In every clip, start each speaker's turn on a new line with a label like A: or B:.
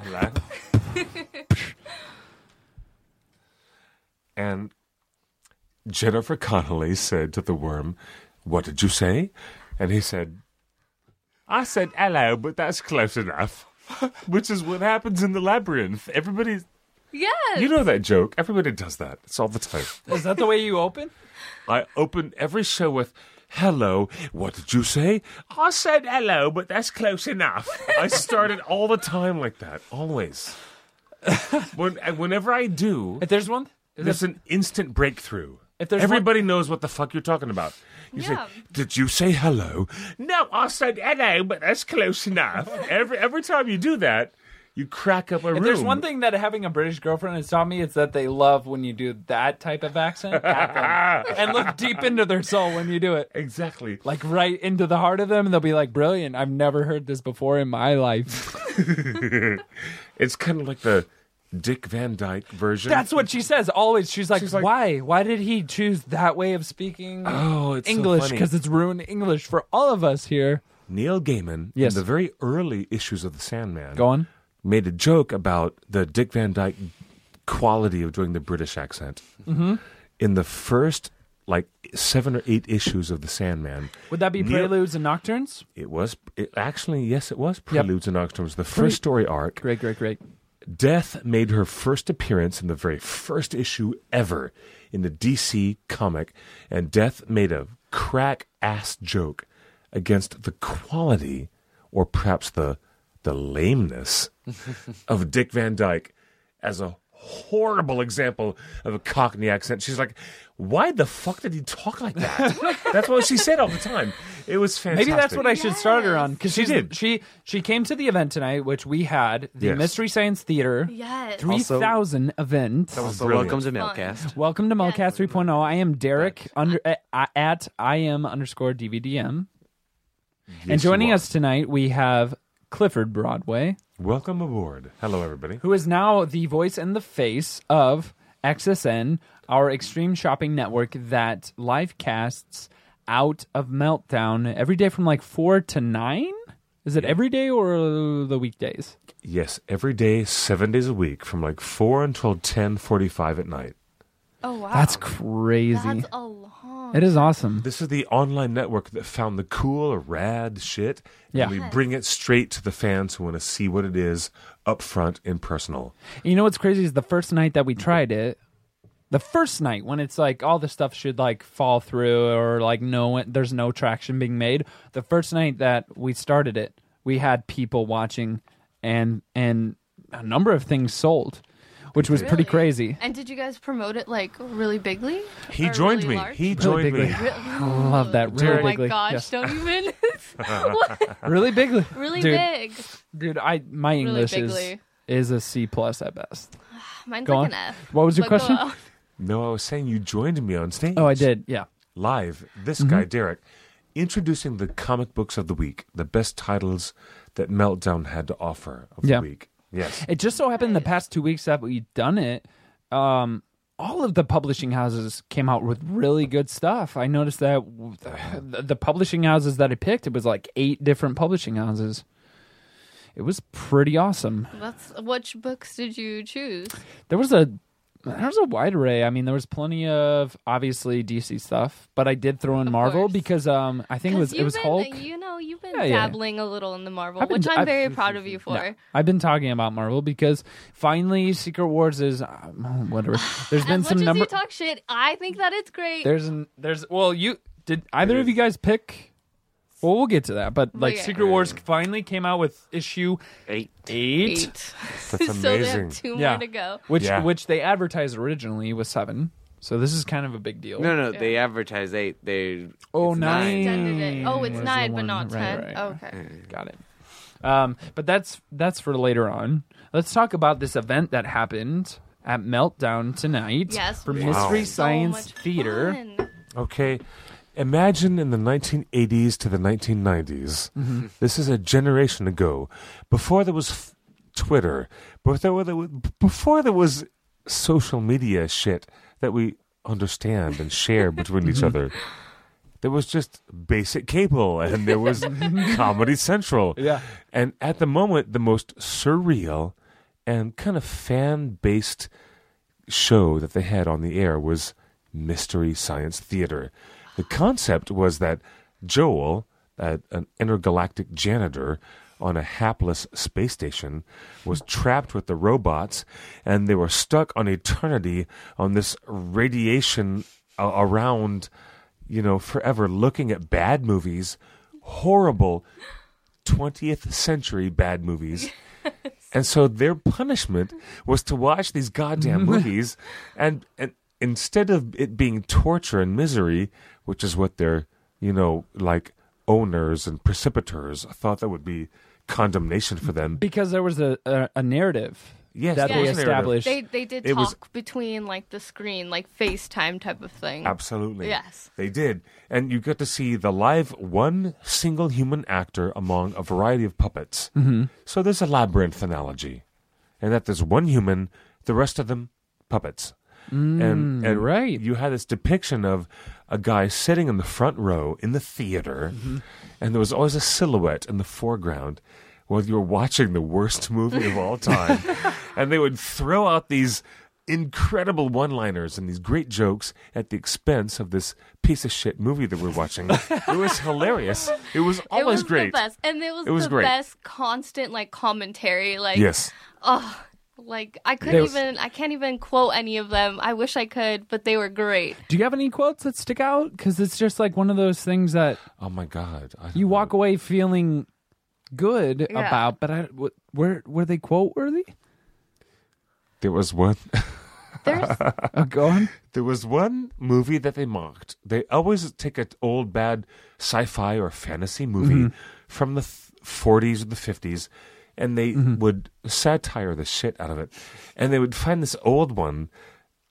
A: Hello. and Jennifer Connolly said to the worm, What did you say? And he said, I said hello, but that's close enough. Which is what happens in the labyrinth. Everybody,
B: Yeah.
A: you know that joke. Everybody does that. It's all the time.
C: Is that the way you open?
A: I open every show with, Hello, what did you say? I said hello, but that's close enough. I started all the time like that, always. When, and whenever I do,
C: If there's one, if
A: there's an instant breakthrough.
C: If there's
A: Everybody knows what the fuck you're talking about. You
B: Yeah.
A: say, Did you say hello? No, I said hello, but that's close enough. every, every time you do that, you crack up a room.
C: If there's one thing that having a British girlfriend has taught me, it's that they love when you do that type of accent at them. and look deep into their soul when you do it.
A: Exactly.
C: Like right into the heart of them, and they'll be like, brilliant. I've never heard this before in my life.
A: It's kind of like the Dick Van Dyke version.
C: That's what she says always. She's like,
A: She's like-
C: why? Why did he choose that way of speaking
A: Oh, it's so
C: English?
A: funny.
C: Because it's ruined English for all of us here.
A: Neil Gaiman,
C: Yes.
A: in the very early issues of The Sandman,
C: Go on.
A: made a joke about the Dick Van Dyke quality of doing the British accent. Mm-hmm. In the first, like, seven or eight issues of The Sandman,
C: Would that be
A: Neil-
C: preludes and nocturnes?
A: it was it, actually, yes, it was Preludes and Nocturnes, the first story arc.
C: Great, great, great.
A: Death made her first appearance in the very first issue ever in the DC comic, and Death made a crack ass joke against the quality or perhaps the the lameness of Dick Van Dyke as a horrible example of a Cockney accent. She's like, Why the fuck did he talk like that? That's what she said all the time. It was fantastic.
C: Maybe that's what I should start her on because
A: She
C: she
A: did.
C: She she came to the event tonight, which we had the
A: Yes.
C: Mystery Science Theater
B: Yes.
C: three thousand event.
D: Also,
A: brilliant.
D: welcome to Mailcast.
C: Welcome to Melcast 3.0. oh. I am Derek under uh, at I am underscore DVDM, and
A: Yes, you
C: joining
A: are.
C: us tonight we have Clifford Broadway,
A: Welcome aboard. Hello everybody.
C: who is now the voice and the face of XSN, our extreme shopping network that live casts out of Meltdown every day from like four to nine. Is it every day or the weekdays?
A: Yes, every day, seven days a week, from like four until ten forty-five at night.
B: Oh wow.
C: That's crazy.
B: That's a long.
C: it is awesome.
A: This is the online network that found the cool or rad shit, and
C: Yeah.
A: we bring it straight to the fans who want to see what it is up front and personal.
C: You know what's crazy is the first night that we tried it, the first night when it's like all the stuff should like fall through or like no one, there's no traction being made. The first night that we started it, we had people watching and and a number of things sold, which was pretty crazy.
B: And did you guys promote it like really bigly?
A: He
B: Or
A: joined
B: really
A: me.
B: large?
A: He
C: Really
A: joined
C: bigly.
A: me.
C: I love that really
B: Oh my
C: bigly.
B: gosh!
C: Yes.
B: Don't even. What?
C: Really bigly.
B: Really
C: dude,
B: big.
C: Dude, I my English is
B: bigly.
C: is a C plus at best.
B: Mine's
C: Go
B: like
C: on.
B: an F.
C: What was your
B: but go
C: question?
B: on.
A: No, I was saying you joined me on stage.
C: Oh, I did. Mm-hmm. Yeah.
A: Live, this guy, Derek, introducing the comic books of the week, the best titles that Meltdown had to offer of
C: Yeah.
A: the week. Yes.
C: It just so happened the past two weeks that we've done it, um, all of the publishing houses came out with really good stuff. I noticed that w- the, the publishing houses that I picked, it was like eight different publishing houses. It was pretty awesome.
B: That's which books did you choose?
C: There was a there's a wide array. I mean, there was plenty of obviously DC stuff, but I did throw in
B: Of
C: Marvel
B: course.
C: because um, I think it was
B: you've
C: it was
B: been,
C: Hulk.
B: You know, you've been
C: Yeah, yeah.
B: dabbling a little in the Marvel,
C: I've been-
B: which I'm
C: I've-
B: very proud of you for.
C: No, I've been talking about Marvel because finally Secret Wars is um, whatever. There's been
B: as
C: some
B: much
C: number.
B: as you talk shit, I think that it's great.
C: there's an, there's well you did either of you guys pick. Well, we'll get to that, but like
B: yeah.
C: Secret Wars finally came out with issue
D: Eight.
C: eight,
B: Eight.
A: That's
B: so they have
A: amazing.
B: two
C: Yeah.
B: more to go.
C: which
A: Yeah.
C: which they advertised originally was seven. So this is kind of a big deal.
D: No, no, they advertise eight. They
C: Oh,
D: it's
C: nine.
B: Extended it. Oh, it's
C: was the
B: nine, but
C: one-
B: not
C: right,
B: ten.
C: right.
B: Okay.
C: Got it. Um, but that's that's for later on. Let's talk about this event that happened at Meltdown tonight.
B: Yes,
C: for
B: we
A: had
C: Mystery
A: so
C: Science
B: so much
C: Theater.
B: fun.
A: Okay. Imagine in the 1980s to the 1990s. This is a generation ago. Before there was f- Twitter, before there was, before there was social media shit that we understand and share between each other. There was just basic cable and there was Comedy Central.
C: Yeah.
A: And at the moment, the most surreal and kind of fan based show that they had on the air was Mystery Science Theater. The concept was that Joel, uh, an intergalactic janitor on a hapless space station, was trapped with the robots and they were stuck on eternity on this radiation uh, around, you know, forever looking at bad movies, horrible 20th century bad movies. And so their punishment was to watch these goddamn movies, and, and instead of it being torture and misery, which is what their you know like owners and precipitors thought that would be condemnation for them.
C: because there was a a, a narrative
A: Yes,
C: that
A: there
C: they
A: was a narrative.
C: established.
B: They they did
A: It
B: talk
A: was-
B: between like the screen, like FaceTime type of thing.
A: Absolutely.
B: Yes.
A: They did. And you get to see the live one single human actor among a variety of puppets. Mm-hmm. So there's a labyrinth analogy. And that there's one human, the rest of them puppets. and, and
C: Hmm. right.
A: you had this depiction of a guy sitting in the front row in the theater,
C: Mm-hmm.
A: and there was always a silhouette in the foreground while you were watching the worst movie of all time. and they would throw out these incredible one liners and these great jokes at the expense of this piece of shit movie that we're watching. it was hilarious. It was
B: it
A: always
B: was
A: great.
B: the best, and it was,
A: It was
B: the
A: great.
B: best constant like commentary. Like
A: Yes.
B: oh, like I couldn't
C: There's-
B: even. I can't even quote any of them. I wish I could, but they were great.
C: Do you have any quotes that stick out? Because it's just like one of those things that
A: Oh my God. I don't
C: you
A: know.
C: walk away feeling good
B: Yeah.
C: about. But I, w- were were they quote worthy?
A: There was one.
B: There's
A: Uh,
C: Oh, go on.
A: There was one movie that they mocked. They always take an old bad sci-fi or fantasy movie from the f- 40s or the 50s, and they would satire the shit out of it. And they would find this old one,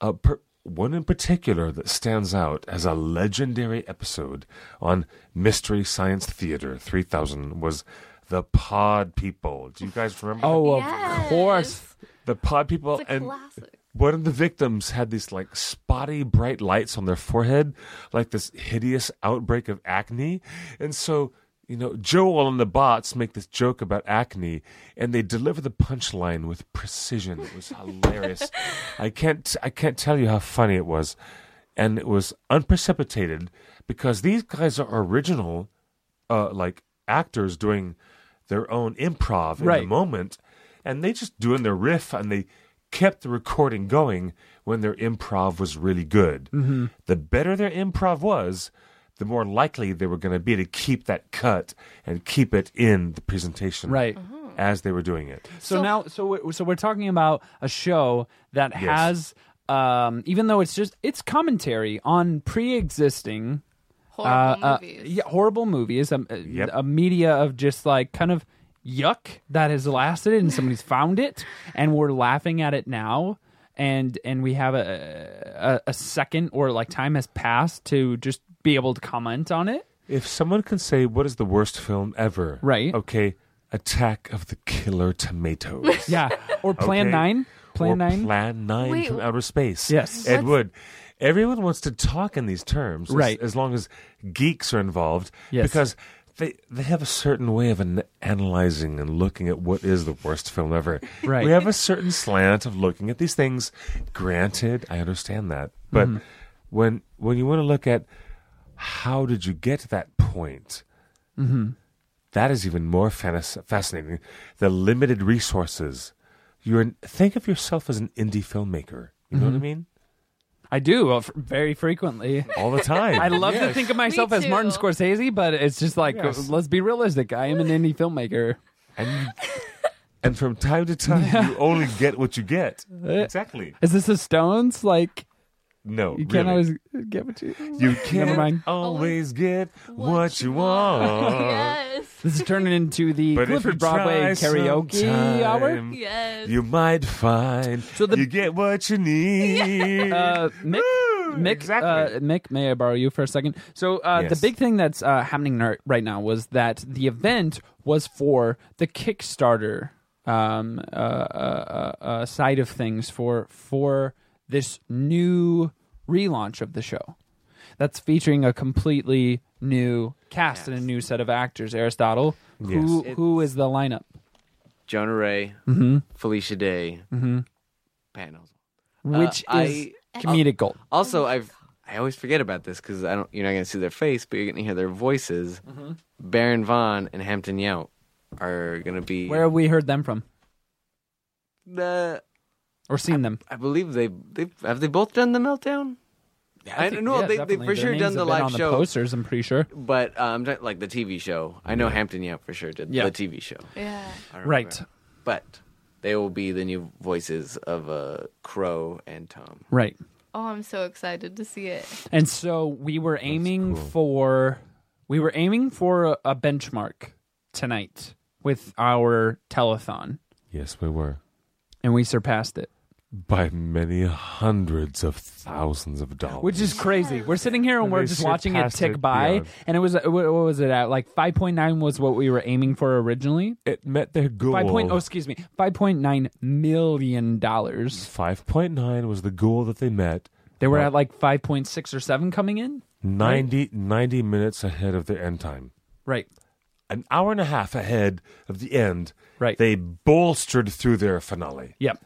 A: uh, per- one in particular that stands out as a legendary episode on Mystery Science Theater 3000 was the Pod People. Do you guys remember?
C: Oh, of
B: Yes.
C: course.
A: the Pod People
B: it's a
A: and
B: classic.
A: one of the victims had these like spotty bright lights on their forehead, like this hideous outbreak of acne. And so, you know, Joel and the bots make this joke about acne and they deliver the punchline with precision. It was hilarious. I can't I can't tell you how funny it was. And it was unprecipitated because these guys are original uh like actors doing their own improv in the
C: Right.
A: moment and they just doing their riff and they kept the recording going when their improv was really good. Mm-hmm. The better their improv was, the more likely they were going to be to keep that cut and keep it in the presentation
C: Right.
A: as they were doing it.
C: So, now, so we're, so we're talking about a show that
A: Yes.
C: has, um, even though it's just it's commentary on pre-existing
B: Horrible
C: uh, uh,
B: movies.
C: yeah, horrible movies, a, a-
A: Yep.
C: a media of just like kind of yuck that has lasted, and somebody's found it, and we're laughing at it now. And and we have a, a a second or like time has passed to just be able to comment on it.
A: If someone can say, What is the worst film ever?
C: Right.
A: Okay. Attack of the Killer Tomatoes.
C: Yeah, or Plan
A: Okay.
C: Nine, Plan
A: or
C: Nine.
A: Plan Nine
B: Wait,
A: from outer space.
C: Yes.
A: Ed Wood. Everyone wants to talk in these terms, as-
C: Right.
A: As, long as geeks are involved,
C: Yes.
A: because they they have a certain way of an- analyzing and looking at what is the worst film ever.
C: Right.
A: We have a certain slant of looking at these things. Granted, I understand that, but
C: Mm-hmm.
A: when when you want to look at how did you get to that point,
C: Mm-hmm.
A: that is even more fantas- fascinating. The limited resources. You're an, think of yourself as an indie filmmaker. You
C: Mm-hmm.
A: know what I mean?
C: I do uh, f- very frequently.
A: All the time.
C: I love to think of myself as Martin
B: too.
C: Scorsese, but it's just like
A: Yes.
C: let's be realistic. I am an indie filmmaker.
A: and, and from time to time, you only get what you get. Exactly.
C: Is this the Stones? Like
A: No,
C: you
A: really.
C: can't always get what you.
A: You can't
C: mind.
A: always get what you want.
B: yes.
C: This is turning into the
A: But if you
C: Clifford Broadway
A: try
C: karaoke hour.
A: sometime,
B: Yes.
A: You might find
C: the-
A: you get what you need.
C: Uh, Mick,
A: Woo!
C: Mick,
A: Exactly.
C: uh, Mick, may I borrow you for a second? So uh,
A: Yes.
C: the big thing that's uh, happening ri- right now was that the event was for the Kickstarter um, uh, uh, uh, uh, side of things for for this new relaunch of the show. That's featuring a completely new cast and a new set of actors. Aristotle, who
D: Yes.
C: who is the lineup?
D: Jonah Ray,
C: Mm-hmm.
D: Felicia Day, Patton Oswalt.
C: Which
D: I-
C: is comedic gold.
D: Also, I've I always forget about this because I don't. You're not going to see their face, but you're going to hear their voices.
C: Mm-hmm.
D: Baron Vaughn and Hampton Yount are going to be
C: Where have we heard them from
D: the.
C: or seen them?
D: I believe they they have they both done the meltdown. I
C: think-
D: don't know.
C: yeah,
D: they they
C: definitely.
D: for
C: Their
D: sure
C: names
D: done the
C: have been
D: live
C: on
D: show,
C: The posters, I'm pretty sure.
D: but um, like the TV show. I know Hampton Yount for sure did
C: Yeah.
D: the TV show.
B: Yeah.
D: I remember.
C: Right,
D: but they will be the new voices of uh, Crow and Tom.
C: right.
B: Oh, I'm so excited to see it.
C: And so we were aiming for we were aiming for a, a benchmark tonight with our telethon,
A: yes, we were.
C: and we surpassed it,
A: By many hundreds of thousands of dollars.
C: which is crazy. We're sitting here and
A: And
C: we're
A: we
C: just watching it
A: surpassed
C: tick
A: it
C: by,
A: beyond.
C: and it was uh, what, what was it at? Like five point nine was what we were aiming for originally.
A: it met their goal.
C: Five point oh, excuse me, five point nine million dollars.
A: 5.9 was the goal that they met.
C: They were
A: Right.
C: at like five point six or seven coming in.
A: 90, 90 minutes ahead of their end time.
C: Right,
A: An hour and a half ahead of the end.
C: Right.
A: They bolstered through their finale.
C: yep,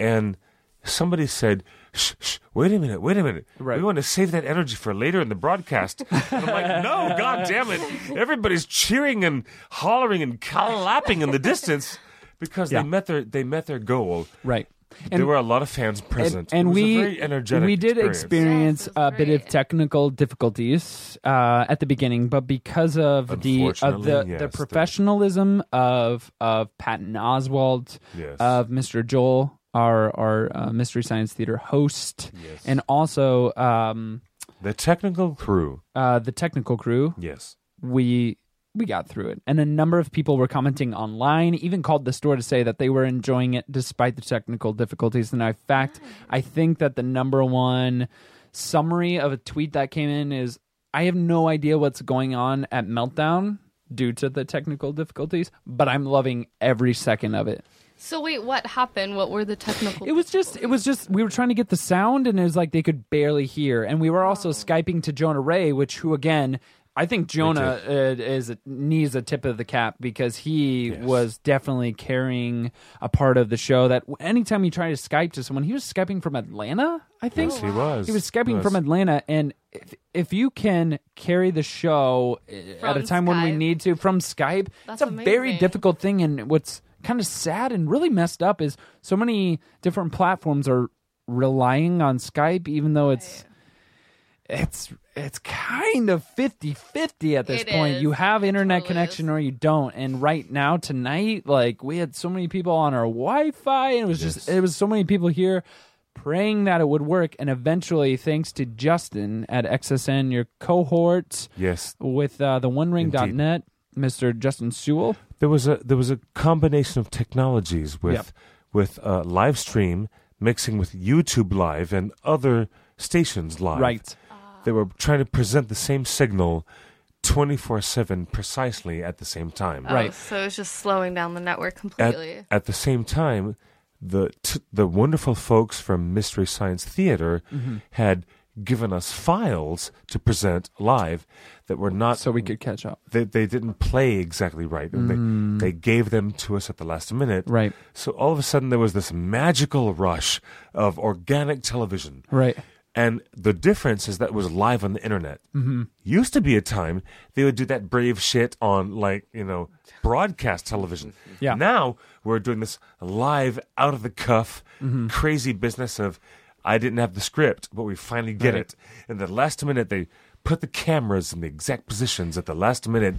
A: And somebody said, shh, shh, wait a minute, wait a minute.
C: Right.
A: We want to save that energy for later in the broadcast. And I'm like, no, god damn it. Everybody's cheering and hollering and clapping in the distance because
C: Yeah.
A: they met their they met their goal.
C: right.
A: there were a lot of fans present.
C: And, and
A: It was a
C: we
A: very energetic
C: we did
B: Yes,
C: experience
B: it was
C: a bit of
B: great.
C: technical difficulties uh, at the beginning, but because of the of the,
A: Unfortunately,
C: the
A: yes, the-
C: professionalism of of Patton Oswald,
A: Yes.
C: of Mr. Joel, our our uh, Mystery Science Theater host, and also um,
A: The technical crew.
C: uh, the technical crew,
A: Yes.
C: we we got through it and a number of people were commenting online even called the store to say that they were enjoying it despite the technical difficulties and in fact i think that the number one summary of a tweet that came in is i have no idea what's going on at meltdown due to the technical difficulties but i'm loving every second of it
B: So wait, what happened? What were the technical?
C: it was just it was just we were trying to get the sound and it was like they could barely hear and we were also skyping to jonah ray which who again i think jonah uh, is needs a tip of the cap because he was definitely carrying a part of the show that anytime you try to skype to someone he was skyping from atlanta i think
A: Yes, he was.
C: he was skyping
A: Yes.
C: from atlanta and if, if you can carry the show uh, at a
B: From
C: time when we
B: Skype.
C: need to from skype
B: That's
C: it's a very
B: amazing.
C: difficult thing and what's kind of sad and really messed up is so many different platforms are relying on Skype even though it's it's it's kind of 50-50 at this
B: It
C: point.
B: is.
C: You have
B: It
C: internet
B: totally
C: connection
B: is.
C: or you don't. And right now tonight like we had so many people on our Wi-Fi and it was
A: Yes.
C: just it was so many people here praying that it would work and eventually thanks to Justin at XSN your cohort
A: Yes.
C: with uh, the one ring.net Mr. Justin Sewell
A: There was a there was a combination of technologies with
C: Yep.
A: with uh, live stream mixing with YouTube live and other stations live.
C: Right.
A: They were trying to present the same signal 24/7 precisely at the same time.
B: Oh,
C: right.
B: So it was just slowing down the network
A: At,
B: completely.
A: at the same
C: Mm-hmm.
A: time, the t- the wonderful folks from Mystery Science Theater had given us files to present live that were not
C: so we could catch up.
A: they, they didn't play exactly right. and They, they gave them to us at the last minute.
C: Hmm. Right.
A: So all of a sudden, there was this magical rush of organic television.
C: Right.
A: And the difference is that it was live on the internet. Mm-hmm. Used to be a time they would do that brave shit on, like, you know, broadcast television.
C: Yeah.
A: Now we're doing this live, out of the cuff,
C: Mm-hmm.
A: crazy business of I didn't have the script, but we finally get it. And the last minute they put the cameras in the exact positions at the last minute.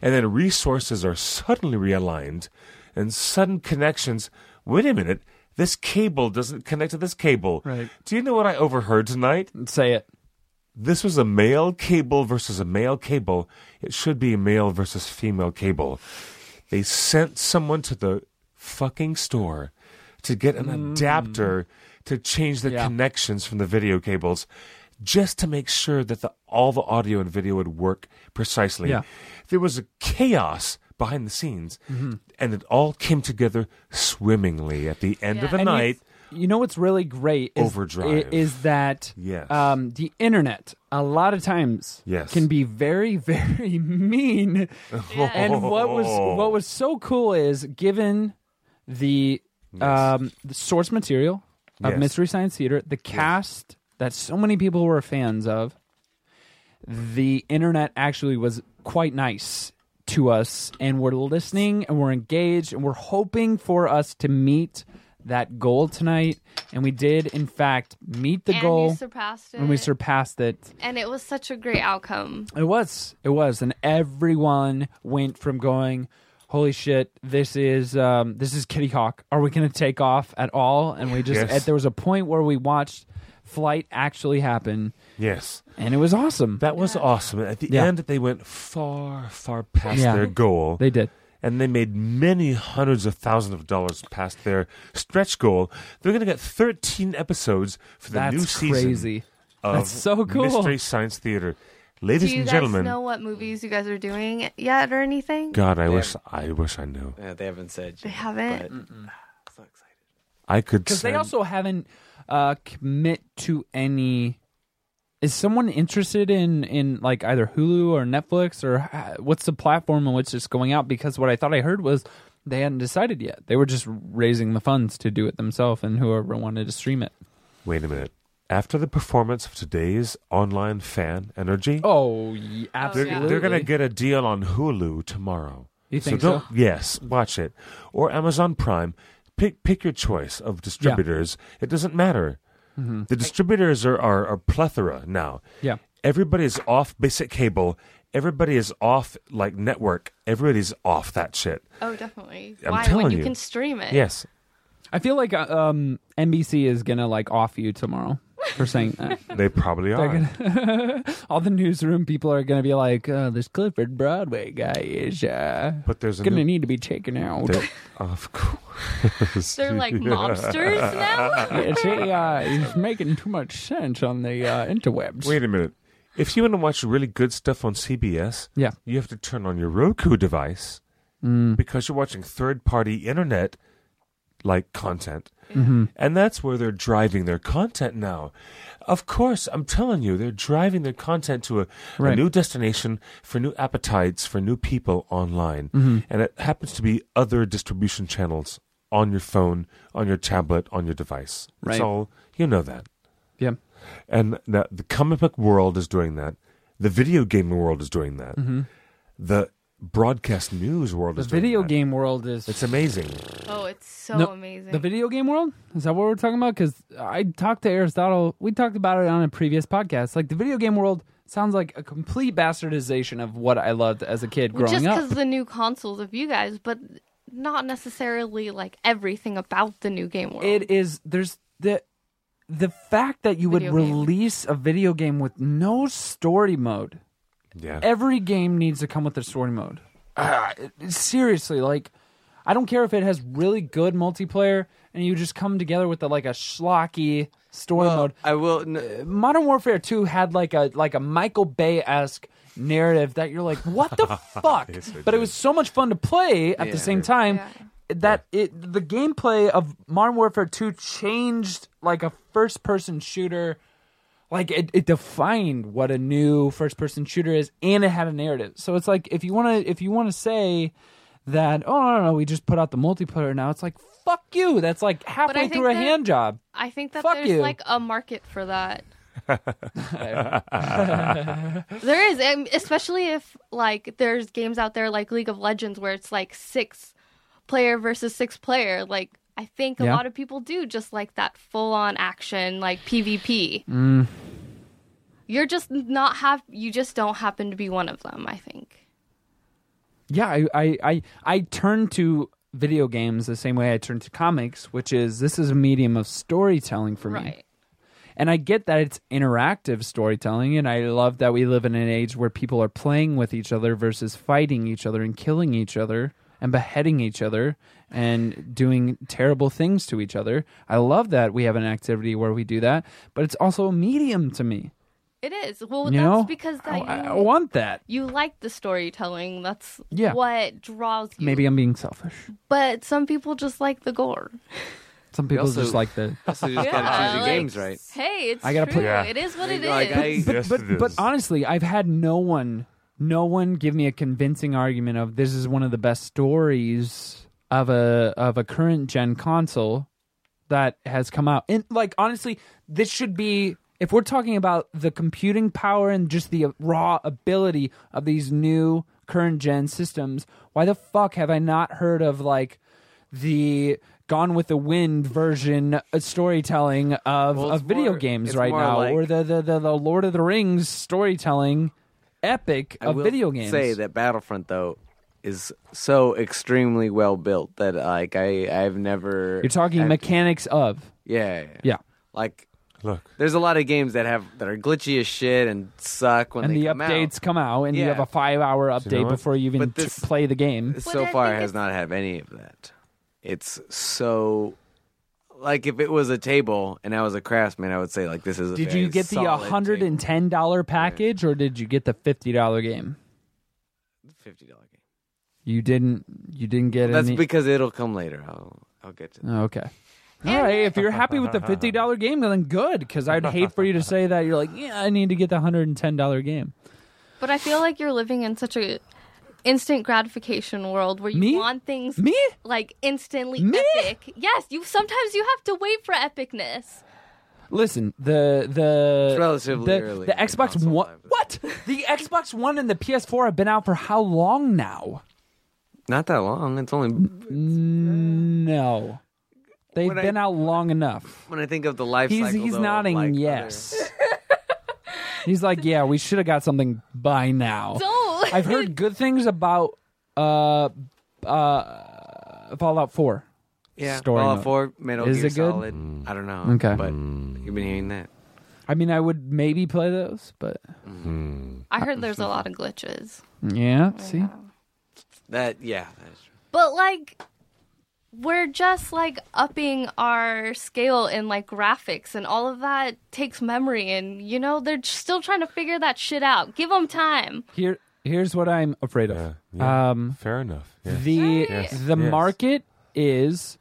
A: And then resources are suddenly realigned and sudden connections. Wait a minute. This cable doesn't connect to this cable.
C: Right.
A: Do you know what I overheard tonight?
C: Say it.
A: This was a male cable versus a male cable. It should be male versus female cable. They sent someone to the fucking store to get an adapter to change the
C: Mm. Yeah.
A: connections from the video cables just to make sure that the, all the audio and video would work precisely.
C: Yeah.
A: There was a chaos behind the scenes,
C: Mm-hmm.
A: and it all came together swimmingly at the end of the
C: And you-
A: night.
C: You, know what's really great is,
A: Overdrive.
C: i- is that
A: Yes.
C: um, the internet a lot of times
A: Yes.
C: can be very very mean. And what was what was so cool is given the um, the source material of
A: Yes.
C: Mystery Science Theater, the cast that so many people were fans of, the internet actually was quite nice to us and we're listening and we're engaged and we're hoping for us to meet that goal tonight and we did in fact meet the
B: and
C: goal
B: you surpassed it.
C: and we surpassed it
B: and it was such a great outcome.
C: it was it was and everyone went from going holy shit this is um, this is kitty hawk are we going to take off at all and we just
A: Yes.
C: and there was a point where we watched flight actually happen
A: Yes.
C: and it was awesome
A: That was awesome. At the
C: Yeah.
A: end, they went far, far past
C: Yeah.
A: their goal.
C: they did
A: and they made many hundreds of thousands of dollars past their stretch goal. They're going to get 13 episodes for the
C: that's
A: new season
C: crazy
A: of
C: That's so cool.
A: Mystery Science Theater. Ladies
B: Do you
A: and
B: guys
A: gentlemen,
B: know what movies you guys are doing yet or anything?
A: God, I wish I wish I knew.
D: Yeah, they haven't said.
B: They haven't?
D: so excited.
A: I could
C: because they
A: send-
C: also haven't uh, commit to any. Is someone interested in in like either Hulu or Netflix or h- what's the platform on which it's going out? Because what I thought I heard was they hadn't decided yet. They were just raising the funds to do it themselves, and whoever wanted to stream it.
A: Wait a minute. After the performance of today's online fan energy,
C: Oh, yeah,
A: they're,
C: absolutely.
A: they're going to get a deal on Hulu tomorrow.
C: You think
A: don't-
C: so?
A: Yes, watch it. Or Amazon Prime. Pick pick your choice of distributors. It doesn't matter. The distributors are, are a plethora now.
C: Mm-hmm. Yeah.
A: Everybody's off basic cable. Everybody is off like network. Everybody's off that shit.
B: Oh, definitely.
A: I'm
B: Why?
A: telling
B: when you,
A: you.
B: can stream it.
A: Yes.
C: I feel like uh, um, NBC is gonna like off you tomorrow for saying that.
A: They probably are.
C: All the newsroom people are gonna be like, uh, "This Clifford Broadway guy is uh,
A: But there's a
C: gonna
A: new-
C: need to be taken out."
A: They- of course.
B: They're like mobsters now.
C: it's, uh, he's making too much sense on the uh, interwebs.
A: Wait a minute. If you want to watch really good stuff on CBS,
C: Yeah. Mm.
A: you have to turn on your Roku device because you're watching third party internet like content.
C: Mm-hmm.
A: And that's where they're driving their content now. Of course, I'm telling you, they're driving their content to a, a
C: Right.
A: new destination for new appetites, for new people online.
C: Mm-hmm.
A: And it happens to be other distribution channels on your phone, on your tablet, on your device.
C: Right.
A: It's all, you know that.
C: Yeah.
A: And the, the comic book world is doing that. The video game world is doing that. The broadcast news world
C: Mm-hmm. The
A: is doing
C: video
A: that.
C: game world is.
A: It's amazing.
B: Oh, it's so
C: No,
B: amazing.
C: The video game world? Is that what we're talking about? Because I talked to Aristotle. We talked about it on a previous podcast. Like, the video game world sounds like a complete bastardization of what I loved as a kid
B: Just
C: growing
B: because
C: up.
B: the new consoles of you guys, but not necessarily like everything about the new game world.
C: It is. There's the. The fact that you
B: Video
C: would
B: game.
C: release a video game with no story mode
A: Yeah.
C: every game needs to come with a story mode. Ah, it- it- seriously, like I don't care if it has really good multiplayer and you just come together with a, like a schlocky story mode.
D: I will. n-
C: Modern Warfare 2 had like a like a Michael Bay esque narrative that you're like, what the fuck?
A: it
C: but it was so much fun to play at the same time
B: Yeah.
C: that it the gameplay of Modern Warfare 2 changed like a first person shooter like it, it defined what a new first person shooter is and it had a narrative so it's like if you want to if you want to say that oh no, no no we just put out the multiplayer now it's like fuck you that's like halfway
B: think
C: through a
B: that-
C: hand job
B: I think that
C: Fuck
B: there's
C: you.
B: like a market for that. there is, and especially if like there's games out there like League of Legends where it's like six player versus six player. Like I think a
C: Yeah.
B: lot of people do just like that full on action like PvP.
C: Mm.
B: You're just not have you just don't happen to be one of them. I think.
C: yeah I, I i i turn to video games the same way i turn to comics which is this is a medium of storytelling for me
B: Right.
C: And I get that it's interactive storytelling, and I love that we live in an age where people are playing with each other versus fighting each other and killing each other and beheading each other and doing terrible things to each other. I love that we have an activity where we do that, but it's also a medium to me.
B: It is. Well,
C: You
B: that's
C: know?
B: because that
C: I, I
B: you,
C: want that.
B: you like the storytelling. That's
C: Yeah.
B: what draws you.
C: Maybe I'm being selfish.
B: But some people just like the gore.
C: Some people
D: also-
C: just like the.
D: Also, you just gotta choose your games right.
B: Hey, it's
C: I gotta
B: true.
C: put-
A: Yeah.
B: It is what it is.
D: Like, I-
C: But,
A: Yes,
C: but,
A: it
C: but
A: is.
C: honestly, I've had no one, no one give me a convincing argument of this is one of the best stories of a of a current gen console that has come out. And like honestly, this should be if we're talking about the computing power and just the raw ability of these new current gen systems, why the fuck have I not heard of like the Gone with the Wind version uh, storytelling of,
D: Well,
C: of
D: it's
C: video
D: more-
C: games
D: it's
C: right
D: more
C: now,
D: like-
C: or the, the the the Lord of the Rings storytelling epic
D: I
C: of
D: will
C: video games.
D: Say that Battlefront though is so extremely well built that like I I've never.
C: You're talking
D: I've-
C: mechanics of
D: yeah, yeah,
C: yeah.
D: Like
A: Look,
D: there's a lot of games that have that are glitchy as shit and suck when
C: And
D: they
C: the
D: come
C: updates
D: out.
C: come out, and you
D: Yeah.
C: have a five-hour update
A: know what?
C: before you even
D: But
C: t-
D: this-
C: play the game.
B: But
D: so
B: I
D: far
B: think
D: has
B: it's-
D: not had any of that. It's so like if it was a table and I was a craftsman, I would say like this is. A
C: Did
D: very
C: you get the
D: solid
C: hundred and
D: table.
C: ten dollar package, or did you get the fifty dollar game?
D: fifty dollar game?
C: You didn't. You didn't get
D: That's
C: any.
D: because it'll come later. I'll I'll get to that.
C: Oh, okay. All right. If you're happy with the fifty dollar game, then good. Because I'd hate for you to say that you're like, yeah, I need to get the hundred and ten dollar game.
B: But I feel like you're living in such a instant gratification world where you
C: Me?
B: want things
C: Me?
B: like instantly
C: Me?
B: epic. Yes, you sometimes you have to wait for epicness.
C: Listen, the the
D: It's relatively
C: the,
D: early
C: the
D: in the
C: Xbox
D: console
C: One.
D: life.
C: What? The Xbox One and the PS4 have been out for how long now?
D: Not that long. It's only
C: No, they've
D: When I-
C: been out long enough.
D: when I think of the life
C: He's
D: cycle.
C: he's
D: though, of,
C: nodding
D: like, other-
C: yes. he's like, yeah, we should have got something by now.
B: Don't.
C: I've heard good things about uh uh Fallout Four.
D: yeah,
C: Story
D: Fallout
C: mode.
D: Four, Metal
C: Is
D: Gear
C: it good?
D: Solid. I don't know.
C: Okay.
D: but you've been hearing that.
C: I mean, I would maybe play those, but
B: I heard there's a lot of glitches.
C: yeah, see,
D: That yeah, that's true.
B: But like we're just like upping our scale in like graphics and all of that takes memory and you know they're still trying to figure that shit out. Give them time.
C: here here's what I'm afraid of.
A: yeah, uh, yeah,
C: Um,
A: fair enough. Yeah.
C: the
A: Yes,
C: the
A: yes.
C: market is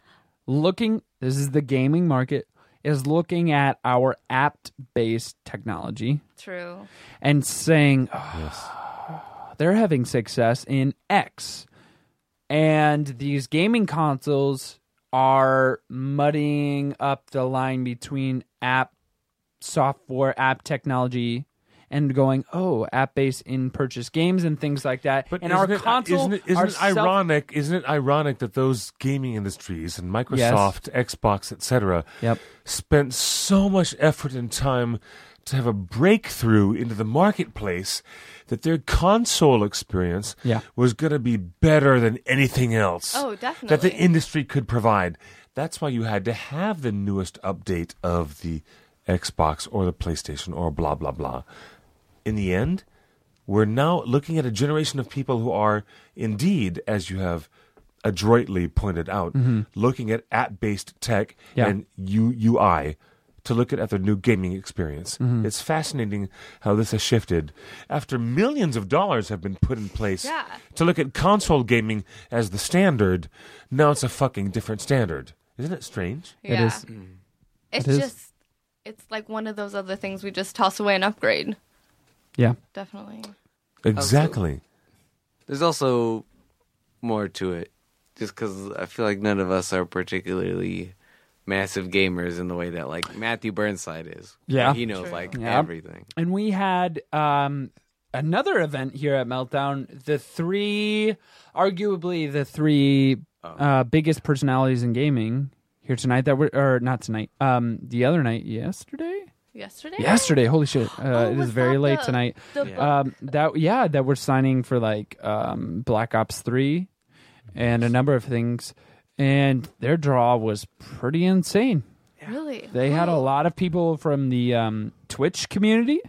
C: looking this is the gaming market is looking at our app based technology
B: True.
C: and saying "Oh, they're having success in X and these gaming consoles are muddying up the line between app software app technology and going oh app based in purchase games and things like that
A: But
C: and
A: isn't
C: our
A: it, uh,
C: console
A: isn't it, isn't
C: our
A: it
C: self-
A: ironic? Isn't it ironic that those gaming industries and Microsoft, Xbox, etc.,
C: Yep.
A: spent so much effort and time to have a breakthrough into the marketplace that their console experience
C: Yeah.
A: was going to be better than anything else
B: Oh,
A: that
B: definitely.
A: the industry could provide. That's why you had to have the newest update of the Xbox or the PlayStation or blah blah blah. In the end, we're now looking at a generation of people who are indeed, as you have adroitly pointed out, looking at app-based tech
C: Yeah.
A: and UUI to look at, at their new gaming experience. It's fascinating how this has shifted after millions of dollars have been put in place
B: Yeah.
A: to look at console gaming as the standard. Now it's a fucking different standard. Isn't it strange?
C: It is. It
B: It's
C: is.
B: just it's like one of those other things we just toss away and upgrade.
C: Yeah.
B: Definitely. Oh,
A: Exactly.
D: There's also more to it, just because I feel like none of us are particularly massive gamers in the way that like Matthew Burnside is.
C: Yeah.
D: he knows like
C: Yeah.
D: everything.
C: and we had um, another event here at Meltdown. The three, arguably the three uh, biggest personalities in gaming here tonight. That were or not tonight. Um, the other night, yesterday.
B: Yesterday?
C: Yesterday, holy shit! Uh,
B: Oh,
C: it is
B: was
C: very
B: that
C: late
B: the-
C: tonight.
B: the book?
C: Um, that yeah, that we're signing for like um, Black Ops Three, and a number of things. And their draw was pretty insane.
B: Really?
C: They had a lot of people from the um, Twitch community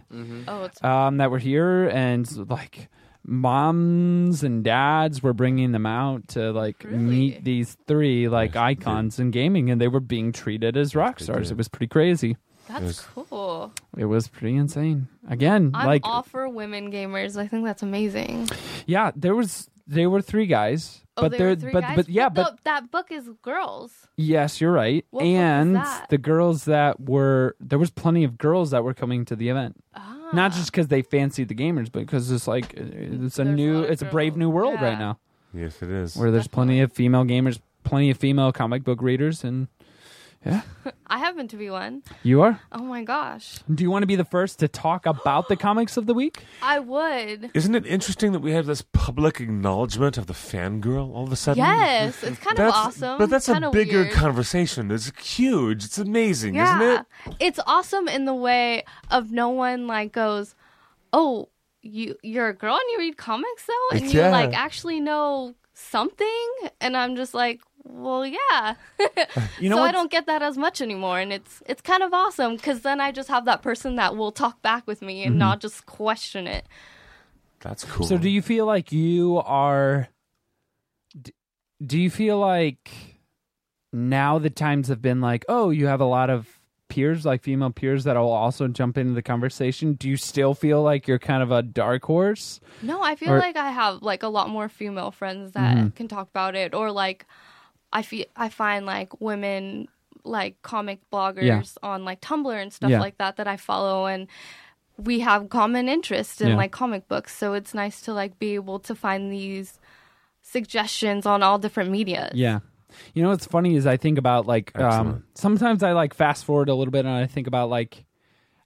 B: Oh, it's
C: um, that were here, and like moms and dads were bringing them out to like
B: Really?
C: meet these three like icons in gaming, and they were being treated as rock stars. It was pretty crazy.
B: that's cool.
C: It was pretty insane. Again,
B: I'm
C: like
B: all for women gamers. I think that's amazing.
C: yeah, there was there were three guys,
B: Oh,
C: but
B: they
C: there
B: were three
C: but
B: guys?
C: but yeah, but
B: the- that book is girls.
C: yes, you're right.
B: What book was
C: and
B: that?
C: the girls that were there was plenty of girls that were coming to the event.
B: Ah,
C: Not just because they fancied the gamers, but because it's like it's a
B: There's a
C: new,
B: lot of
C: it's a brave
B: girls.
C: new world right
B: Yeah.
C: now.
A: Yes, it is.
C: where there's plenty of female gamers, plenty of female comic book readers, and
B: I happen to be one.
C: you are.
B: Oh my gosh,
C: Do you want to be the first to talk about the comics of the week?
B: I would.
A: Isn't it interesting that we have this public acknowledgement of the fangirl all of a sudden?
B: Yes, it's kind
A: That's,
B: of awesome.
A: But that's a
B: kinda
A: bigger
B: weird.
A: conversation. It's huge. It's amazing,
B: Yeah,
A: isn't it?
B: it's awesome in the way of no one like goes, "Oh, you you're a girl and you read comics though, and
A: Yeah.
B: you like actually know something." And I'm just like, "Well, yeah."
A: Uh,
C: You know
B: so
C: what?
B: I don't get that as much anymore, and it's it's kind of awesome because then I just have that person that will talk back with me
A: Mm-hmm.
B: and not just question it.
A: That's cool.
C: So do you feel like you are? d- Do you feel like now the times have been like, oh, you have a lot of peers, like female peers, that will also jump into the conversation. Do you still feel like you're kind of a dark horse?
B: No, I feel
C: Or- Mm-hmm.
B: like I have like a lot more female friends that can talk about it, or like I feel I find like women like comic bloggers on like Tumblr and stuff
C: Yeah.
B: like that that I follow, and we have common interest in
C: Yeah.
B: like comic books, so it's nice to like be able to find these suggestions on all different media.
C: Yeah. You know what's funny is I think about like um,
A: Excellent.
C: sometimes I like fast forward a little bit and I think about like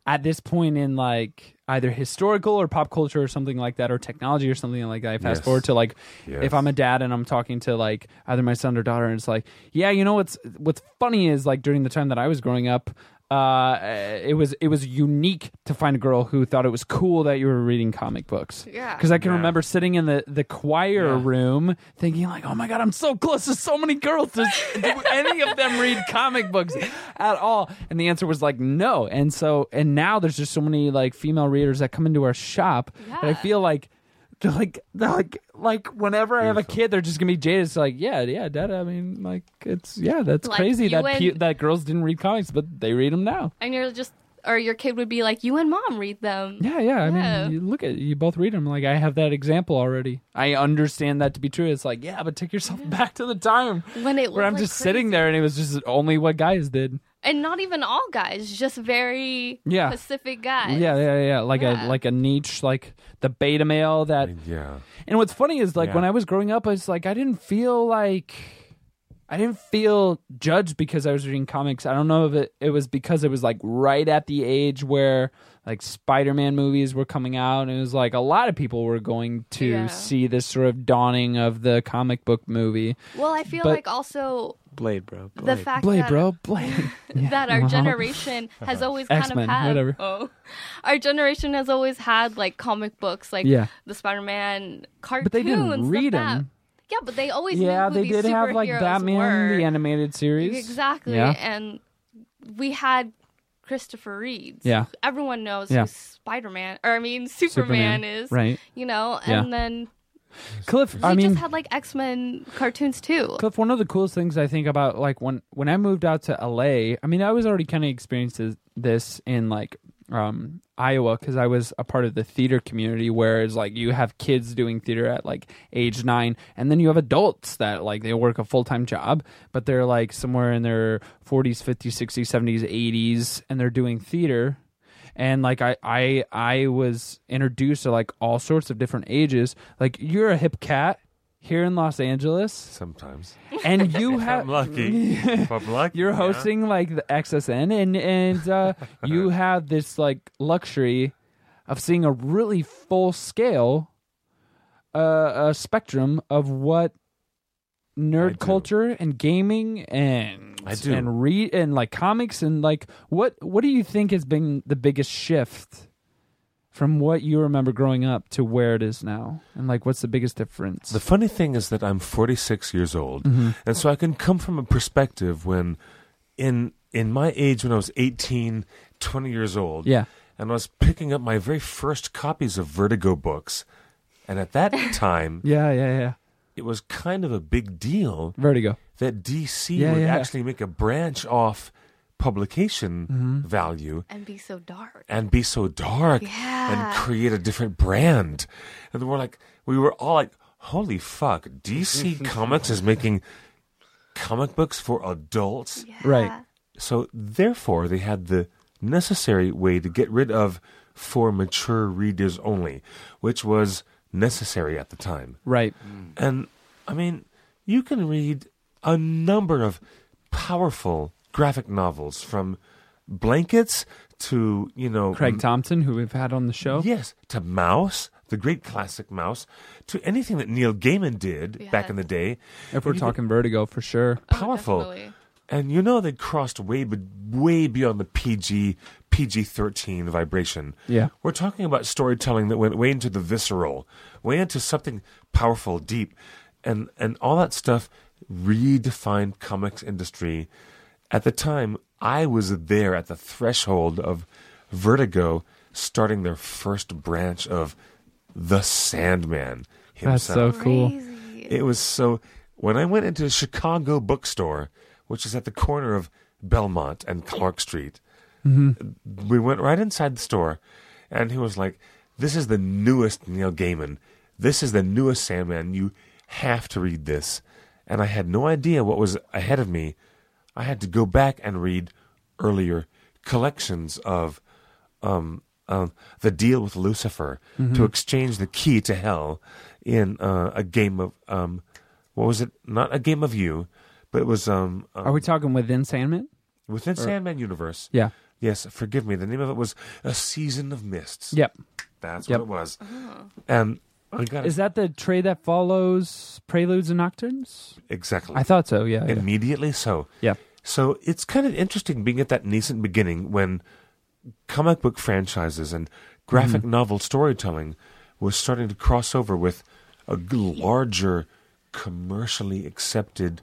C: at this point in like either historical or pop culture or something like that or technology or something like that. I fast
A: Yes.
C: forward to like
A: Yes.
C: if I'm a dad and I'm talking to like either my son or daughter and it's like, yeah, you know what's what's funny is like during the time that I was growing up, uh, it was it was unique to find a girl who thought it was cool that you were reading comic books.
B: Yeah.
C: Because I can
A: Yeah.
C: remember sitting in the, the choir room thinking like, oh my god, I'm so close to so many girls. Does, do any of them read comic books at all? And the answer was like no. And so and now there's just so many like female readers that come into our shop that I
B: Yeah.
C: feel like they're like they're like like whenever I have a kid, they're just gonna be jaded. It's like yeah, yeah, dad. I mean, like it's yeah, that's
B: Like,
C: crazy
B: you
C: that
B: and-
C: pe- that girls didn't read comics, but they read them now.
B: and you're just or your kid would be like, "You and mom read them."
C: Yeah, yeah. I
B: Yeah.
C: mean, you look at you both read them. Like I have that example already. I understand that to be true. It's like, yeah, but take yourself back to the time
B: When it
C: where
B: was,
C: I'm
B: like,
C: just
B: crazy.
C: sitting there and it was just only what guys did.
B: and not even all guys, just very
C: Yeah.
B: specific guys.
C: Yeah, yeah, yeah. Like a
B: Yeah.
C: like a niche, like the beta male that.
A: Yeah.
C: And what's funny is like when
A: Yeah.
C: I was growing up, I was like I didn't feel like. I didn't feel judged because I was reading comics. I don't know if it, it was because it was like right at the age where like Spider Man movies were coming out, and it was like a lot of people were going to
B: Yeah.
C: see this sort of dawning of the comic book movie.
B: Well, I feel
C: But-
B: like also
D: Blade, bro. Blade.
B: the fact
C: Blade,
B: that
C: bro, Blade.
B: that our generation has always kind
C: X-Men,
B: of had.
C: whatever.
B: Oh, our generation has always had like comic books, like
C: Yeah.
B: the Spider-Man cartoons.
C: they didn't
B: stuff
C: read
B: that-
C: 'em.
B: Yeah, but they always
C: yeah,
B: knew
C: they
B: who these
C: did have like
B: superheroes
C: Batman
B: were.
C: the animated series.
B: exactly,
C: Yeah.
B: and we had Christopher Reeves.
C: Yeah.
B: everyone knows
C: Yeah.
B: who Spider-Man, or I mean Superman,
C: Superman,
B: is.
C: right.
B: You know,
C: Yeah.
B: and then
C: Cliff,
B: we
C: I mean,
B: just had like X-Men cartoons too.
C: Cliff, one of the coolest things I think about, like when when I moved out to LA, I mean, I was already kind of experiencing this in like um, Iowa because I was a part of the theater community where it's like you have kids doing theater at like age nine, and then you have adults that like they work a full time job, but they're like somewhere in their 40s, 50s, 60s, 70s, 80s, and they're doing theater. And like I, I, I was introduced to like all sorts of different ages. Like you're a hip cat here in Los Angeles,
A: Sometimes
C: and you
A: I'm
C: have
A: lucky. if I'm lucky,
C: you're
A: yeah.
C: hosting like the XSN, and and uh, you have this like luxury of seeing a really full scale, uh, a spectrum of what
A: I do.
C: nerd culture and gaming and
A: I do.
C: and read and like comics and like what what do you think has been the biggest shift from what you remember growing up to where it is now, and like what's the biggest difference?
A: The funny thing is that I'm 46 years old,
C: Mm-hmm.
A: and so I can come from a perspective when, in in my age when I was 18, 20 years old,
C: Yeah.
A: and I was picking up my very first copies of Vertigo books, and at that time,
C: yeah, yeah, yeah.
A: it was kind of a big deal
C: Vertigo.
A: that DC
C: Yeah,
A: would
C: yeah.
A: actually make a branch off publication
C: Mm-hmm.
A: value
B: and be so dark.
A: and be so dark and
B: Yeah.
A: create a different brand. And we're like, we were all like, holy fuck, DC Comics is making comic books for adults.
C: Right.
A: So therefore, they had the necessary way to get rid of for mature readers only, which was necessary at the time.
C: Right.
A: And I mean, you can read a number of powerful graphic novels from blankets to, you know,
C: Craig Thompson, who we've had on the show.
A: Yes, to Mouse, the great classic Mouse, to anything that Neil Gaiman did back in the day.
C: If we're
A: You could-
C: talking Vertigo, for sure.
A: powerful,
B: definitely.
A: and you know they crossed way, be- way beyond the PG PG thirteen vibration.
C: Yeah.
A: we're talking about storytelling that went way into the visceral, way into something powerful, deep, and and all that stuff redefined comics industry. At the time, I was there at the threshold of Vertigo starting their first branch of the Sandman
C: That's
A: himself.
C: so cool.
B: Crazy.
A: It was so. When I went into the Chicago bookstore, which is at the corner of Belmont and Clark Street, we went right inside the store, and he was like, "This is the newest Neil Gaiman. This is the newest Sandman. You have to read this." And I had no idea what was ahead of me. I had to go back and read earlier collections of um, um, the deal with Lucifer to exchange the key to hell in uh, a game of um, what was it? Not a game of you, but it was um, uh,
C: Are we talking within Sandman?
A: within Sandman universe.
C: Yeah.
A: Yes, forgive me. The name of it was A Season of Mists.
C: Yep.
A: That's
C: Yep.
A: what it was. And I got
C: Is that the tray that follows Preludes and Nocturnes?
A: exactly.
C: I thought so. Yeah. Yeah.
A: Immediately so.
C: yeah.
A: So it's kind of interesting being at that nascent beginning when comic book franchises and graphic
C: Mm-hmm.
A: novel storytelling was starting to cross over with a g- larger, commercially accepted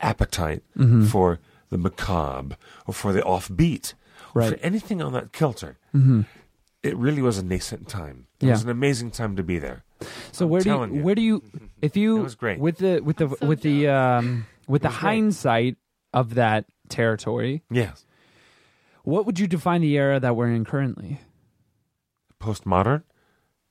A: appetite
C: Mm-hmm.
A: for the macabre or for the offbeat or for
C: Right.
A: anything on that kilter. Mm-hmm. It really was a nascent time. It
C: Yeah.
A: was an amazing time to be there.
C: So where do you,
A: telling you.
C: where do you if you
A: It was great.
C: with the with the with the um with the hindsight of that territory,
A: Yes.
C: what would you define the era that we're in currently?
A: Postmodern?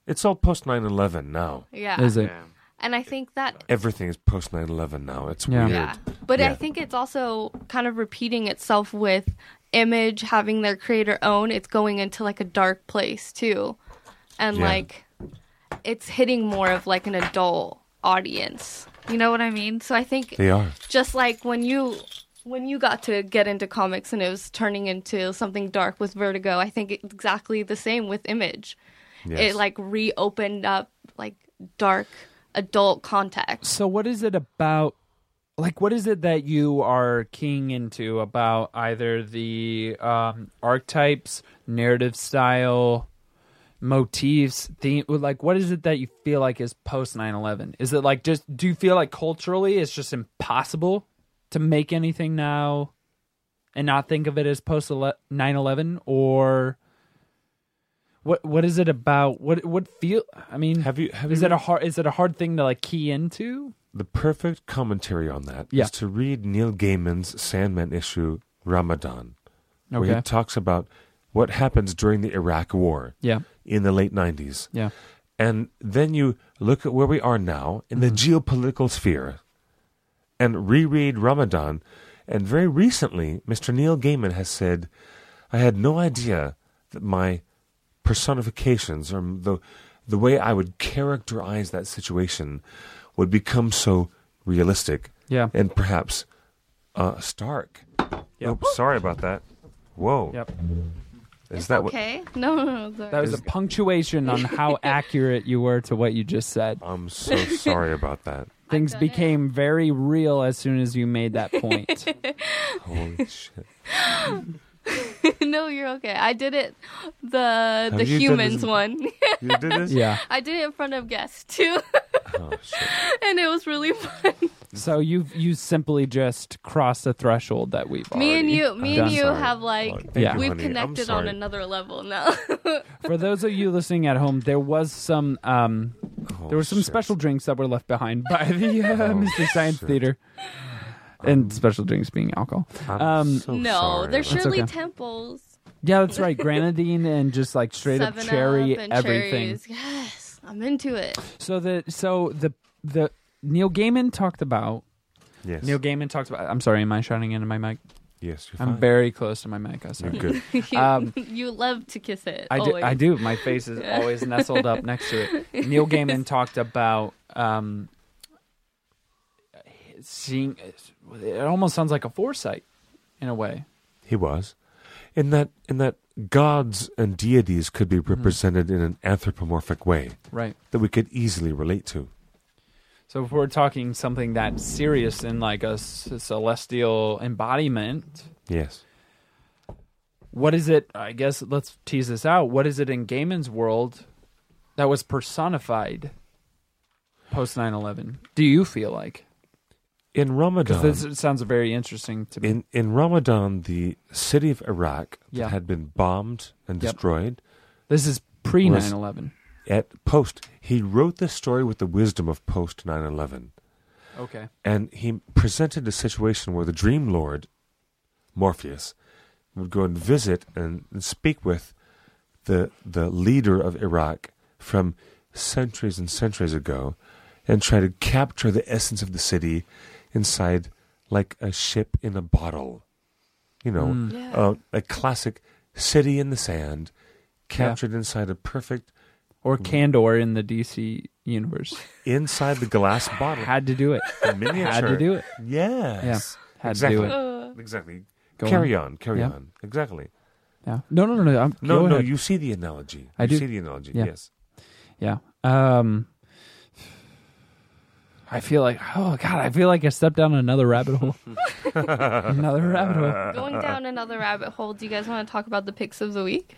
A: It's all post 9 11 now.
B: Yeah.
C: Is it?
D: Yeah.
B: And I think that
A: Everything is post 9 11 now. It's
C: Yeah.
A: weird.
B: yeah. But
A: Yeah.
B: I think it's also kind of repeating itself with image having their creator own. It's going into like a dark place too. And
A: Yeah.
B: like it's hitting more of like an adult audience. You know what I mean? So I think
A: They are.
B: just like when you when you got to get into comics and it was turning into something dark with vertigo i think it's exactly the same with image
A: Yes.
B: it like reopened up like dark adult context
C: So what is it about like what is it that you are keying into about either the um archetypes, narrative style, motifs, theme like what is it that you feel like is post 9/11? Is it like just do you feel like culturally it's just impossible to make anything now and not think of it as post 9/11 or what what is it about what what feel I mean
A: Have you- have
C: is
A: you
C: it a hard is it a hard thing to like key into?
A: The perfect commentary on that is
C: Yeah.
A: to read Neil Gaiman's Sandman issue Ramadan, where
C: Okay.
A: he talks about what happens during the Iraq War
C: Yeah.
A: in the late 90s.
C: Yeah.
A: And then you look at where we are now in the
C: Mm-hmm.
A: geopolitical sphere and reread Ramadan. And very recently, Mr. Neil Gaiman has said, I had no idea that my personifications or the, the way I would characterize that situation would become so realistic
C: Yeah.
A: and perhaps uh, stark. Oops, sorry about that. Whoa.
C: Yep.
A: Is that what?
B: Okay. No, no, no. sorry.
C: That was a punctuation on how accurate you were to what you just said.
A: I'm so sorry about that.
C: Things
B: done it.
C: became very real as soon as you made that point.
A: Holy shit.
B: no, you're okay. I did it the
A: Have
B: the
A: you done
B: humans
A: this-
B: one.
A: You did this?
C: yeah.
B: I did it in front of guests too,
A: Oh, shit.
B: and it was really fun.
C: So you you simply just crossed the threshold that we've
B: me and
C: already
B: you, me and
C: done.
B: you
A: sorry.
B: have like
A: Oh, thank
C: Yeah. you,
B: we've
A: honey. I'm
B: connected on
A: sorry.
B: another level now.
C: For those of you listening at home, there was some um,
A: Oh,
C: there were some
A: shit.
C: special drinks that were left behind by the uh,
A: Oh,
C: Mr. Science
A: shit.
C: Theater, and special drinks being alcohol.
A: I'm
C: um,
A: so
B: no,
A: sorry
B: there's
A: about-
B: surely
C: okay.
B: temples.
C: Yeah, that's right. Grenadine and just like straight up
B: Seven
C: cherry
B: Up and
C: everything.
B: cherries. Yes, I'm into it.
C: So the so the the Neil Gaiman talked about
A: Yes.
C: Neil Gaiman talked about. I'm sorry, am I shouting into my mic?
A: yes, you're
C: I'm
A: fine.
C: very close to my mic. I'm
A: You're
C: sorry.
A: good.
B: You,
C: Um,
B: you love to kiss it.
C: I do,
B: always.
C: I do. My face is always nestled up next to it. Neil Gaiman talked about um, seeing. It almost sounds like a foresight, in a way.
A: He was. In that, in that gods and deities could
C: Mm-hmm.
A: be represented in an anthropomorphic way
C: Right.
A: that we could easily relate to.
C: So if we're talking something that serious in like a s- celestial embodiment,
A: Yes.
C: what is it? I guess let's tease this out. What is it in Gaiman's world that was personified post 9/11? Do you feel like?
A: In Ramadan,
C: Because this sounds very interesting to me.
A: in, in Ramadan, the city of Iraq
C: Yeah.
A: that had been bombed and
C: Yep.
A: destroyed
C: This is pre
A: Was-
C: 9 11.
A: at post. He wrote this story with the wisdom of post 9 11.
C: Okay.
A: and he presented a situation where the dream lord morpheus would go and visit and, and speak with the the leader of iraq from centuries and centuries ago and try to capture the essence of the city inside like a ship in a bottle you know
C: Hmm.
A: uh, a classic city in the sand captured inside a perfect
C: Or Candor in the DC universe.
A: inside the glass bottle
C: Had to do it.
A: miniature
C: Had to do it.
A: yes
C: Yeah, had to
A: exactly
C: do it.
B: Uh.
A: Exactly.
C: Go
A: carry on, carry
C: Yeah.
A: on. Exactly.
C: Yeah. No, no, no, no. I'm,
A: No,
C: go
A: no,
C: ahead.
A: you see the analogy.
C: I
A: you
C: do.
A: see the analogy.
C: Yeah.
A: Yes.
C: Yeah. Um, I feel like, oh, God, I feel like I stepped down another rabbit hole. another rabbit hole.
B: Going down another rabbit hole. Do you guys want to talk about the picks of the week?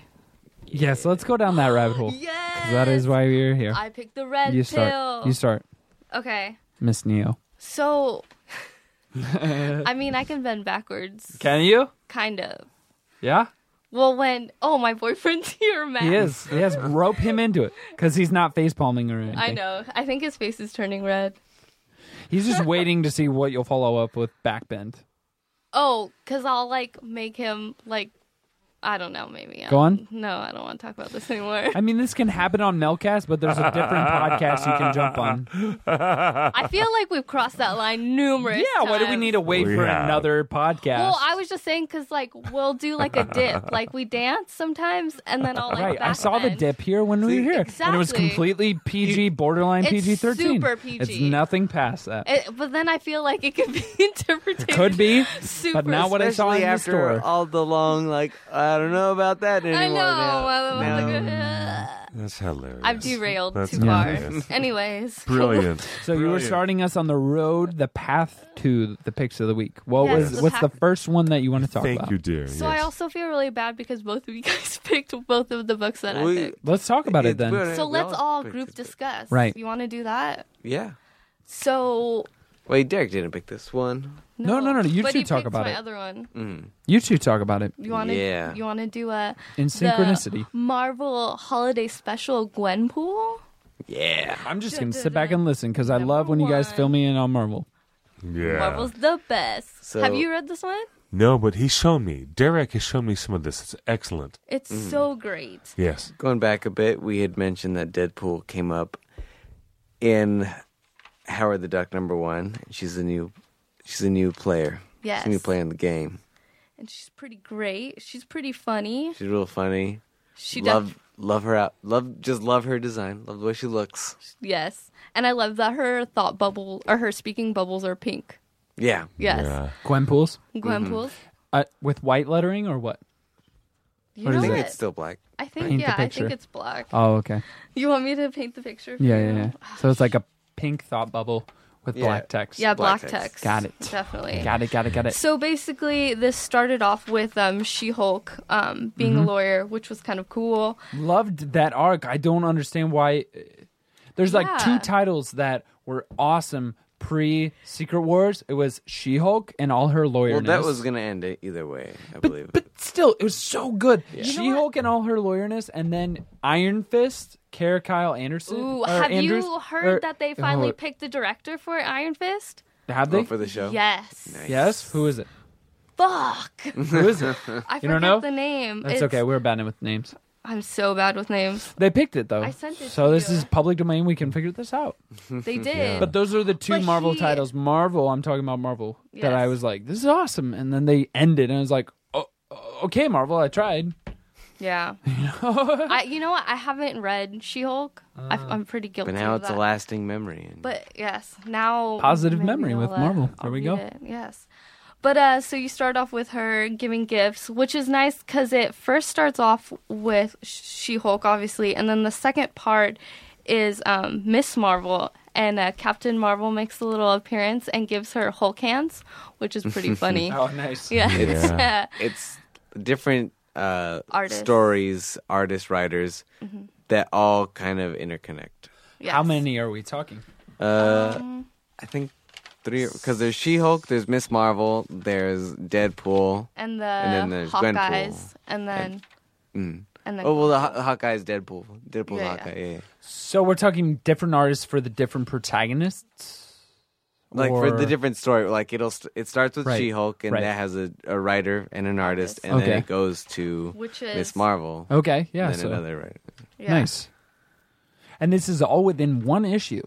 C: Yes, let's go down that rabbit hole. 'Cause
B: Yes.
C: That is why we're here.
B: I picked the red
C: you
B: pill.
C: start. You start,
B: Okay.
C: Miss Neo.
B: So, I mean, I can bend backwards,
C: Can you?
B: kind of.
C: Yeah?
B: Well, when oh, my boyfriend's here, Matt.
C: He is. He has rope him into it because he's not face palming or anything.
B: I know. I think his face is turning red.
C: He's just waiting to see what you'll follow up with backbend.
B: Oh, cause I'll like make him like, I don't know, maybe. I
C: Go on.
B: don't- No, I don't want to talk about this anymore.
C: I mean, this can happen on Melcast, but there's a different podcast you can jump on.
B: I feel like we've crossed that line numerous.
C: Yeah, why do we
B: times.
C: need to wait
A: We
C: for
A: have.
C: another podcast?
B: Well, I was just saying because like we'll do like a dip, like we dance sometimes, and then I'll like.
C: right. I
B: back
C: saw the
B: bend.
C: dip here when we were here, and it was
B: Exactly.
C: completely PG, borderline
B: It's
C: PG thirteen.
B: super PG.
C: It's nothing past that.
B: It, but then I feel like it could be interpreted.
C: Could be,
B: super
C: but not what I saw in
D: Especially
C: the
D: after
C: store.
D: all the long, like I don't know about that anymore.
B: I know.
D: now.
B: I was
D: Now-
B: like, uh,
A: That's hilarious.
B: I've derailed
A: That's
B: too far.
A: hilarious.
B: Anyways,
A: Brilliant.
C: so you were
A: Brilliant.
C: starting us on the road, the path to the picks of the week. What
B: Yes,
C: was
B: the
C: what's the
B: path-
C: first one that you want to talk
A: Thank
C: about?
A: you, dear.
B: so I
A: yes.
B: also feel really bad because both of you guys picked both of the books that
D: We-
B: I picked.
C: Let's talk about it
D: It's
C: then.
D: weird.
B: So
D: We
B: let's all
D: picked
B: group
D: it, but-
B: discuss.
C: Right.
B: You want to do that?
D: Yeah.
B: So
D: Wait, Derek didn't pick this one.
C: No, no, no, no, you
B: but
C: two
B: he
C: talk
B: picked
C: about
B: my
C: it.
B: Other one.
C: You two talk about it
B: You want to?
D: Yeah.
B: You want to do a
C: in
B: the
C: synchronicity.
B: Marvel Holiday Special Gwenpool?
D: Yeah.
C: I'm just gonna sit back and listen because I
B: Number
C: love when you guys fill
B: one.
C: me in on Marvel.
A: Yeah.
B: Marvel's the best.
D: So-
B: Have you read this one?
A: No, but he's shown me. Derek has shown me some of this. It's excellent.
B: It's
D: Mm-hmm.
B: so great.
A: Yes.
D: Going back a bit, we had mentioned that Deadpool came up in Howard the Duck number one. She's a new, she's a new player. she's
B: Yes.
D: a new player in the game.
B: And she's pretty great. She's pretty funny.
D: She's real funny.
B: She
D: love,
B: does.
D: love her out. Love, just love her design. Love the way she looks.
B: Yes. And I love that her thought bubble or her speaking bubbles are pink.
D: Yeah,
B: Yes.
A: Yeah.
C: Gwenpool's
B: Gwenpool's.
D: Mm-hmm.
C: uh, with white lettering or what?
B: You
C: What
B: know
C: is it?
D: I think
B: what?
D: it's still black.
B: I think
C: Paint the
B: yeah, I
C: picture.
B: think it's black.
C: Oh, okay.
B: You want me to paint the picture? for
C: Yeah,
B: you?
C: yeah, yeah. So it's like a pink thought bubble with
D: Yeah.
C: black text.
B: Yeah,
D: Black
B: black,
D: text.
B: text.
C: Got it.
B: Definitely.
C: Got it. Got it. Got it.
B: So basically, this started off with um, She Hulk um, being
C: Mm-hmm.
B: a lawyer, which was kind of cool.
C: Loved that arc. I don't understand why. uh, There's like two
B: Yeah.
C: titles that were awesome pre Secret Wars. It was She Hulk and all her
D: Well,
C: lawyerness.
D: that was gonna end it either way. I believe.
C: But, but still, it was so good. She Hulk and all her lawyerness, and then Iron Fist, Kara Kyle Anderson.
B: Ooh,
C: or
B: have
C: Andrews,
B: you heard
C: or-
B: that they finally
C: oh,
B: picked the director for Iron Fist?
C: Have
D: Oh,
C: they?
D: for the show.
B: Yes.
C: yes. Who is it?
B: Fuck.
C: Who is it?
B: I
C: You
B: forget
C: don't know?
B: the name.
C: That's
B: It's-
C: okay. We're bad with names.
B: I'm so bad with names.
C: They picked it though.
B: I sent it
C: so
B: to
C: this
B: you.
C: is public domain. We can figure this out.
B: They did.
C: But those are the two
B: But
C: Marvel
B: he-
C: titles. Marvel, I'm talking about Marvel. That I
B: Yes.
C: was like, this is awesome, and then they ended, and I was like, oh, okay, Marvel, I tried.
B: yeah. I, you know what? I haven't read She Hulk.
C: Uh,
B: I'm pretty guilty.
D: But now
B: of
D: it's a
B: that.
D: lasting memory. And
B: But yes, now
C: Positive
B: maybe
C: memory
B: I'll
C: with
B: let-
C: Marvel.
B: I'll
C: There we
B: read
C: go.
B: it, Yes. But uh, so you start off with her giving gifts, which is nice because it first starts off with She Hulk, obviously, and then the second part is um, Miss Marvel, and uh, Captain Marvel makes a little appearance and gives her Hulk hands, which is pretty funny.
C: Oh, nice.
B: Yeah.
D: Yeah. it's different uh,
B: Artists. Mm-hmm.
D: stories, artists, writers that all kind of interconnect.
C: How
B: Yes.
C: many are we talking?
D: I think three because there's She-Hulk, there's Miss Marvel, there's Deadpool.
B: And the
D: And then there's
B: Hawkeyes,
D: Gwenpool.
B: and then and then
D: Oh well, the Haw- Hawkeye's Deadpool. Deadpool,
B: Yeah,
D: Hawkeye. Yeah. yeah.
C: So we're talking different artists for the different protagonists.
D: Like for the
C: Or-
D: different story, like it'll st- it starts with
C: Right,
D: She-Hulk, and
C: right.
D: that has a, a writer and an artist, and
C: Okay.
D: then it goes to
B: Which
D: Miss
B: is-
D: Marvel.
C: Okay, yeah.
D: and then
C: so-
D: another writer.
B: yeah.
C: Nice. And this is all within one issue.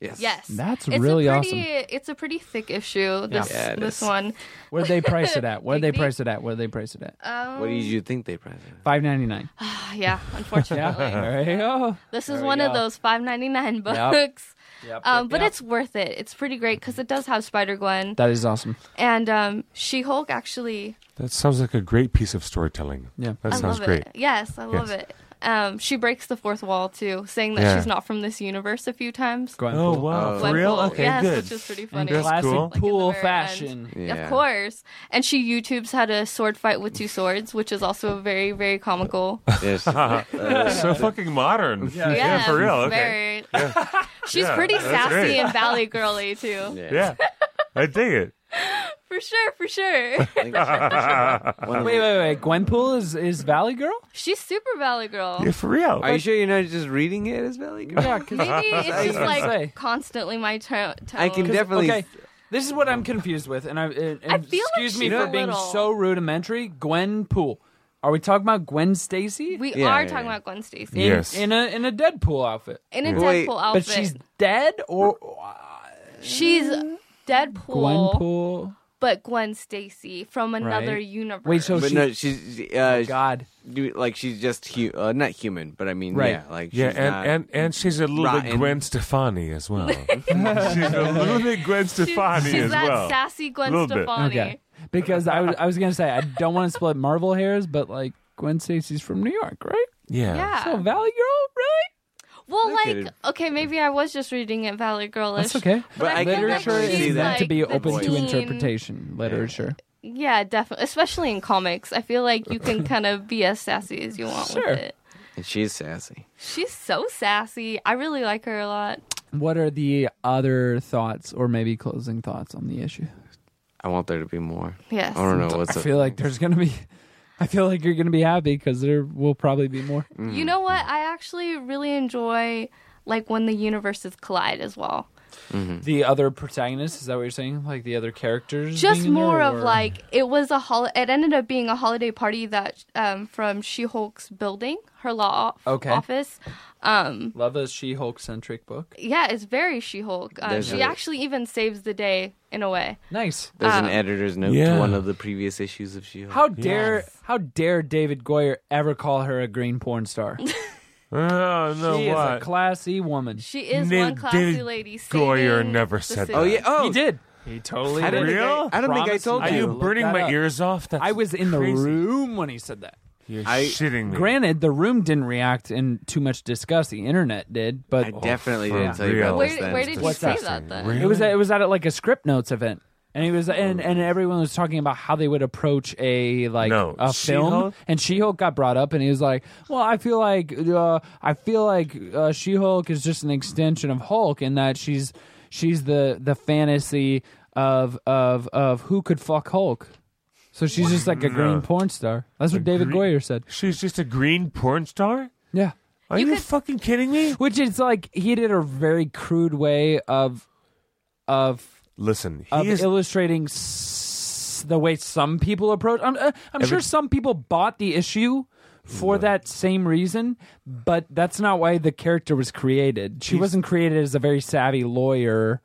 D: Yes.
B: Yes,
C: That's
B: It's a
C: really
B: pretty, It's a pretty thick issue. This
D: Yeah, it
B: this
D: is.
B: one.
C: Where'd they price it at? Where'd they
B: Big deal.
C: price it at? Where'd they price it
B: Uh,
C: at?
D: What did you think they priced it?
C: Five ninety nine.
B: Ah, Yeah,
C: Yeah.
B: unfortunately.
C: There you go.
B: Oh, This
C: There
B: is
C: we
B: one of
C: go.
B: those five ninety nine
C: Yep.
B: books.
C: Yep,
B: Um,
C: yep,
B: but
C: yep.
B: it's worth it. It's pretty great because it does have Spider Gwen
C: That is awesome.
B: and um, She Hulk. Actually,
A: That sounds like a great piece of storytelling.
C: Yeah.
A: That
B: I
A: sounds
B: love
A: great.
B: it. Yes, I love
A: Yes.
B: it. Um, she breaks the fourth wall too, saying that
A: Yeah.
B: she's not from this universe a few times.
C: Gwenpool.
A: Oh wow,
D: Oh.
A: for real?
B: Gwenpool,
A: Okay,
B: yes,
A: good.
B: which is pretty funny.
A: That's
C: Classic
A: cool.
B: Like at the
C: pool
B: very
C: fashion.
B: end.
D: Yeah.
B: Of course. And she YouTubes how to sword fight with two swords, which is also very, very comical.
D: Yes. Uh,
A: so fucking modern. Yeah, for real.
B: she's
A: Okay.
B: very- She's
A: Yeah,
B: pretty
A: that's
B: sassy
A: great.
B: and valley girly too.
A: Yeah, I dig it.
B: For sure, for sure.
D: I think that's- one of the-
C: Wait, wait, wait. Gwenpool is, is Valley Girl?
B: She's super valley girl.
A: Yeah, for real.
D: Are you sure you're not just reading it as Valley Girl?
C: Yeah, 'cause-
B: Maybe it's just
C: gonna
B: like
C: say.
B: constantly my to- tone.
D: I can
C: 'cause-
D: definitely-
C: Okay. This is what I'm confused with, and I and, and
B: I feel like
C: excuse me
B: she's
C: for
B: a
C: being
B: little-
C: so rudimentary. Gwen Pool. Are we talking about Gwen Stacy?
B: We
D: Yeah,
B: are
D: yeah,
B: talking
D: yeah.
B: about Gwen Stacy
C: in,
A: Yes.
C: in a in a Deadpool outfit,
B: in a
D: Wait,
B: Deadpool
C: but
B: outfit.
C: she's dead or
B: she's Deadpool,
C: Gwenpool?
B: but Gwen Stacy from another
C: Right.
B: universe.
C: Wait, so
D: But
C: she-
D: no, she's she- uh,
C: Oh God.
D: you- like she's just hu- uh, not human, but I mean,
C: Right.
D: yeah, like
A: yeah,
D: she's
A: and,
D: not,
A: and and she's a little bit
D: rotten.
A: Gwen Stefani as well. she's a little bit Gwen
B: She's-
A: Stefani
B: she's
A: as
B: that
A: well.
B: sassy Gwen
A: Little bit.
B: Stefani.
C: Okay. Because I was I was gonna say I don't want to split Marvel hairs, but like Gwen Stacy's from New York, right?
A: yeah.
B: Yeah.
C: So Valley Girl, really?
B: Well,
D: Look at
B: like,
D: it.
B: okay, maybe I was just reading it Valley Girlish.
C: That's okay.
D: But I can
C: literature
D: definitely see
C: is meant
D: that.
C: to be
B: Like the
C: open to
B: teen-
C: interpretation. Literature.
B: Yeah, definitely. Especially in comics. I feel like you can kind of be as sassy as you want
C: Sure.
B: with it.
D: and she's sassy.
B: She's so sassy. I really like her a lot.
C: What are the other thoughts, or maybe closing thoughts on the issue?
D: I want there to be more.
B: Yes.
D: I don't know what's.
C: I feel like there's gonna be. I feel like you're gonna be happy because there will probably be more.
A: Mm.
B: You know what? I actually really enjoy like when the universes collide as well.
C: The other protagonists, is that what you're saying? Like the other characters?
B: just
C: being in there,
B: more of
C: or-
B: like it was a hol- it ended up being a holiday party that um from she-hulk's building her law o-
C: Okay.
B: office um
C: Love a She Hulk centric book.
B: yeah it's very she-hulk um,
D: There's
B: she
D: a-
B: actually even saves the day in a way
C: Nice.
D: There's an editor's note
A: Yeah.
D: to one of the previous issues of She-Hulk.
C: Oh. How dare how dare David Goyer ever call her a green porn star?
A: Oh no!
C: she
A: what?
C: is a classy woman.
B: she is
A: Neil
B: one classy
A: David
B: lady
A: Goyer
B: saving
A: never
B: the
A: said
B: city.
A: that.
D: Oh yeah. Oh,
C: he did. He totally
D: I don't think
A: Real?
D: I, I don't think I
C: Promise
D: told
C: you.
A: Are
C: Yeah,
A: you
C: look
A: burning
C: that
A: my
C: up.
A: ears off? That's
C: I was in the
A: crazy.
C: room when he said that.
A: You're
D: I-
A: shitting me.
C: Granted, the room didn't react in too much disgust. The internet did, but
D: I definitely
A: Oh, for
D: didn't tell you
A: real.
D: about this.
B: where,
D: then.
B: where did you
C: What's
B: say
C: that
B: that then
C: it was at, it was at like a script notes event. And he was and, and everyone was talking about how they would approach a like
A: No,
C: a film
A: She-Hulk?
C: and She-Hulk got brought up and he was like, "Well, I feel like uh, I feel like uh, She-Hulk is just an extension of Hulk in that she's she's the the fantasy of of of who could fuck Hulk." So she's just like a green porn star. That's what David
A: green-
C: Goyer said.
A: She's just a green porn star.
C: Yeah.
A: Are you,
B: You could-
A: fucking kidding me?
C: Which is like he did a very crude way of of
A: Listen,
C: of
A: he is
C: illustrating s- the way some people approach. I'm, uh, I'm sure some people bought the issue for that same reason, but that's not why the character was created. She wasn't created as a very savvy lawyer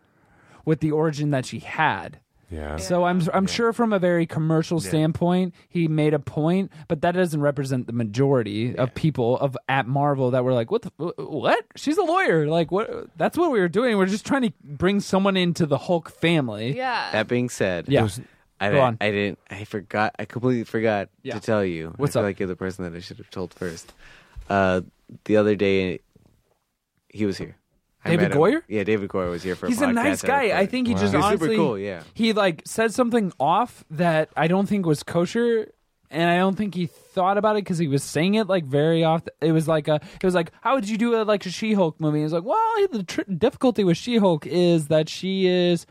C: with the origin that she had.
A: yeah.
C: So I'm I'm sure from a very commercial standpoint, he made a point, but that doesn't represent the majority of people of at Marvel that were like, what the wh- what? She's a lawyer. Like what? That's what we were doing. We're just trying to bring someone into the Hulk family.
B: yeah
D: That being said,
C: Yeah.
D: I,
C: Go on.
D: didn't, I didn't. I forgot. I completely forgot
C: Yeah.
D: to tell you.
C: What's
D: I feel
C: up?
D: Like you're the person that I should have told first. Uh, the other day, he was here. I
C: David
D: met him.
C: Goyer?
D: Yeah, David Goyer was here for.
C: He's
D: a,
C: a
D: podcast
C: nice
D: I
C: guy. I
D: recorded.
C: think he just
D: He's super
C: honestly
D: cool, yeah.
C: He like said something off that I don't think was kosher and I don't think he thought about it because he was saying it like very often. It was like a it was like how would you do a like a She-Hulk movie? He's like, "Well, the tr- difficulty with She-Hulk is that she is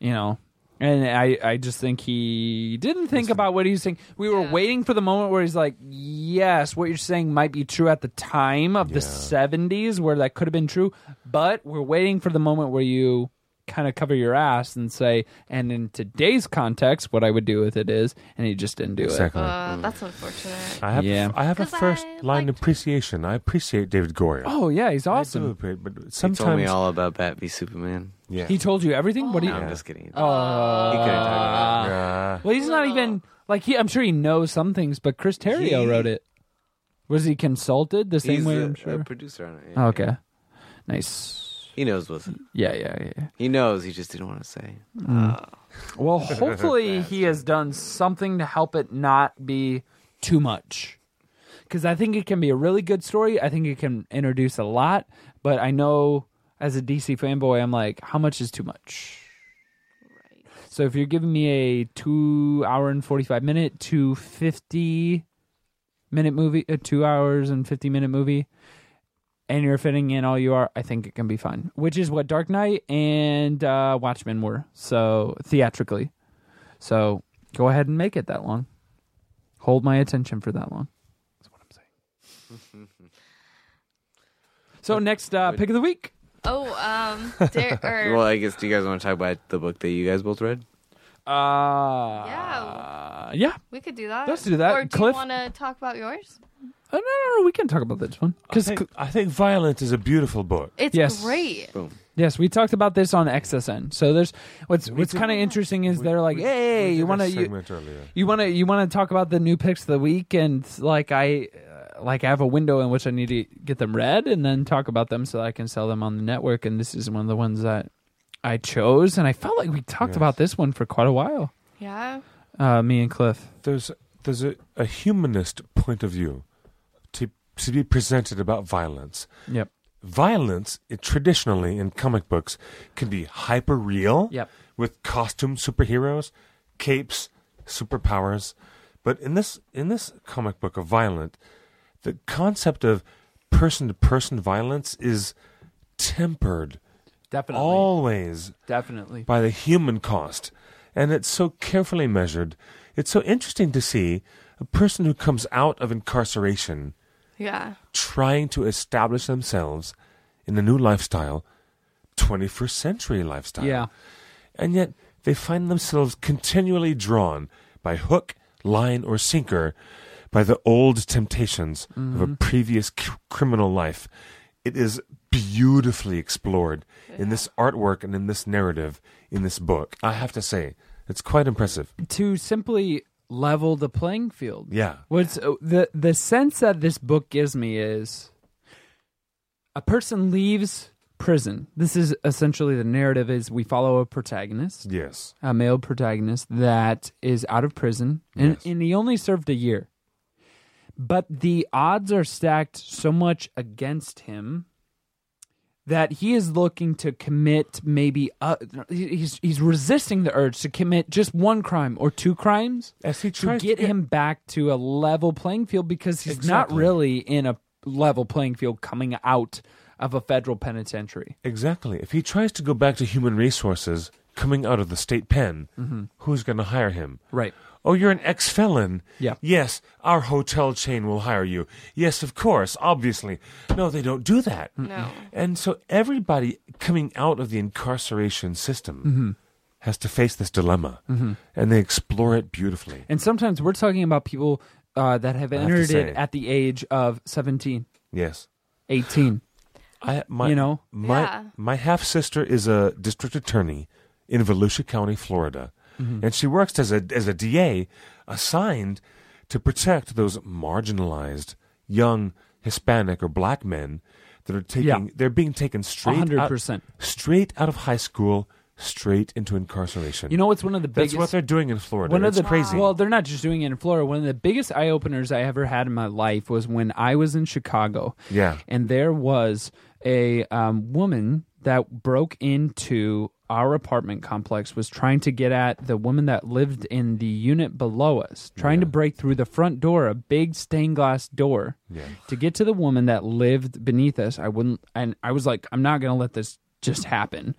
C: you know, and I, I just think he didn't think about what he was saying. We were waiting for the moment where he's like, yes, what you're saying might be true at the time of the 70s where that could have been true, but we're waiting for the moment where you kind of cover your ass and say, and in today's context, what I would do with it is, and he just didn't do it.
A: Exactly.
B: uh, that's unfortunate
A: I have,
C: Yeah.
A: I have a
B: 'Cause I
A: first line
B: liked-
A: appreciation. I appreciate David Goyer.
C: Oh, yeah, he's
A: I do
C: awesome.
A: appreciate- but
D: He
A: sometimes
D: told me all about Bat v Superman.
A: Yeah.
C: He told you everything? what do you.
D: No, I'm just kidding.
C: Oh.
D: he couldn't talk
C: Ah.
D: about it.
A: Uh,
C: Well, he's not even like he. I'm sure he knows some things, but Chris Terrio
D: He-
C: wrote it. Was he consulted the same
D: He's
C: way?
D: the-
C: I'm
D: the
C: sure.
D: producer on it. yeah.
C: Oh, okay, nice.
D: He knows what's. up.
C: Yeah, yeah, yeah.
D: He knows. He just didn't want to say.
C: Well, hopefully he has done something to help it not be too much, because I think it can be a really good story. I think it can introduce a lot, but I know as a DC fanboy, I'm like, how much is too much? So if you're giving me a two hour and forty five minute to fifty minute movie, a two hours and fifty minute movie, and you're fitting in all you are, I think it can be fun. Which is what Dark Knight and uh, Watchmen were. So theatrically, so go ahead and make it that long. Hold my attention for that long. That's what I'm saying. so next uh, pick of the week.
B: oh um dare, or,
D: Well, I guess. Do you guys want to talk about the book that you guys both read?
C: Uh,
B: Yeah.
C: yeah.
B: we could do that
C: Let's do that.
B: or do
C: Cliff?
B: you want to talk about yours
C: Oh, no, no, no. We can talk about this one
A: I,
C: because
A: think, I think Violent is a beautiful book.
B: it's
C: Yes.
B: great
C: Yes, we talked about this on XSN. So there's what's what's kind of interesting is they're like, hey,
A: We did
C: you
A: a
C: want to you,
A: segment earlier.
C: you want to you want to talk about the new picks of the week and like I uh, like I have a window in which I need to get them read and then talk about them so I can sell them on the network. And this is one of the ones that I chose, and I felt like we talked about this one for quite a while.
B: yeah
C: Uh, me and Cliff.
A: There's there's a, a humanist point of view to to be presented about violence.
C: Yep.
A: Violence it, traditionally in comic books can be hyper real.
C: Yep.
A: With costume superheroes, capes, superpowers. But in this in this comic book of violent, the concept of person to person violence is tempered
C: Definitely.
A: always
C: definitely.
A: by the human cost. And it's so carefully measured. It's so interesting to see a person who comes out of incarceration
B: yeah
A: trying to establish themselves in a new lifestyle 21st century lifestyle.
C: Yeah.
A: And yet they find themselves continually drawn by hook, line, or sinker by the old temptations
C: Mm-hmm.
A: of a previous c- criminal life. It is beautifully explored in this artwork and in this narrative in this book. I have to say, it's quite impressive.
C: to simply level the playing field.
A: Yeah.
C: What's uh, the the sense that this book gives me is a person leaves prison. This is essentially the narrative is we follow a protagonist,
A: Yes.
C: a male protagonist that is out of prison and,
A: Yes.
C: and he only served a year. But the odds are stacked so much against him that he is looking to commit maybe uh, he- he's he's resisting the urge to commit just one crime or two crimes
A: As he
C: to
A: tries to
C: get
A: get-
C: him back to a level playing field because he's not
A: Exactly.
C: really in a level playing field coming out of a federal penitentiary.
A: Exactly. If he tries to go back to human resources coming out of the state pen,
C: Mm-hmm.
A: who's going to hire him?
C: Right.
A: Oh, you're an ex felon.
C: Yeah.
A: Yes, our hotel chain will hire you. Yes, of course, obviously. No, they don't do that.
B: No.
A: And so everybody coming out of the incarceration system has to face this dilemma, and they explore it beautifully.
C: And sometimes we're talking about people uh, that have
A: have to
C: entered
A: say.
C: it at the age of 17,
A: Yes.
C: 18.
A: I my
C: You know?
A: my
B: Yeah.
A: my half sister is a district attorney in Volusia County, Florida,
C: Mm-hmm.
A: and she works as a as a DA assigned to protect those marginalized young Hispanic or black men that are taking
C: Yeah.
A: they're being taken straight out,
C: 100%.
A: straight out of high school straight into incarceration.
C: You know what's one of the
A: that's
C: biggest
A: what they're doing in Florida.
C: One
A: It's
C: of the
A: crazy.
C: Well, they're not just doing it in Florida. One of the biggest eye openers I ever had in my life was when I was in Chicago.
A: Yeah.
C: and there was a um, woman that broke into our apartment complex was trying to get at the woman that lived in the unit below us trying to break through the front door a big stained glass door to get to the woman that lived beneath us i wouldn't and i was like i'm not going to let this just happen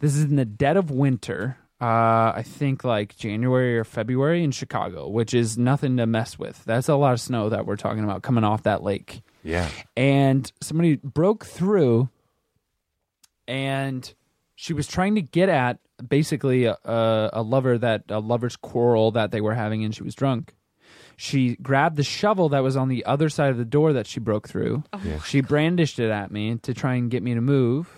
C: this is in the dead of winter uh, I think like January or February in Chicago, which is nothing to mess with. That's a lot of snow that we're talking about coming off that lake
A: yeah,
C: and somebody broke through and she was trying to get at basically a, a, a lover that a lover's quarrel that they were having and she was drunk she grabbed the shovel that was on the other side of the door that she broke through she brandished it at me to try and get me to move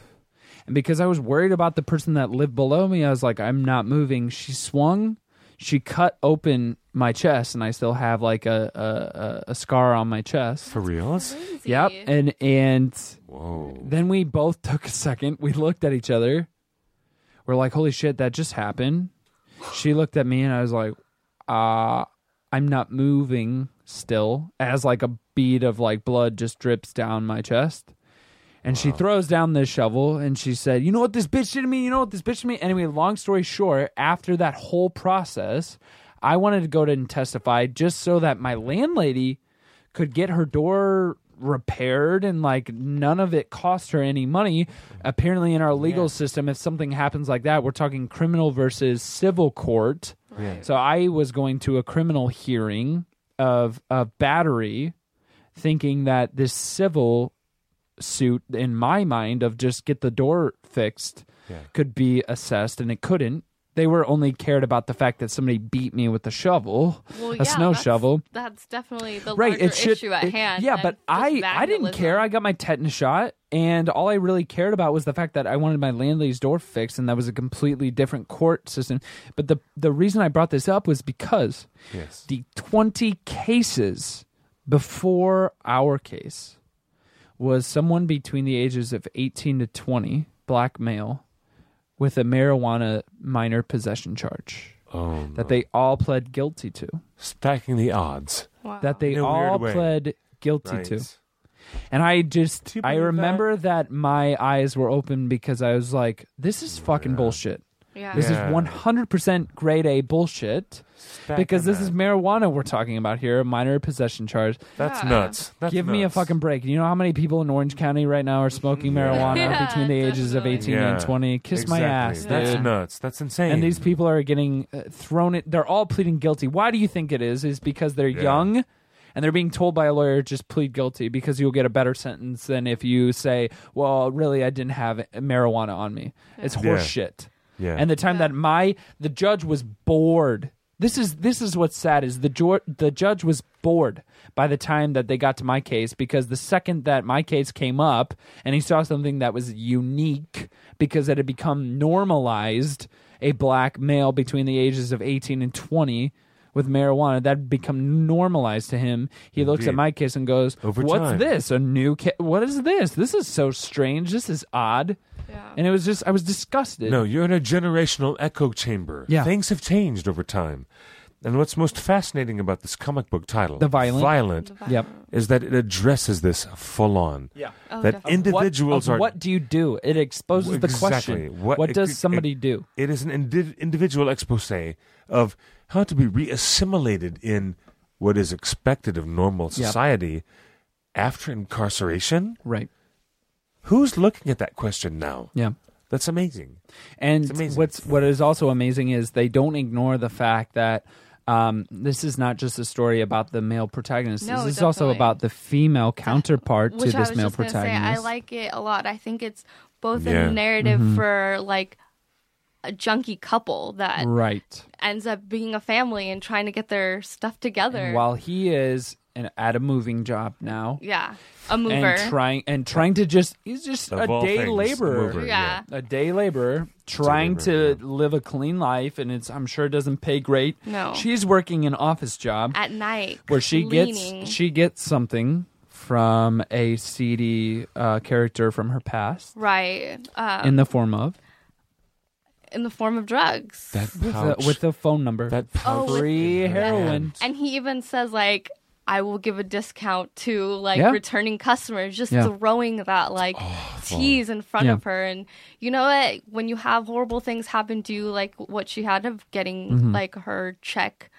C: and because i was worried about the person that lived below me i was like i'm not moving she swung she cut open my chest and i still have like a, a, a- a scar on my chest
A: for reals.
C: Yep. And and
A: Whoa.
C: then we both took a second. We looked at each other. We're like, "Holy shit, that just happened." She looked at me and I was like, "Uh, I'm not moving still." As like a bead of like blood just drips down my chest. And she throws down this shovel and she said, You know what this bitch did to me? You know what this bitch did to me? Anyway, long story short, after that whole process, I wanted to go to and testify just so that my landlady could get her door repaired and like none of it cost her any money. Apparently, in our legal system, if something happens like that, we're talking criminal versus civil court. So I was going to a criminal hearing of of battery, thinking that this civil suit in my mind of just get the door fixed could be assessed and it couldn't they were only cared about the fact that somebody beat me with a shovel
B: Well,
C: a
B: yeah,
C: snow
B: that's-
C: shovel
B: That's definitely the
C: right
B: larger
C: it should
B: issue at
C: it-
B: hand.
C: yeah
B: than
C: but
B: just
C: i i didn't
B: vandalism.
C: care i got my tetanus shot and all i really cared about was the fact that i wanted my landlady's door fixed and that was a completely different court system but the the reason i brought this up was because
A: Yes.
C: the 20 cases before our case was someone between the ages of 18 to 20 black male with a marijuana minor possession charge
A: Oh, no.
C: that they all pled guilty to
A: stacking the odds.
B: Wow.
C: that they
A: In a
C: all
A: weird way.
C: pled guilty to
A: Right.
C: and I just
A: Do you
C: I
A: believe
C: remember that? my eyes were open because I was like, this is fucking bullshit.
B: Yeah.
C: This
A: Yeah.
C: is one hundred percent grade A bullshit.
A: Stacking
C: because this is
A: that.
C: marijuana we're talking about here, a minor possession charge.
A: That's
B: Yeah.
A: nuts. That's
C: Give me a
A: nuts.
C: fucking break. You know how many people in Orange County right now are smoking marijuana
B: Yeah,
C: between the ages of
B: definitely.
C: eighteen and twenty? Kiss my ass.
B: Yeah.
A: That's
C: dude.
A: nuts. That's insane.
C: And these people are getting uh, thrown it. They're all pleading guilty. Why do you think it is? Is because they're young and they're being told by a lawyer just plead guilty because you'll get a better sentence than if you say, "Well, really, I didn't have marijuana on me." It's horseshit.
A: Yeah.
C: And the time that my the judge was bored. This is this is what's sad is the jur- the judge was bored by the time that they got to my case because the second that my case came up and he saw something that was unique because it had become normalized a black male between the ages of 18 and 20 with marijuana that had become normalized to him he looks at
A: Indeed.
C: my case and goes
A: Over
C: what's
A: time.
C: this a new ca- what is this this is so strange this is odd
B: Yeah.
C: and it was just i was disgusted
A: No, you're in a generational echo chamber.
C: Yeah.
A: Things have changed over time. And what's most fascinating about this comic book title,
C: The Violent.
A: Violent,
C: yep
A: is that it addresses this full on. Yeah.
B: Oh,
A: that
B: definitely.
C: What-
A: individuals
C: of
A: are.
C: what do you do it exposes the
A: exactly.
C: question what, does
A: it-
C: somebody
A: it-
C: do
A: It is an indi- individual expose of how to be reassimilated in what is expected of normal society after incarceration.
C: right
A: Who's looking at that question now?
C: yeah
A: That's amazing. It's
C: And
A: amazing.
C: what's what is also amazing is they don't ignore the fact that um, this is not just a story about the male protagonist.
B: No,
C: this is
B: definitely.
C: also about the female counterpart to
B: Which I
C: this
B: was
C: male
B: just gonna say,
C: protagonist. Mm-hmm.
B: I like it a lot. I think it's both
A: Yeah.
B: a narrative for like a junky couple that
C: right.
B: ends up being a family and trying to get their stuff together.
C: And while he is an, at a moving job now
B: yeah, a mover.
C: and trying and trying to just he's just
A: Of
C: a
A: all
C: day
A: things, a
C: laborer.
A: mover,
B: Yeah.
C: a day laborer trying
A: laborer,
C: to live a clean life and it's I'm sure it doesn't pay great.
B: No.
C: She's working an office job.
B: at night,
C: where she
B: cleaning.
C: gets she gets something from a seedy uh, character from her past
B: right uh,
C: in the form of
B: in the form of drugs.
A: That
C: with a,
A: pouch.
C: with a phone number
A: that pouch.
B: Oh, with-
C: free heroin.
B: And he even says like, "I will give a discount to like
C: Yeah.
B: returning customers." Just
C: Yeah.
B: throwing that like tease in front
C: Yeah.
B: of her, and you know what? When you have horrible things happen to you, like what she had of getting
C: Mm-hmm.
B: like her check,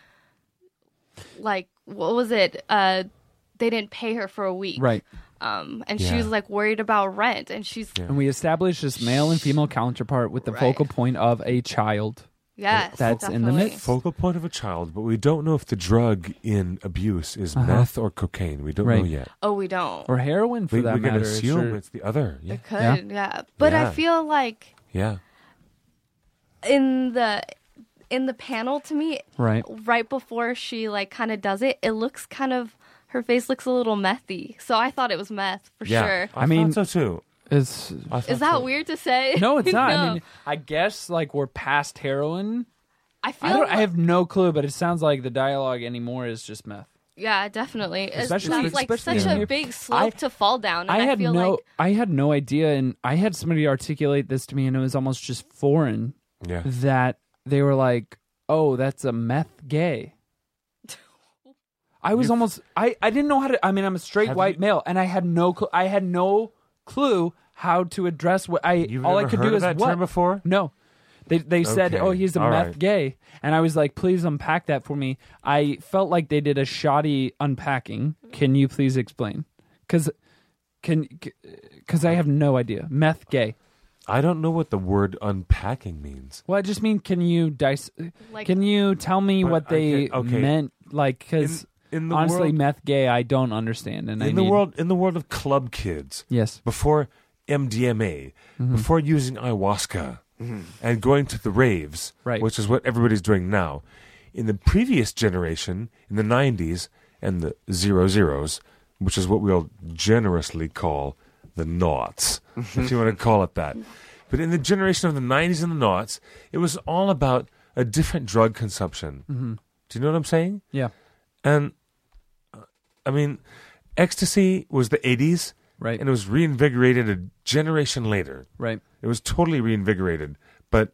B: like what was it? Uh, they didn't pay her for a week,
C: Right.
B: Um, and she
A: Yeah.
B: was like worried about rent, and she's
C: And we establish this male and female counterpart with the
B: Right.
C: focal point of a child.
B: yes,
C: That's in the
B: definitely.
C: midst.
A: focal point of a child, but we don't know if the drug in abuse is meth or cocaine. We don't know
C: Uh-huh. Right.
A: yet.
B: Oh, we don't.
C: Or heroin for
A: We,
C: that
A: we can
C: matter. It's
A: assume
C: your-
A: it's the other. Yeah.
B: It could, yeah. But
A: Yeah.
B: I feel like
A: yeah.
B: in the in the panel to me
C: right.
B: right before she like kind of does it it looks kind of her face looks a little methy so i thought it was meth for
A: yeah.
B: sure
A: I,
C: I mean-
A: thought so too.
C: It's
A: I thought
B: is that
A: so.
B: weird to say
C: no, it's not. I mean, I guess like we're past heroin.
B: I feel
C: I don't. I have no clue, but it sounds like the dialogue anymore is just meth.
B: yeah definitely It's-
C: Especially-
B: that's like
C: especially
B: such
C: when you-
B: a big slope
C: I-
B: to fall down and
C: I
B: i,
C: had
B: feel
C: no,
B: like
C: I had no idea, and I had somebody articulate this to me, and it was almost just foreign
A: Yeah.
C: that they were like, "Oh, that's a meth gay." I was almost, I, I didn't know how to. I mean, I'm a straight
A: Have
C: white
A: you-
C: male, and I had no, cl- I had no clue how to address what I.
A: You've
C: all I
A: never
C: could
A: heard
C: do
A: of
C: is
A: that
C: what
A: term before?
C: No. They, they said,
A: Okay,
C: oh, he's a
A: all
C: meth
A: right.
C: gay. And I was like, please unpack that for me. I felt like they did a shoddy unpacking. Can you please explain? Because can because I have no idea. Meth gay.
A: I don't know what the word unpacking means.
C: Well, I just mean, can you dice?
B: Like-
C: can you tell me
A: But
C: what
A: I
C: they
A: get- okay.
C: meant? Like, because
A: In- in the
C: honestly,
A: world-
C: meth gay, I don't understand. And I
A: in the
C: need-
A: world in the world of club kids
C: yes,
A: before MDMA before using ayahuasca and going to the raves
C: Right.
A: which is what everybody's doing now in the previous generation in the 90s and the zero zeros which is what we'll generously call the noughts if you want to call it that but in the generation of the 90s and the noughts it was all about a different drug consumption do you know what i'm saying
C: yeah,
A: and uh, I mean, ecstasy was the 80s,
C: Right.
A: And it was reinvigorated a generation later.
C: right,
A: It was totally reinvigorated. But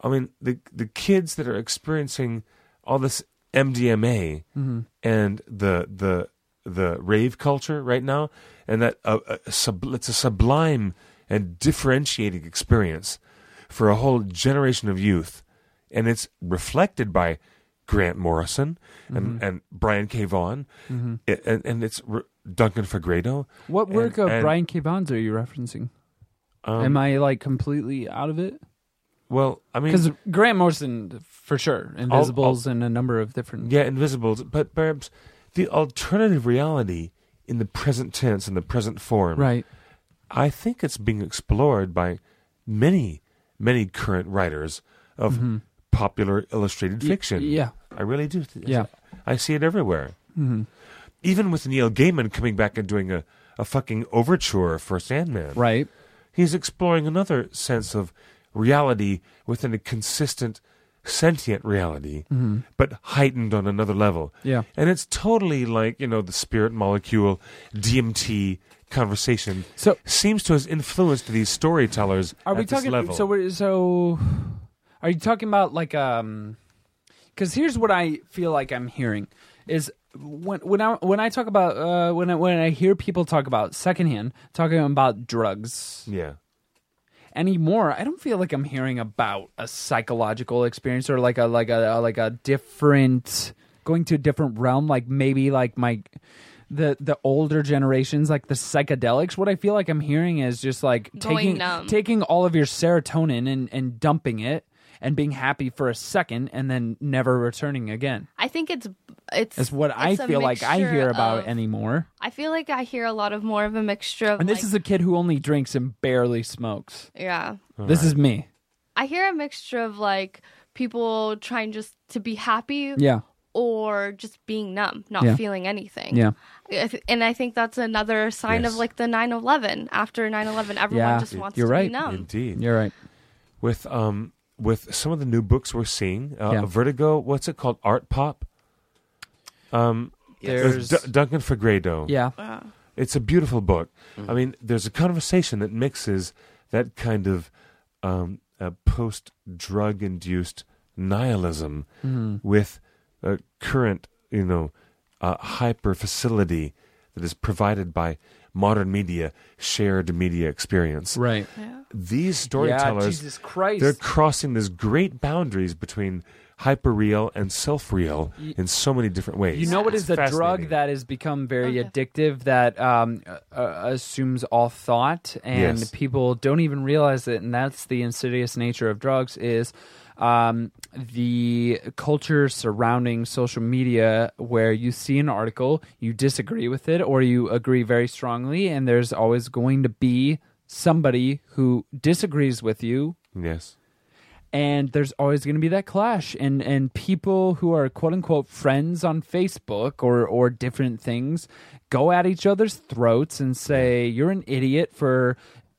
A: I mean, the the kids that are experiencing all this MDMA
C: Mm-hmm.
A: and the the the rave culture right now, and that uh, uh, sub, it's a sublime and differentiating experience for a whole generation of youth, and it's reflected by Grant Morrison and,
C: Mm-hmm.
A: and Brian K. Vaughan, a- and, and it's re- Duncan Fagredo.
C: What
A: and-
C: work of
A: and,
C: Brian K. Bonds are you referencing?
A: um,
C: Am I like completely out of it?
A: Well, I mean,
C: Because Grant Morrison, for sure, Invisibles and a number of different.
A: Yeah, Invisibles, but perhaps the alternative reality in the present tense in the present form.
C: Right.
A: I think it's being explored by many, many current writers of popular illustrated fiction.
C: Mm-hmm. yeah.
A: I really do. th-
C: Yeah.
A: I see it everywhere. Mm-hmm. Even with Neil Gaiman coming back and doing a, a fucking overture for Sandman.
C: Right.
A: He's exploring another sense of reality within a consistent, sentient reality, but heightened on another level.
C: Mm-hmm. Yeah.
A: And it's totally like, you know, the spirit molecule, DMT conversation
C: So-
A: seems to have influenced these storytellers
C: Are
A: at
C: we
A: this
C: talking?
A: level.
C: So we're so. Are you talking about like um? Because here's what I feel like I'm hearing is when when I when I talk about uh when I, when I hear people talk about secondhand talking about drugs
A: yeah.
C: anymore i don't feel like i'm hearing about a psychological experience or like a like a like a different going to a different realm like maybe like my the the older generations like the psychedelics what i feel like i'm hearing is just like
B: Going
C: taking
B: numb.
C: taking all of your serotonin and and dumping it and being happy for a second and then never returning again
B: I think it's it's
C: is what i
B: it's a
C: feel like i
B: mixture
C: hear about
B: of-
C: anymore
B: I feel like I hear a lot of more of a mixture of
C: and this
B: like-
C: is a kid who only drinks and barely smokes
B: yeah.
C: this is me
B: I hear a mixture of like people trying just to be happy
C: yeah
B: or just being numb, not
C: Yeah.
B: feeling anything.
C: yeah
B: I th- And I think that's another sign
A: Yes.
B: of like the 9 11. After 9 11, everyone
C: Yeah,
B: just wants
C: you're
B: to
C: right.
B: be numb.
A: Indeed.
C: you're right
A: With um with some of the new books we're seeing, uh,
C: Yeah.
A: Vertigo, what's it called? Art Pop?
C: there's
A: D- Duncan Fagredo.
C: yeah
A: It's a beautiful book.
C: Mm-hmm.
A: I mean, there's a conversation that mixes that kind of um, uh, post drug induced nihilism
C: Mm-hmm.
A: with a current, you know, uh, hyper facility that is provided by modern media, shared media experience.
C: right
A: These storytellers.
C: Yeah, Jesus Christ.
A: They're crossing these great boundaries between hyperreal and self-real in so many different ways.
C: you know what
A: It's
C: is a drug
A: fascinating.
C: that has become very
B: Okay.
C: addictive that um, uh, uh, assumes all thought and
A: Yes.
C: people don't even realize it and that's the insidious nature of drugs is um, the culture surrounding social media where you see an article you disagree with it or you agree very strongly and there's always going to be somebody who disagrees with you
A: Yes.
C: and there's always going to be that clash and and people who are quote unquote friends on Facebook or or different things go at each other's throats and say you're an idiot for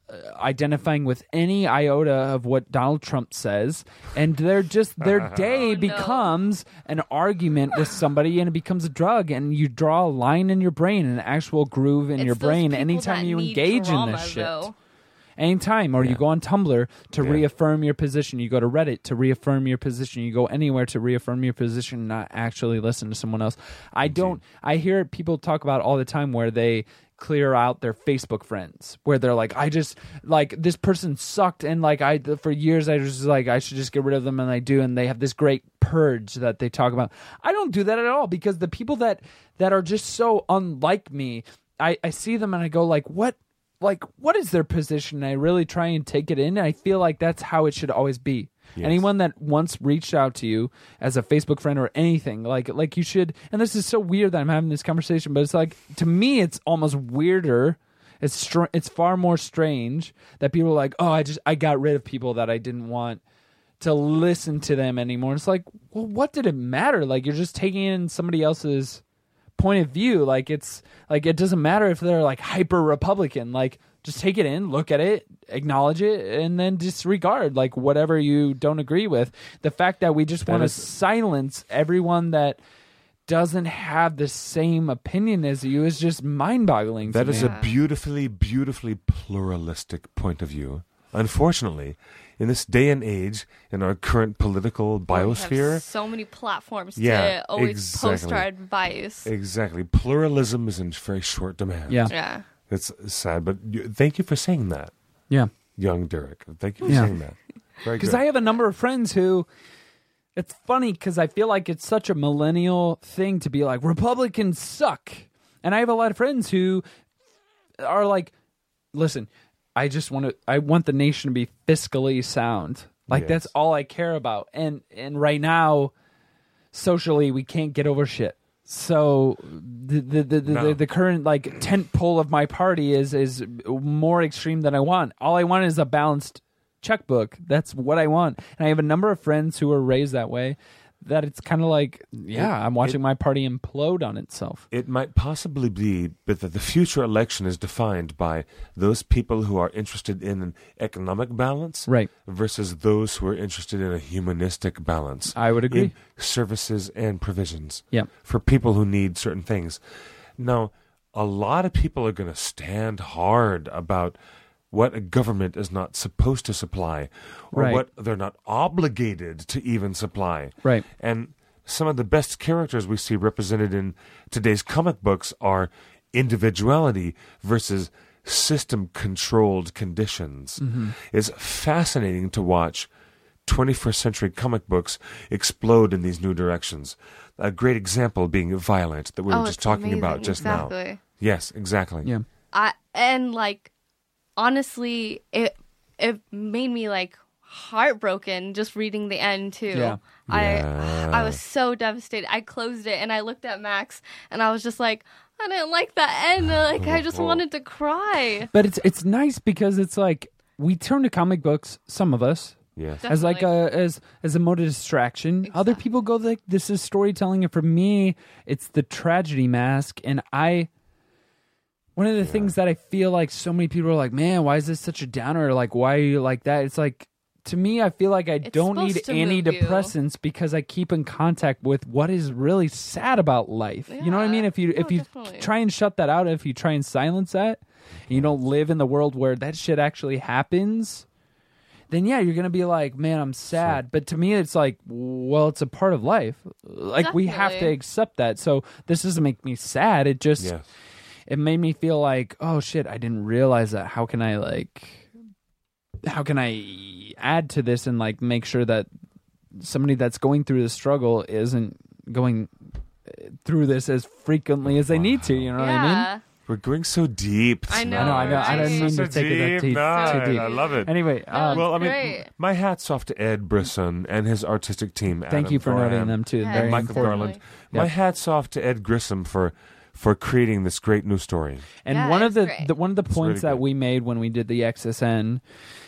C: uh, identifying with any iota of what Donald Trump says and they're just their day
B: Oh,
C: becomes an argument with somebody and it becomes a drug and you draw a line in your brain an actual groove in
B: It's
C: your
B: those
C: brain
B: people
C: anytime
B: that
C: you
B: need
C: engage
B: drama,
C: in this shit
B: though.
C: anytime or you go on tumblr to reaffirm your position you go to reddit to reaffirm your position you go anywhere to reaffirm your position not actually listen to someone else i don't i hear people talk about all the time where they clear out their facebook friends where they're like i just like this person sucked and like i for years i was just like i should just get rid of them and i do and they have this great purge that they talk about i don't do that at all because the people that that are just so unlike me i i see them and i go like what like what is their position and i really try and take it in i feel like that's how it should always be anyone that once reached out to you as a facebook friend or anything like like you should and this is so weird that i'm having this conversation but it's like to me it's almost weirder it's str- it's far more strange that people are like oh i just i got rid of people that i didn't want to listen to them anymore it's like well what did it matter like you're just taking in somebody else's point of view. Like it's like it doesn't matter if they're like hyper Republican. Like just take it in, look at it, acknowledge it, and then disregard like whatever you don't agree with. The fact that we just want to
A: is-
C: silence everyone that doesn't have the same opinion as you is just mind boggling.
A: That is a beautifully, beautifully pluralistic point of view. Unfortunately, in this day and age, in our current political
B: We
A: biosphere,
B: have so many platforms
A: Yeah,
B: to always post
A: exactly.
B: our advice.
A: exactly, pluralism is in very short demand.
C: yeah,
B: yeah.
A: It's sad, but you, thank you for saying that,
C: yeah.
A: young Derek. Thank you for
C: Yeah.
A: saying that. Very
C: Because
A: good.
C: I have a number of friends who. It's funny because I feel like it's such a millennial thing to be like, Republicans suck. And I have a lot of friends who are like, listen, I just want to, I want the nation to be fiscally sound. Like,
A: Yes.
C: that's all I care about. And, and right now, socially, we can't get over shit. so the the the, the,
A: No.
C: the, the current like tent pole of my party is is more extreme than I want. All I want is a balanced checkbook. That's what I want. And I have a number of friends who were raised that way. That it's kind of like, yeah, I'm watching my party implode on itself.
A: It might possibly be, but that the future election is defined by those people who are interested in an economic balance
C: Right.
A: versus those who are interested in a humanistic balance.
C: I would agree.
A: in services and provisions
C: Yeah.
A: for people who need certain things. Now, a lot of people are going to stand hard about what a government is not supposed to supply or
C: Right.
A: what they're not obligated to even supply.
C: Right.
A: And some of the best characters we see represented in today's comic books are individuality versus system controlled conditions.
C: Mm-hmm.
A: It's fascinating to watch 21st century comic books explode in these new directions. A great example being Violent that we
B: Oh,
A: were just
B: it's
A: talking about
B: amazing.
A: just now.
B: Exactly.
A: Yes, exactly.
C: Yeah.
B: I and like honestly, it it made me like heartbroken just reading the end too.
C: Yeah.
B: I
A: Yeah.
B: I was so devastated. I closed it and I looked at Max and I was just like, I didn't like that end. Like I just wanted to cry.
C: But it's it's nice because it's like we turn to comic books, some of us,
A: Yes.
B: Def-
C: as like a as as a mode of distraction. Other people go like this is storytelling, and for me, it's the tragedy mask. And I, one of the things that I feel like so many people are like, man, why is this such a downer? Like, why are you like that? It's like to me, I feel like I don't need
B: supposed to move you.
C: antidepressants because I keep in contact with what is really sad about life. You know what I
B: Yeah.
C: mean? If you
B: No,
C: if you
B: definitely.
C: try and shut that out, if you try and silence that, and you don't live in the world where that shit actually happens, then yeah, you're gonna be like, man, I'm sad. But to me, it's like, well, it's a part of life. Like we have to
B: Definitely.
C: accept that. So this doesn't make me sad. It just
A: Yes.
C: it made me feel like, oh shit, I didn't realize that. How can I like, how can I add to this and like make sure that somebody that's going through the struggle isn't going uh, through this as frequently as they need to. You know what I mean?
B: yeah.
A: We're going so deep.
B: I know,
C: I know, I know, I
B: Right.
C: don't mean
A: So
C: to take it that
A: deep.
C: deep,
A: No,
C: too deep.
A: I love it.
C: Anyway,
B: No,
C: um,
B: it's
A: well, I mean,
B: great.
A: my hat's off to Ed Brisson and his artistic team.
C: thank
A: Adam
C: you for noting
A: Gorham
C: them too.
B: Yeah,
C: Very
A: and Michael
C: important.
A: Garland.
C: Yeah.
A: My hat's off to Ed Grissom for for creating this great new story.
C: And
B: Yeah,
C: one of
B: it's
C: the,
B: great.
C: the one of the
A: really
C: points that
A: good.
C: we made when we did the XSN,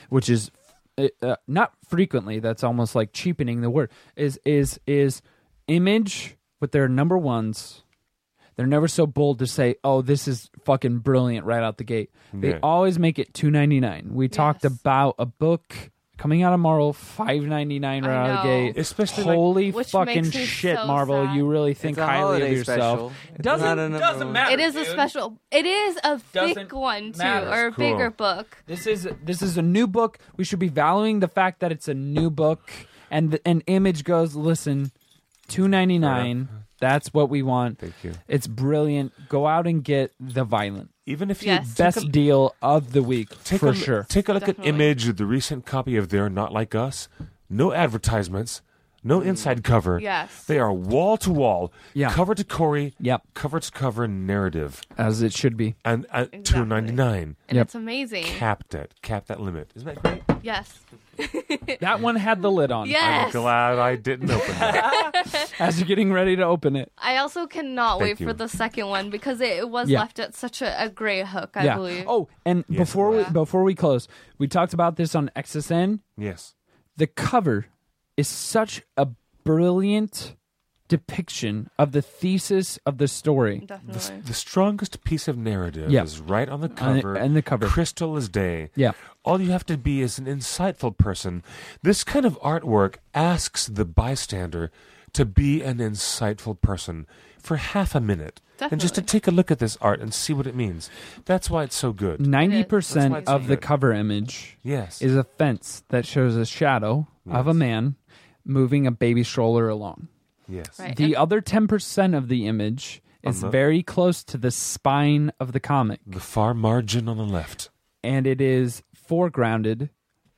C: which is uh, uh, not frequently, that's almost like cheapening the word, is is is image with their number ones. They're never so bold to say, "Oh, this is fucking brilliant right out the gate." They
A: Yeah.
C: always make it 2.99. We talked
B: Yes.
C: about a book coming out of Marvel 5.99 right
B: I
C: out of the
B: know.
C: gate.
A: Especially, like-
C: holy
B: Which
C: fucking
B: makes me
C: shit,
B: so
C: Marvel,
B: sad.
C: you really
D: It's
C: think
D: a
C: highly of
D: holiday
C: yourself.
D: special. It's not a number one.
B: It is a special. It is a
C: Doesn't
B: thick one too,
C: matter.
B: or a
A: Cool.
B: bigger book.
C: This is this is a new book. We should be valuing the fact that it's a new book, and an image goes. Listen, two ninety nine. That's what we want.
A: Thank you.
C: It's brilliant. Go out and get the violent
A: Even if you
B: Yes.
C: best deal of the week
A: take
C: for
A: a,
C: sure.
A: take a look
B: Definitely.
A: at Image, the recent copy of They're Not Like Us. No advertisements, no inside cover.
B: Mm. Yes.
A: they are wall to wall,
C: Yeah.
A: cover to Corey,
C: Yep.
A: cover to cover narrative,
C: As it should be.
A: and at
B: Exactly.
A: two ninety nine.
B: And
C: Yep.
B: it's amazing.
A: Capped it, capped that limit. Isn't that great?
B: Yes.
C: That one had the lid on.
B: Yes.
A: I'm glad I didn't open that.
C: As you're getting ready to open it.
B: I also cannot
A: Thank
B: wait for
A: you.
B: the second one because it, it was
C: Yeah.
B: left at such a, a great hook, I
C: yeah.
B: believe.
C: Oh, and
A: Yes.
C: before we before we close, we talked about this on XSN.
A: yes.
C: the cover is such a brilliant depiction of the thesis of the story.
B: definitely.
A: The strongest piece of narrative
C: Yeah.
A: is right on the
C: On the-
A: cover.
C: on the cover.
A: Crystal as day.
C: Yeah.
A: All you have to be is an insightful person. This kind of artwork asks the bystander to be an insightful person for half a minute. And just to
B: Definitely.
A: take a look at this art and see what it means. That's why it's so good.
C: 90%
D: That's why
C: of
D: it's
C: the
D: good.
C: cover image
A: Yes.
C: is a fence that shows a shadow of a man moving a baby stroller along.
A: yes.
B: Right.
C: The other 10% of the image is
A: the-
C: very close to the spine of the comic.
A: The far margin on the left.
C: and it is foregrounded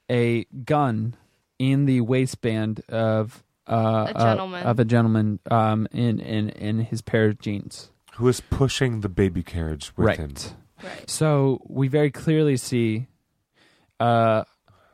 C: a gun in the waistband of uh,
B: A gentleman.
C: of a gentleman um, in in in his pair of jeans.
A: Who is pushing the baby carriage with him.
B: Right.
C: So we very clearly see uh,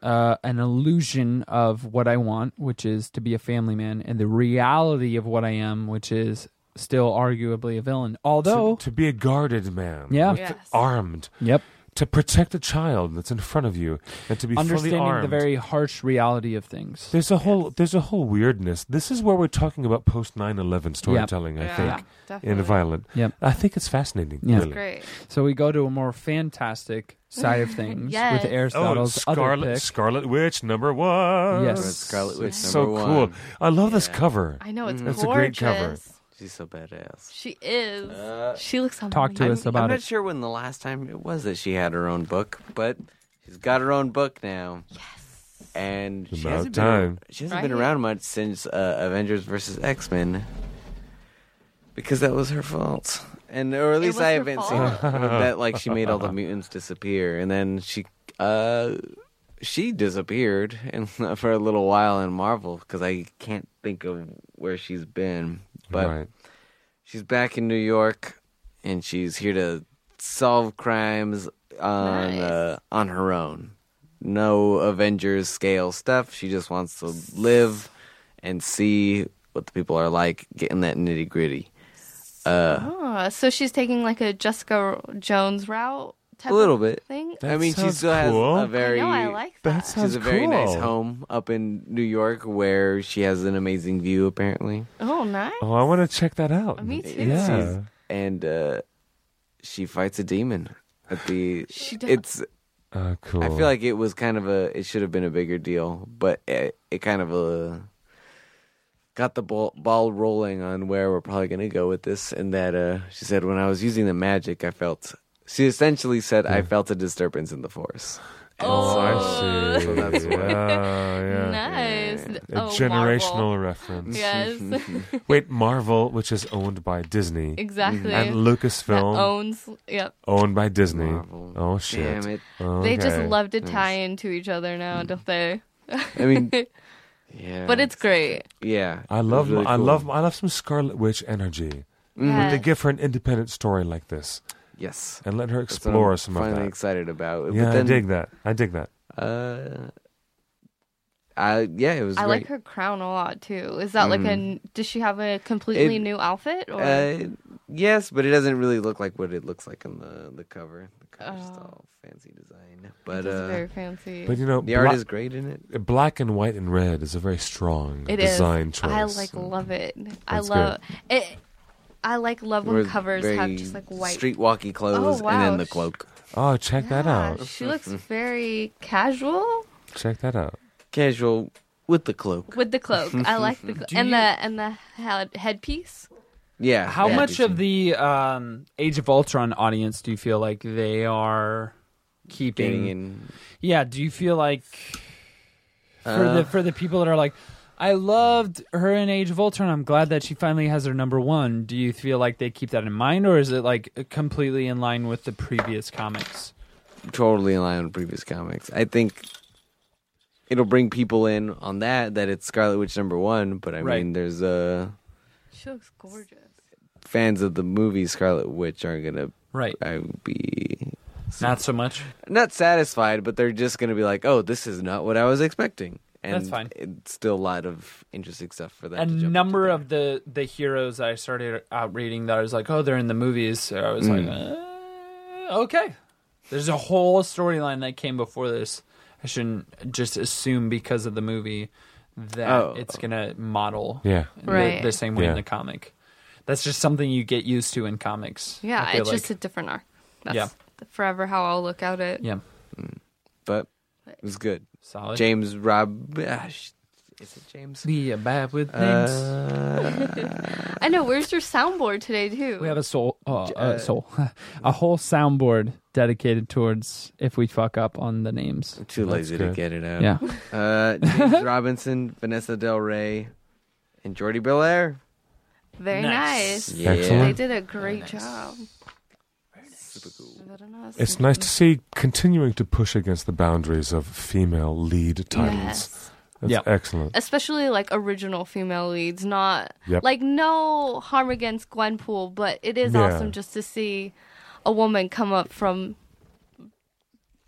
C: uh, an illusion of what I want, which is to be a family man, and the reality of what I am, which is still arguably a villain. Although,
A: to, to be a guarded man,
C: Yeah.
A: with-
B: Yes.
A: armed,
C: yep,
A: to protect a child that's in front of you, and to be fully
C: understanding
A: armed.
C: the very harsh reality of things.
A: there's a whole there's a whole weirdness. This is where we're talking about post 9/11 storytelling, I
B: Yeah,
A: think,
B: definitely.
A: and violent.
C: Yep.
A: I think it's fascinating.
C: Yeah.
A: Really.
B: Great.
C: So we go to a more fantastic side of things
B: Yes.
C: with
A: Oh,
C: Aristotle's other
A: Scarlet
C: pick.
A: Scarlet Witch number one.
C: Yes.
D: Scarlet Witch
A: It's so
D: number
A: cool.
D: one.
A: I love this
D: Yeah.
A: cover.
B: I know it's
A: That's a great
B: gorgeous.
A: cover.
D: She's so badass.
B: She is.
D: Uh,
B: she looks amazing.
C: Talk to us
D: I'm
C: about
D: not
C: it.
D: sure when the last time it was that she had her own book, but she's got her own book now. Yes. And she
A: About
D: hasn't,
A: time.
D: Been, she hasn't been
B: Right?
D: around much since uh, Avengers versus X Men. Because that was her fault, and or at least
B: was
D: I
B: her
D: haven't seen
B: fault.
D: that. Like she made all the mutants disappear, and then she, uh, she disappeared and for a little while in Marvel because I can't think of where she's been. But
A: right.
D: She's back in New York, and she's here to solve crimes on
B: Nice.
D: uh, on her own. No Avengers scale stuff. She just wants to live and see what the people are like, get in that Uh, nitty gritty.
B: Ah, so she's taking like a Jessica Jones route type
D: A little
B: of
D: bit.
B: thing.
A: That
D: I mean, she
A: sounds
D: still
A: cool.
D: has a very.
B: I know, I like that.
A: That
D: She has
A: sounds
D: a very nice
A: cool.
D: home up in New York where she has an amazing view, apparently.
B: oh, nice.
A: Oh, I want to check that out.
B: Me too.
A: Yeah.
D: She's- and uh, she fights a demon at the.
B: She does.
D: it's
A: Uh, cool.
D: I feel like it was kind of a. It should have been a bigger deal, but it, it kind of uh, got the ball, ball rolling on where we're probably going to go with this. And that uh, she said, when I was using the magic, I felt. She essentially said, I felt a disturbance in the force.
A: Oh, I see.
D: So that's
A: yeah,
D: what-
A: yeah.
B: Nice.
A: A
B: Oh,
A: generational
B: Marvel.
A: reference.
B: Yes,
A: Wait, Marvel, which is owned by Disney, and
B: exactly. that
A: Lucasfilm,
B: owns. Yep.
A: owned by Disney.
D: Marvel.
A: Oh shit!
D: Damn it.
B: They just
A: Okay. Mm.
B: love to tie into each other now, don't they?
D: I mean, yeah.
B: But it's great.
D: Yeah.
A: I
D: it was
A: love,
D: really
A: I
D: cool.
A: love, I love some Scarlet Witch energy. When they
B: Yes.
A: give her an independent story like this
D: Yes.
A: and let her
D: That's what
A: explore
D: I'm
A: some of
D: finally
A: that.
D: excited about.
A: Yeah,
D: but then,
A: I dig that. I dig that.
D: Uh, I, yeah, it was great.
B: I
D: Mm.
B: like her crown a lot too. Is that like a? n- Does she have a completely
D: It-
B: new outfit? Or
D: Uh, yes, but it doesn't really look like what it looks like on the the cover. The cover's
B: Oh.
D: all fancy design,
B: It
D: but
B: is
D: uh,
B: very fancy.
A: But you know,
D: the art
A: bla-
D: is great in it.
A: black and white and red is a very strong
B: It is.
A: design choice.
B: I like love it. I
A: That's
B: love it. I like love when
D: We're
B: covers have
D: very
B: just like white.
D: streetwalky clothes
B: Oh,
D: and
B: wow.
D: then the cloak.
A: Oh, check that
B: Yeah,
A: out.
B: She looks very casual
A: Check that out.
D: Casual with the cloak.
B: with the cloak. I like the clo- and the and the head, headpiece.
D: Yeah.
C: How
D: yeah,
C: much
D: you
C: of
D: see.
C: the um, Age of Ultron audience do you feel like they are keeping?
D: getting in?
C: Yeah, do you feel like for
D: Uh.
C: the for the people that are like, I loved her in Age of Ultron. I'm glad that she finally has her number one. Do you feel like they keep that in mind, or is it like completely in line with the previous comics?
D: totally in line with previous comics. I think it'll bring people in on that that it's Scarlet Witch number one. But I
C: Right.
D: mean, there's uh
B: She looks gorgeous.
D: fans of the movie Scarlet Witch aren't gonna.
C: Right,
D: I would be
C: not so much.
D: not satisfied, but they're just going to be like, "Oh, this is not what I was expecting." And
C: That's fine.
D: It's still a lot of interesting stuff for them.
C: a
D: to jump
C: number
D: into
C: of the the heroes I started out reading that I was like, oh, they're in the movies. So I was
D: Mm.
C: like, uh, okay, there's a whole storyline that came before this. I shouldn't just assume because of the movie that
D: Oh.
C: it's gonna model
A: Yeah.
C: the,
B: Right.
C: the same way
A: Yeah.
C: in the comic. That's just something you get used to in comics. I
B: Yeah,
C: feel
B: it's
C: like.
B: just a different arc. That's
C: Yeah.
B: forever how I'll look at it.
C: yeah,
D: but it was good.
C: solid.
D: James Rob, ah, sh- is it James?
C: we are bad with
D: Uh,
C: names.
B: I know. Where's your soundboard today too?
C: we have a soul, uh, uh, soul, a whole soundboard dedicated towards if we fuck up on the names.
D: Too lazy to
A: good.
D: get it out.
C: Yeah.
D: Uh, James Robinson, Vanessa Del Rey, and Jordi Belair.
B: very
C: Nice.
B: nice.
D: Yeah.
B: They
A: Excellent.
B: did a great job.
D: Super cool.
B: Very nice.
A: It's nice to see continuing to push against the boundaries of female lead titles.
B: Yes.
A: That's
C: Yeah.
A: excellent.
B: especially like original female leads not
A: Yep.
B: like no harm against gwenpool but it is
A: Yeah.
B: awesome just to see a woman come up from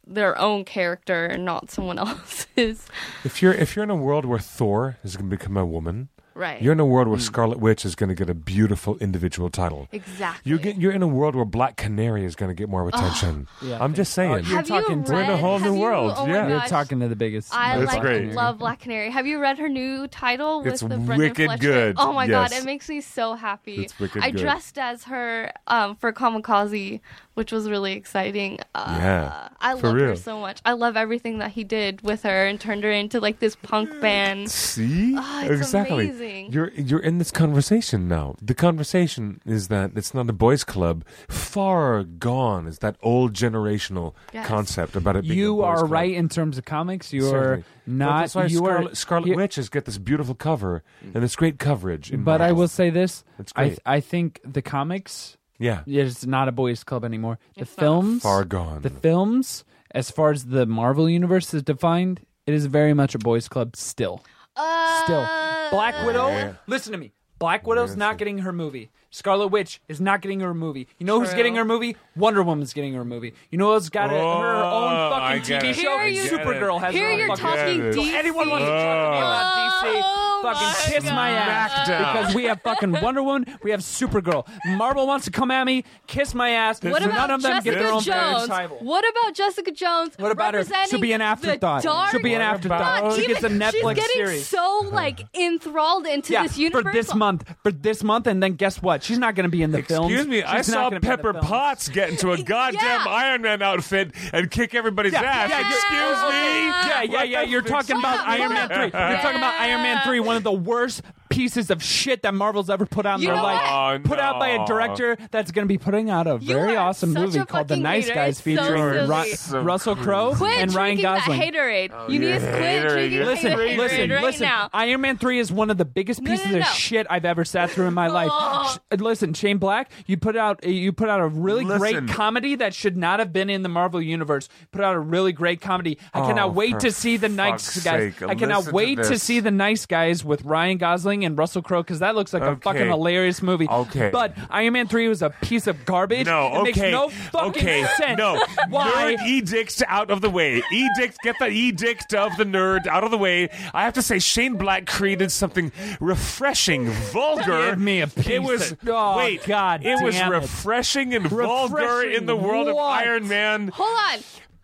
B: their own character and not someone else's
A: If you're if you're in a world where Thor is going to become a woman,
B: Right.
A: You're in a world where Scarlet Witch is going to get a beautiful individual title.
B: Mm. exactly.
A: You're get, you're in a world where Black Canary is going to get more attention.
C: Yeah,
A: I'm just saying.
C: Oh, you're
B: Have you
C: talking to-
B: read,
C: We're in a
A: whole
B: have
A: new
B: you-
A: world,
B: oh my
A: yeah.
C: You're
B: gosh.
C: talking to the biggest.
B: I
A: That's
B: like
A: great.
B: love Black Canary. Have you read her new title with
A: It's
B: the Brendan
A: wicked
B: Fletcher?
A: good,
B: Oh my god,
A: yes.
B: it makes me so happy.
A: It's wicked
B: I
A: good.
B: dressed as her um, for Kamikaze, which was really exciting. Uh,
A: Yeah,
B: I
A: for
B: love
A: real.
B: her so much. I love everything that he did with her and turned her into like this
C: Mm.
B: punk band.
A: See,
B: Ah, it's
A: exactly.
B: amazing.
A: You're you're in this conversation now. The conversation is that it's not a boys' club. Far gone is that old generational
B: Yes.
A: concept about it. Being a
C: you
A: boys'
C: are
A: club.
C: right in terms of comics. You
A: Certainly.
C: are
A: But
C: not.
A: that's why
C: you
A: Scarlet,
C: are
A: Scarlet
C: you-
A: Witches get this beautiful cover and this great coverage. in
C: But I
A: Marvel.
C: will say this:
A: That's
C: I
A: great.
C: I think the comics.
A: Yeah.
C: It's not a boys' club anymore. The
B: It's not.
C: films
A: Far gone.
C: The films, as far as the Marvel universe is defined, it is very much a boys' club still.
B: Uh,
C: Still, Black Widow.
A: Yeah.
C: Listen to me. Black Widow's not getting her movie. Scarlet Witch is not getting her movie. You know who's
B: True.
C: getting her movie? Wonder Woman's getting her movie. You know who's got a- her
A: Oh,
C: own
A: I
C: fucking
A: get
C: TV
A: it.
C: show?
B: Here you-
C: Supergirl has
B: Here
C: her own
B: you're
C: fucking
B: talking
A: Yes.
B: DC.
C: Anyone wants to talk to me about DC?
B: Oh
C: fucking
B: my
C: kiss my
B: God.
C: ass
A: Smackdown.
C: because we have fucking Wonder Woman, we have Supergirl. Marvel wants to come at me, kiss my ass.
B: What
C: None
B: about
C: of them
B: Jessica
C: get their own
B: Jones?
C: title.
B: What about Jessica Jones?
C: What about her?
B: representing
C: She'll be an
B: the
C: afterthought.
B: dark
C: She'll be an
A: What
C: afterthought.
A: about-
C: she
B: even-
C: gets a Netflix
B: she's getting
C: series.
B: so like enthralled into
C: yeah,
B: this universe
C: for this month, for this month, and then guess what? She's not going to be in the film.
A: Excuse me, I saw Pepper Potts get into a goddamn
B: Yeah.
A: Iron Man outfit and kick everybody's
C: Yeah,
A: ass.
C: yeah, you're-
A: Excuse me.
C: Yeah, yeah, yeah. You're talking about
B: up,
C: Iron
B: hold
C: Man
B: up.
C: three. You're talking about Iron Man three, one of the worst pieces of shit that Marvel's ever put out in
B: You
C: their
B: know
C: life.
A: what? Oh,
C: Put out by
A: no.
C: a director that's going to be putting out a
B: You
C: very
B: are
C: awesome
B: such
C: movie
B: a
C: called The
B: fucking
C: Nice
B: hater.
C: Guys,
B: It's so
C: featuring Ru-
B: silly.
C: Russell Crowe
B: Quit
C: Oh, and Ryan
B: drinking
C: Gosling.
B: that haterade. you need to quit
A: Oh, haterade.
B: drinking
A: You're
C: Listen,
B: haterade
C: listen,
B: right
C: listen.
B: now.
C: Iron Man 3 is one of the biggest
B: No,
C: pieces
B: no, no. Oh.
C: of shit I've ever sat through in my life. Sh- uh, listen, Shane Black, you put out uh, you put out a really
A: Listen.
C: great comedy that should not have been in the Marvel universe. Put out a really great comedy. I
A: Oh,
C: cannot wait
A: for
C: to see the nice
A: fuck's
C: guys.
A: sake,
C: I cannot
A: listen to
C: wait to
A: this.
C: see the nice guys with Ryan Gosling and Russell Crowe cuz that looks like a
A: Okay.
C: fucking hilarious movie.
A: Okay.
C: But Iron Man 3 was a piece of garbage.
A: No,
C: it
A: okay.
C: makes no fucking
A: okay.
C: sense.
A: No.
C: Why?
A: Nerd edicts out of the way. Edict, get the edict of the nerd out of the way. I have to say, Shane Black created something refreshing, vulgar.
C: Give me a piece
A: It was,
C: of- oh,
A: wait,
C: God
A: it was
C: damn it.
A: refreshing and vulgar in the world of
C: what?
A: Iron Man.
B: Hold on.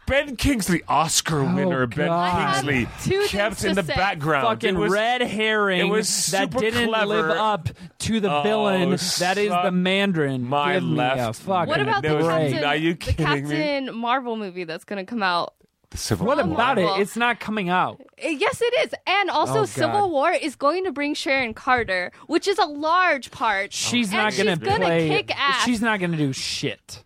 A: Ben Kingsley, Oscar winner Ben
C: Oh, God. I have
A: Kingsley,
B: two
A: kept
B: things
A: in
B: to
A: the
B: say.
A: background.
C: fucking
A: Um, It was-
C: red herring
A: it was
C: that
A: super
C: didn't
A: clever.
C: live up to the
A: Oh,
C: villain that is
A: suck
C: the Mandarin.
A: my
C: Give me
A: left
C: a fucking
B: What
A: And
B: about the
A: there was-
C: break.
B: Captain,
A: Are you
B: the
A: kidding me?
B: Captain Marvel movie that's going to come out?
A: Civil
C: What
A: War.
C: about it?
B: Marvel.
C: It's not coming out.
B: Uh, Yes, it is. And
C: Oh,
B: also,
C: God.
B: Civil War is going to bring Sharon Carter, which is a large part.
C: She's
B: And
C: not
B: she's
C: gonna
B: gonna
C: play.
B: kick ass.
C: She's not gonna do shit.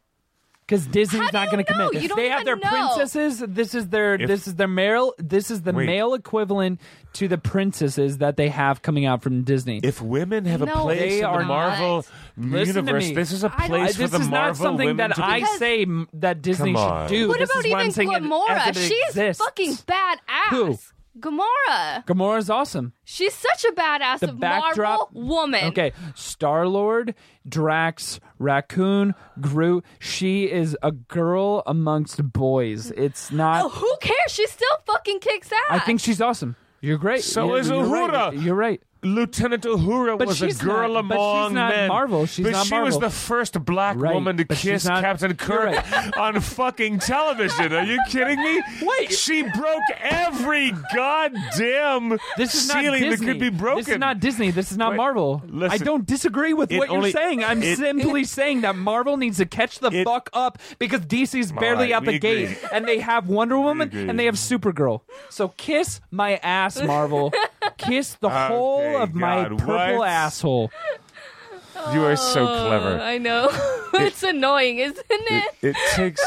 C: Because Disney's
B: How do
C: not
B: you
C: going to
B: know?
C: commit.
B: You don't
C: they have their
B: even know.
C: princesses. This is their
A: If-
C: this is their male this is the
A: Wait.
C: male equivalent to the princesses that they have coming out from Disney.
A: If women have a
B: No,
A: place
C: They
A: in
C: are
A: the Marvel
C: Listen to
A: universe,
C: me.
A: this is a
B: I don't-
C: I-
A: place
C: this
A: for the
C: is
A: Marvel
C: not something
A: women
C: that
A: to be-
C: I say m- that Disney
A: Come
C: should
A: on.
C: do.
B: What
C: This
B: about
C: is why I'm
B: even
C: saying it- as
B: Gamora?
C: it
B: She's
C: exists.
B: fucking badass.
C: Who?
B: Gamora.
C: Gamora's awesome.
B: She's such a badass
C: The backdrop-
B: Marvel woman.
C: Okay, Star Lord, Drax, Raccoon, Groot. She is a girl amongst boys. It's not.
B: Oh, who cares? She still fucking kicks ass.
C: I think she's awesome. You're great.
A: So
C: You're-
A: is
C: you're right.
A: Uhura.
C: You're right.
A: Lieutenant Uhura
C: But
A: was a
C: she's
A: girl
C: not- but she's
A: among
C: not
A: men.
C: Marvel. She's
A: but
C: not
A: she was
C: Marvel.
A: the first black
C: Right,
A: woman to
C: but she's
A: kiss
C: not-
A: Captain
C: You're
A: Kirk on fucking television. Are you kidding me?
C: Wait.
A: she broke every goddamn
C: This is not
A: ceiling that
C: Disney.
A: could be broken.
C: This is not Disney. This is not
A: Wait,
C: Marvel. I
A: listen.
C: don't disagree with
A: It
C: what
A: only-
C: you're saying. I'm
A: it-
C: simply saying that Marvel needs to catch the
A: It-
C: fuck up because DC's barely
A: right,
C: out the
A: we
C: gate,
A: agree.
C: and they have Wonder Woman
A: agree.
C: and they have Supergirl. So kiss my ass, Marvel. kiss the whole
A: Okay,
C: of my
A: God,
C: purple
A: what?
C: asshole.
A: you are so
B: Uh,
C: Oh,
A: clever.
B: I know. it's annoying, isn't it?
A: It, it takes.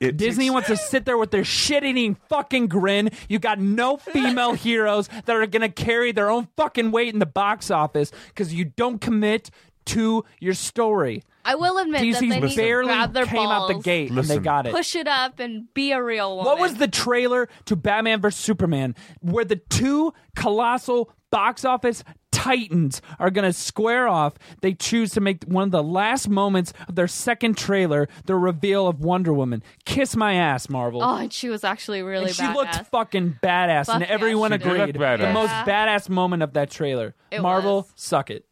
A: It
C: Disney
A: takes-
C: wants to sit there with their shit-eating fucking grin. You got no female heroes that are gonna carry their own fucking weight in the box office because you don't commit to your story.
B: I will admit that they
C: DC
B: need to
C: barely
B: grab their
C: came out
B: balls,
C: the gate and
A: Listen.
C: they got it.
B: push it up, and be a real woman.
C: What was the trailer to Batman vs Superman where the two colossal box office titans are going to square off. They choose to make one of the last moments of their second trailer the reveal of Wonder Woman. Kiss my ass, Marvel.
B: Oh, and she was actually really
C: And she
B: badass.
C: looked fucking badass, and
B: Fuck yeah,
C: everyone
B: she did.
C: agreed.
A: She looked
C: The
A: badass.
C: most
B: Yeah.
C: badass moment of that trailer.
B: It
C: Marvel,
B: was.
C: suck it.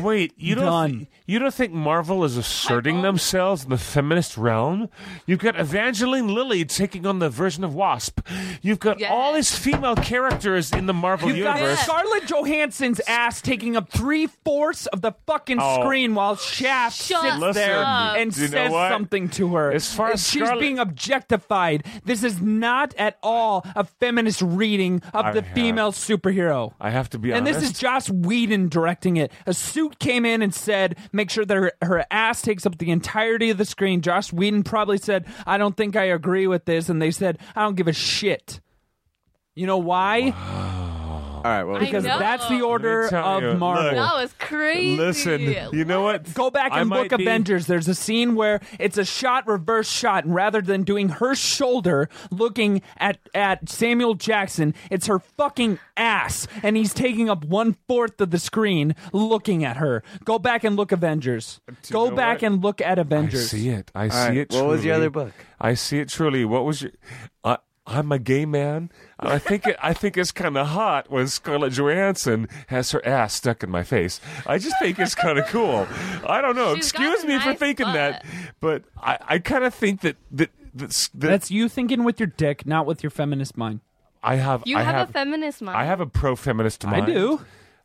A: Wait, you don't
C: Done.
A: you don't think Marvel is asserting themselves in the feminist realm? You've got Evangeline Lilly taking on the version of Wasp. You've got
B: Yes.
A: all these female characters in the Marvel
C: You've got
A: universe.
C: Scarlett Johansson's ass taking up three fourths of the fucking
A: Oh.
C: screen while Shaft
B: Shut
C: sits
B: Listen,
C: there
B: up.
C: and
A: do you know
C: says
A: what?
C: something to her.
A: As far
C: And
A: as
C: she's
A: Scarlett-
C: being objectified, this is not at all a feminist reading of
A: I-
C: the
A: yeah.
C: female superhero.
A: I have to be
C: And
A: honest.
C: this is Joss Whedon directing it. A suit came in and said, make sure that her, her ass takes up the entirety of the screen. Joss Whedon probably said, I don't think I agree with this. And they said, I don't give a shit. You know why?
D: All right, well,
B: I
C: Because
B: know.
C: that's the order
A: Let me tell
C: of
A: you,
C: Marvel.
A: look.
B: that was crazy.
A: Listen, you know what?
C: Go back
A: I
C: and
A: might
C: look
A: be-
C: Avengers. There's a scene where it's a shot, reverse shot, and rather than doing her shoulder looking at, at Samuel Jackson, it's her fucking ass, and he's taking up one fourth of the screen looking at her. Go back and look Avengers.
A: you
C: Go
A: know
C: back
A: what?
C: and look at
A: I
C: Avengers.
A: see it. I see
D: All right,
A: it. Truly.
D: what was your other book?
A: I see it truly. What was your? I, I'm a gay man. And I think it, I think it's kind of hot when Scarlett Johansson has her ass stuck in my face. I just think it's kind of cool. I don't know.
B: She's got
A: Excuse
B: a
A: me for
B: nice
A: thinking that, but I, I kind of think that that that's, that
C: That's you thinking with your dick, not with your feminist mind.
A: I have.
B: You
A: I
B: have,
A: have
B: a feminist mind.
A: I have a pro-feminist
C: I
A: mind.
C: do.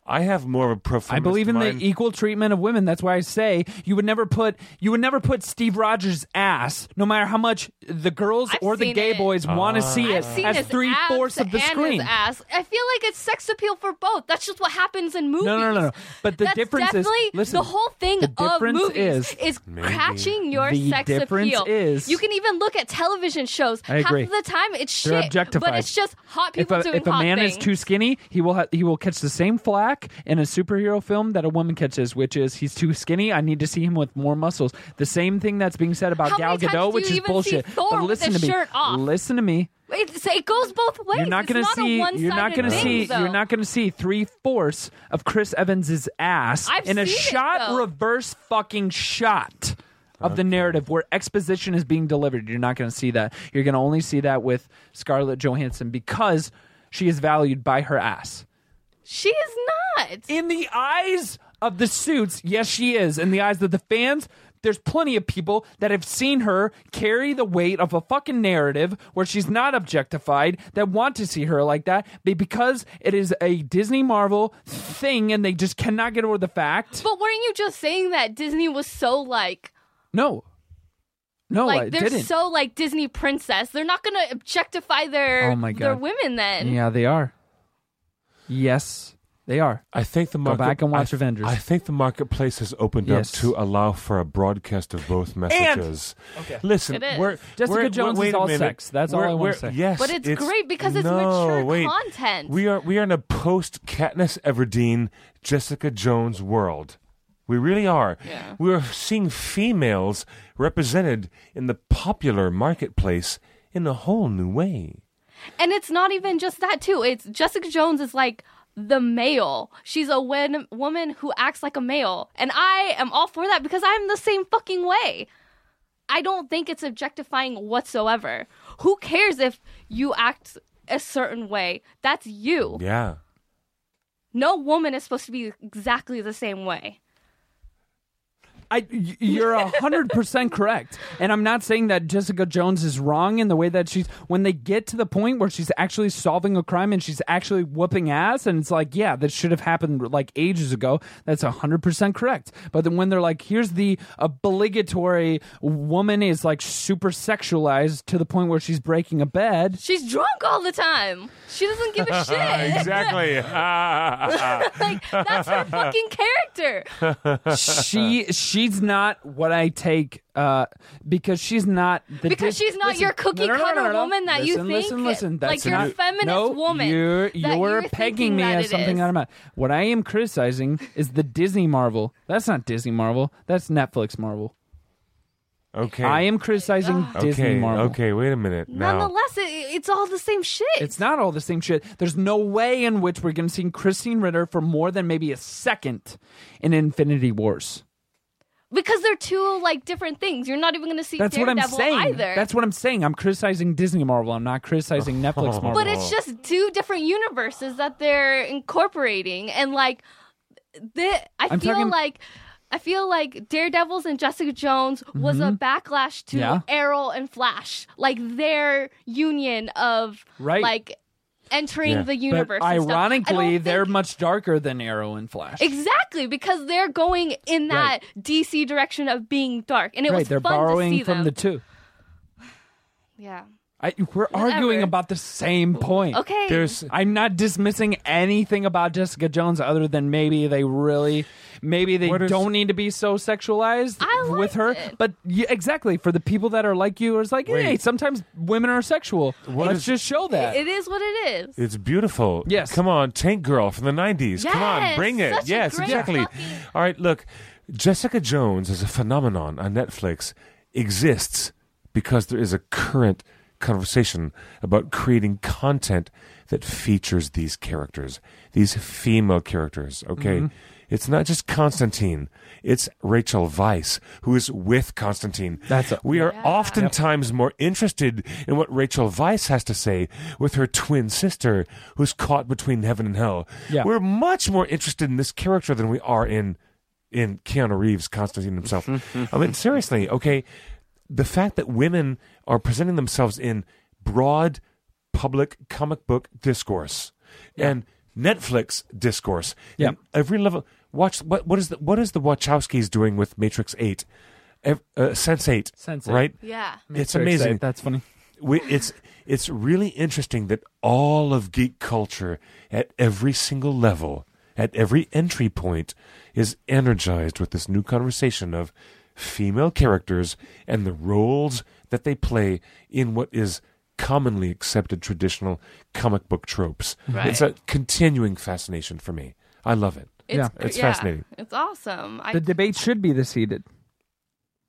A: I have more of a pro-feminist.
C: I believe in
A: mind.
C: the equal treatment of women. That's why I say you would never put you would never put Steve Rogers' ass, no matter how much the girls
B: I've
C: or the
B: seen
C: gay
B: it.
C: boys want to see it
B: I've seen
C: as
B: his
C: three
B: abs
C: fourths of the
B: and
C: screen.
B: His ass. I feel like it's sex appeal for both. That's just what happens in movies.
C: no, no, no. But the
B: That's
C: difference is-
B: definitely
C: listen,
B: the whole thing
C: the
B: of
C: difference
B: movies
C: is-
B: is, catching your
C: The
B: sex
C: difference
B: appeal.
C: is-
B: you can even look at television shows.
C: I agree.
B: Half of the time, it's
C: They're
B: shit,
C: objectified.
B: but it's just hot people
C: if a,
B: doing
C: if a
B: hot
C: man
B: things.
C: is too skinny, he will ha- he will catch the same flack in a superhero film that a woman catches, which is he's too skinny. I need to see him with more muscles. The same thing that's being said about
B: How
C: Gal
B: many times
C: Gadot,
B: do
C: which
B: you
C: is
B: even see
C: bullshit.
B: Thor
C: but
B: with
C: listen
B: his
C: to me.
B: shirt off?
C: Listen to me.
B: It's, it goes both ways.
C: You're not
B: going
C: gonna
B: to
C: see. You're not
B: going
C: gonna
B: to
C: see. You're not going to see three fourths of Chris Evans's ass
B: I've
C: in a
B: seen it,
C: shot
B: though.
C: reverse fucking shot of the narrative where exposition is being delivered. You're not going to see that. You're going to only see that with Scarlett Johansson because she is valued by her ass
B: She is not.
C: in the eyes of the suits, yes, she is. In the eyes of the fans, there's plenty of people that have seen her carry the weight of a fucking narrative where she's not objectified that want to see her like that but because it is a Disney Marvel thing and they just cannot get over the fact.
B: But weren't you just saying that Disney was so like
C: No. No,
B: like
C: it
B: they're
C: Oh, didn't.
B: so like Disney princess? They're not gonna objectify their
C: Oh my God.
B: their women then.
C: yeah, they are. Yes, they are.
A: I think the
C: Go
A: market,
C: back and watch
A: I,
C: Avengers.
A: I think the marketplace has opened
C: Yes.
A: up to allow for a broadcast of both messages. okay. Listen,
B: It is.
A: we're
C: Jessica
A: we're,
C: Jones
A: wait
C: is
A: a
C: all
A: minute.
C: sex. That's all
A: We're-
C: I wanna
A: we're-
C: say.
A: Yes,
B: But it's great because it's
A: no,
B: mature
A: wait.
B: content.
A: We are we are in a post Katniss Everdeen, Jessica Jones world. We really are.
B: Yeah.
A: We are seeing females represented in the popular marketplace in a whole new way.
B: And it's not even just that too. It's Jessica Jones is like the male. She's a win- woman who acts like a male, and I am all for that because I'm the same fucking way. I don't think it's objectifying whatsoever. Who cares if you act a certain way? That's you.
A: Yeah.
B: No woman is supposed to be exactly the same way.
C: I, y- you're a hundred percent correct, and I'm not saying that Jessica Jones is wrong in the way that she's. When they get to the point where she's actually solving a crime and she's actually whooping ass, and it's like, yeah, that should have happened like ages ago. That's a hundred percent correct. But then when they're like, here's the obligatory woman is like super sexualized to the point where she's breaking a bed.
B: She's drunk all the time. She doesn't give a shit.
A: Ah, Exactly.
B: like that's her fucking character.
C: she she's not what I take uh, because she's not the dis-
B: Because she's not
C: Listen,
B: your cookie
C: no, no, no,
B: cutter
C: no, no, no.
B: woman that you
C: listen,
B: think-
C: Listen, listen,
B: like
C: that's
B: you're a
C: not-
B: feminist
C: no,
B: woman
C: You're
B: that
C: you're
B: you're
C: pegging
B: thinking
C: me
B: that
C: as
B: it
C: something
B: is.
C: that I'm not. What I am criticizing is the Disney Marvel. That's not Disney Marvel. That's Netflix Marvel.
A: Okay.
C: I am criticizing Disney
A: okay.
C: Marvel.
A: Okay, wait a minute. Now,
B: Nonetheless, it, it's all the same shit.
C: It's not all the same shit. There's no way in which we're going to see Christine Ritter for more than maybe a second in Infinity Wars.
B: because they're two like different things. You're not even going to see
C: That's what I'm
B: Daredevil
C: saying.
B: either.
C: That's what I'm saying. I'm criticizing Disney Marvel. I'm not criticizing Netflix Marvel.
B: but it's just two different universes that they're incorporating and like the I
C: I'm
B: feel
C: talking-
B: like I feel like Daredevils and Jessica Jones was a backlash to
C: Mm-hmm. Yeah.
B: Arrow and Flash, like their union of
C: Right.
B: like entering
A: Yeah.
B: the
C: But
B: universe. and stuff. I don't
C: ironically, they're
B: think-
C: much darker than Arrow and Flash.
B: Exactly, because they're going in that
C: Right.
B: DC direction of being dark, and it
C: right,
B: was
C: they're
B: fun
C: borrowing
B: to see
C: from
B: them.
C: the two.
B: yeah.
C: I, we're arguing
B: Whatever.
C: about the same point.
B: Okay.
A: there's
C: I'm not dismissing anything about Jessica Jones other than maybe they really, maybe they
A: What is-
C: don't need to be so sexualized
B: I liked
C: with her.
B: it.
C: But yeah, exactly for the people that are like you, it's like, hey,
A: Wait.
C: sometimes women are sexual. Let's
A: is-
C: just show that.
B: it is what it is.
A: It's beautiful.
C: Yes.
A: Come on, Tank Girl from the 90s. Come on,
B: Yes,
A: bring it.
B: such a
A: yes,
B: great
A: exactly.
B: fucking-
A: All right, look. Jessica Jones as a phenomenon on Netflix exists because there is a current conversation about creating content that features these characters, these female characters, okay?
C: Mm-hmm.
A: It's not just Constantine. It's Rachel Weisz, who is with Constantine.
C: That's a-
A: we are oftentimes more interested in what Rachel Weiss has to say with her twin sister, who's caught between heaven and hell.
C: Yeah.
A: We're much more interested in this character than we are in in Keanu Reeves, Constantine himself. I mean, seriously, okay. The fact that women are presenting themselves in broad public comic book discourse and Netflix discourse.
C: Yeah.
A: And every level. Watch what what is the what is the Wachowskis doing with Matrix Eight, Ev- uh, Sense Eight,
C: Sense eight.
A: right?
B: yeah.
A: It's
C: Very excited.
A: amazing.
C: That's funny.
A: We, it's it's really interesting that all of geek culture at every single level, at every entry point, is energized with this new conversation of female characters and the roles that they play in what is commonly accepted traditional comic book tropes. It's a continuing fascination for me. I love it.
B: It's,
C: Yeah.
B: gr-
A: It's fascinating.
B: It's awesome. I,
C: The debate should be this heated.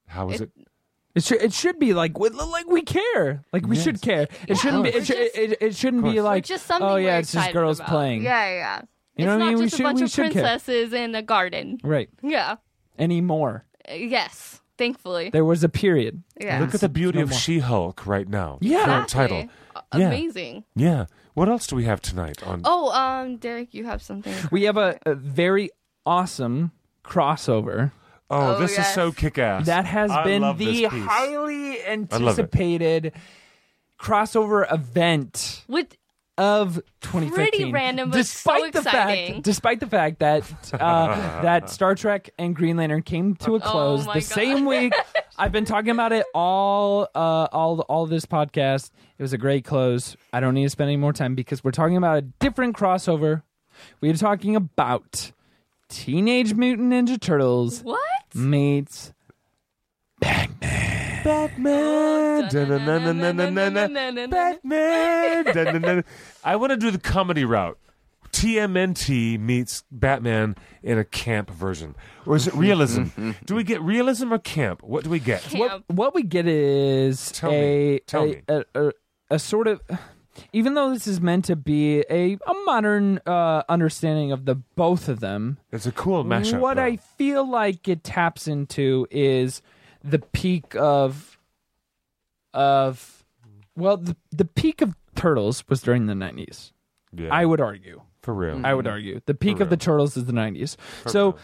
A: How is it?
B: It-
C: It should it should be like we- like we care like we should care it shouldn't be it,
B: Of
C: should,
B: course.
C: it, it, it shouldn't be
A: course.
C: like
B: it's just something.
C: oh
B: we're
C: yeah it's just
B: excited
C: girls
B: about.
C: playing
B: Yeah, yeah.
C: You know
B: it's
C: what I
B: not
C: mean? We
B: just
C: should-
B: a bunch
C: we
B: of
C: should care.
B: princesses in a garden.
C: right
B: Yeah.
C: anymore
B: Uh, Yes. Thankfully.
C: there was a period
B: Yeah.
A: Look at the beauty
C: no
A: of
C: more.
A: She-Hulk right now.
C: Yeah.
A: Current
B: Exactly.
A: title.
B: A-
A: Yeah.
B: Amazing.
A: Yeah. What else do we have tonight on
B: Oh, um, Derek, you have something.
C: we have a, a very awesome crossover
A: Oh,
B: Oh,
A: this is so
B: yes.
A: kick ass.
C: that has been the highly
A: love it.
C: anticipated crossover event
B: With
C: of 2015.
B: random, but
C: despite the
B: so
C: fact,
B: exciting.
C: despite the fact that uh, that Star Trek and Green Lantern came to a close the
B: Oh my
C: same
B: God.
C: week. I've been talking about it all, uh, all, all this podcast. It was a great close. I don't need to spend any more time because we're talking about a different crossover. We are talking about Teenage Mutant Ninja Turtles
B: what?
C: meets
A: Batman. dun-dun-dun-dun-dun-dun-dun. Batman. dun-dun-dun. I want to do the comedy route. TMNT meets Batman in a camp version. Or is it realism? do we get realism or camp? What do we get?
B: Camp.
C: what we get is
A: Tell
C: a,
A: me. Tell
C: a,
A: me.
C: A, a, a sort of even though this is meant to be a, a modern uh, understanding of the both of them
A: It's a cool mashup.
C: what
A: though.
C: i feel like it taps into is the peak of of well the, the peak of turtles was during the 90s
A: yeah,
C: i would argue
A: for real.
C: I would argue. The peak of
A: Mm-hmm. real.
C: the Turtles is the 90s. so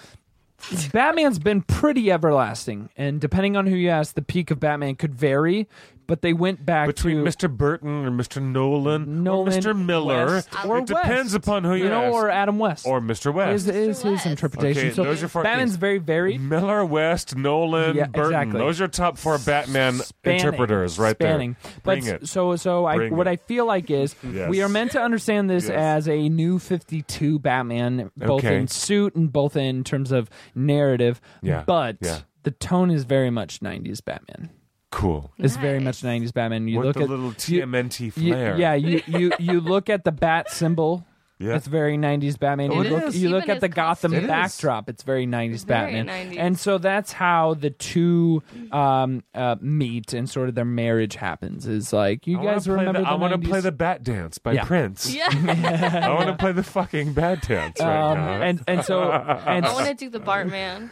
C: Batman's been pretty everlasting. And depending on who you ask, the peak of Batman could vary, but they went back
A: between
C: to
A: Mr. Burton or Mr. Nolan,
C: Nolan,
A: or Mr. Miller,
C: West, or
A: it depends
C: West,
A: upon who you,
C: know,
A: ask.
C: or Adam West.
A: Or Mr.
C: is,
A: West.
C: is his
B: West.
C: interpretation.
A: Okay,
C: so
A: those are four
C: Batman's
A: things.
C: very varied.
A: Miller, West, Nolan,
C: Yeah,
A: Burton.
C: exactly.
A: Those are top four Batman
C: Spanning.
A: interpreters right
C: Spanning.
A: there.
C: But
A: Bring it.
C: so so I
A: Bring
C: what
A: it.
C: I feel like is
A: Yes.
C: we are meant to understand this
A: Yes.
C: as a new 52 Batman both
A: Okay.
C: in suit and both in terms of narrative.
A: Yeah.
C: But
A: Yeah.
C: the tone is very much 90s Batman.
A: cool.
C: It's very much 90s Batman. You
A: With
C: look
A: the
C: at
A: little
C: you-
A: TMNT
C: you-
A: flair.
C: yeah, you, you you look at the bat symbol
A: Yeah.
C: That's very 90s Batman.
B: It
C: you look,
B: is.
C: you look
B: Even
C: at the
B: his
C: Gotham
B: costume. It is.
C: backdrop, it's very 90s
B: Very
C: Batman.
B: 90s.
C: And so that's how the two um, uh, meet and sort of their marriage happens. Is like, you
A: I wanna
C: guys
A: play
C: remember
A: The,
C: the
A: I want
C: 90s?
A: to play the Bat Dance by
C: Yeah.
A: Prince.
B: Yeah.
A: I want to play the fucking Bat Dance right
C: um,
A: now.
C: and and so and
B: I want to do the Bartman.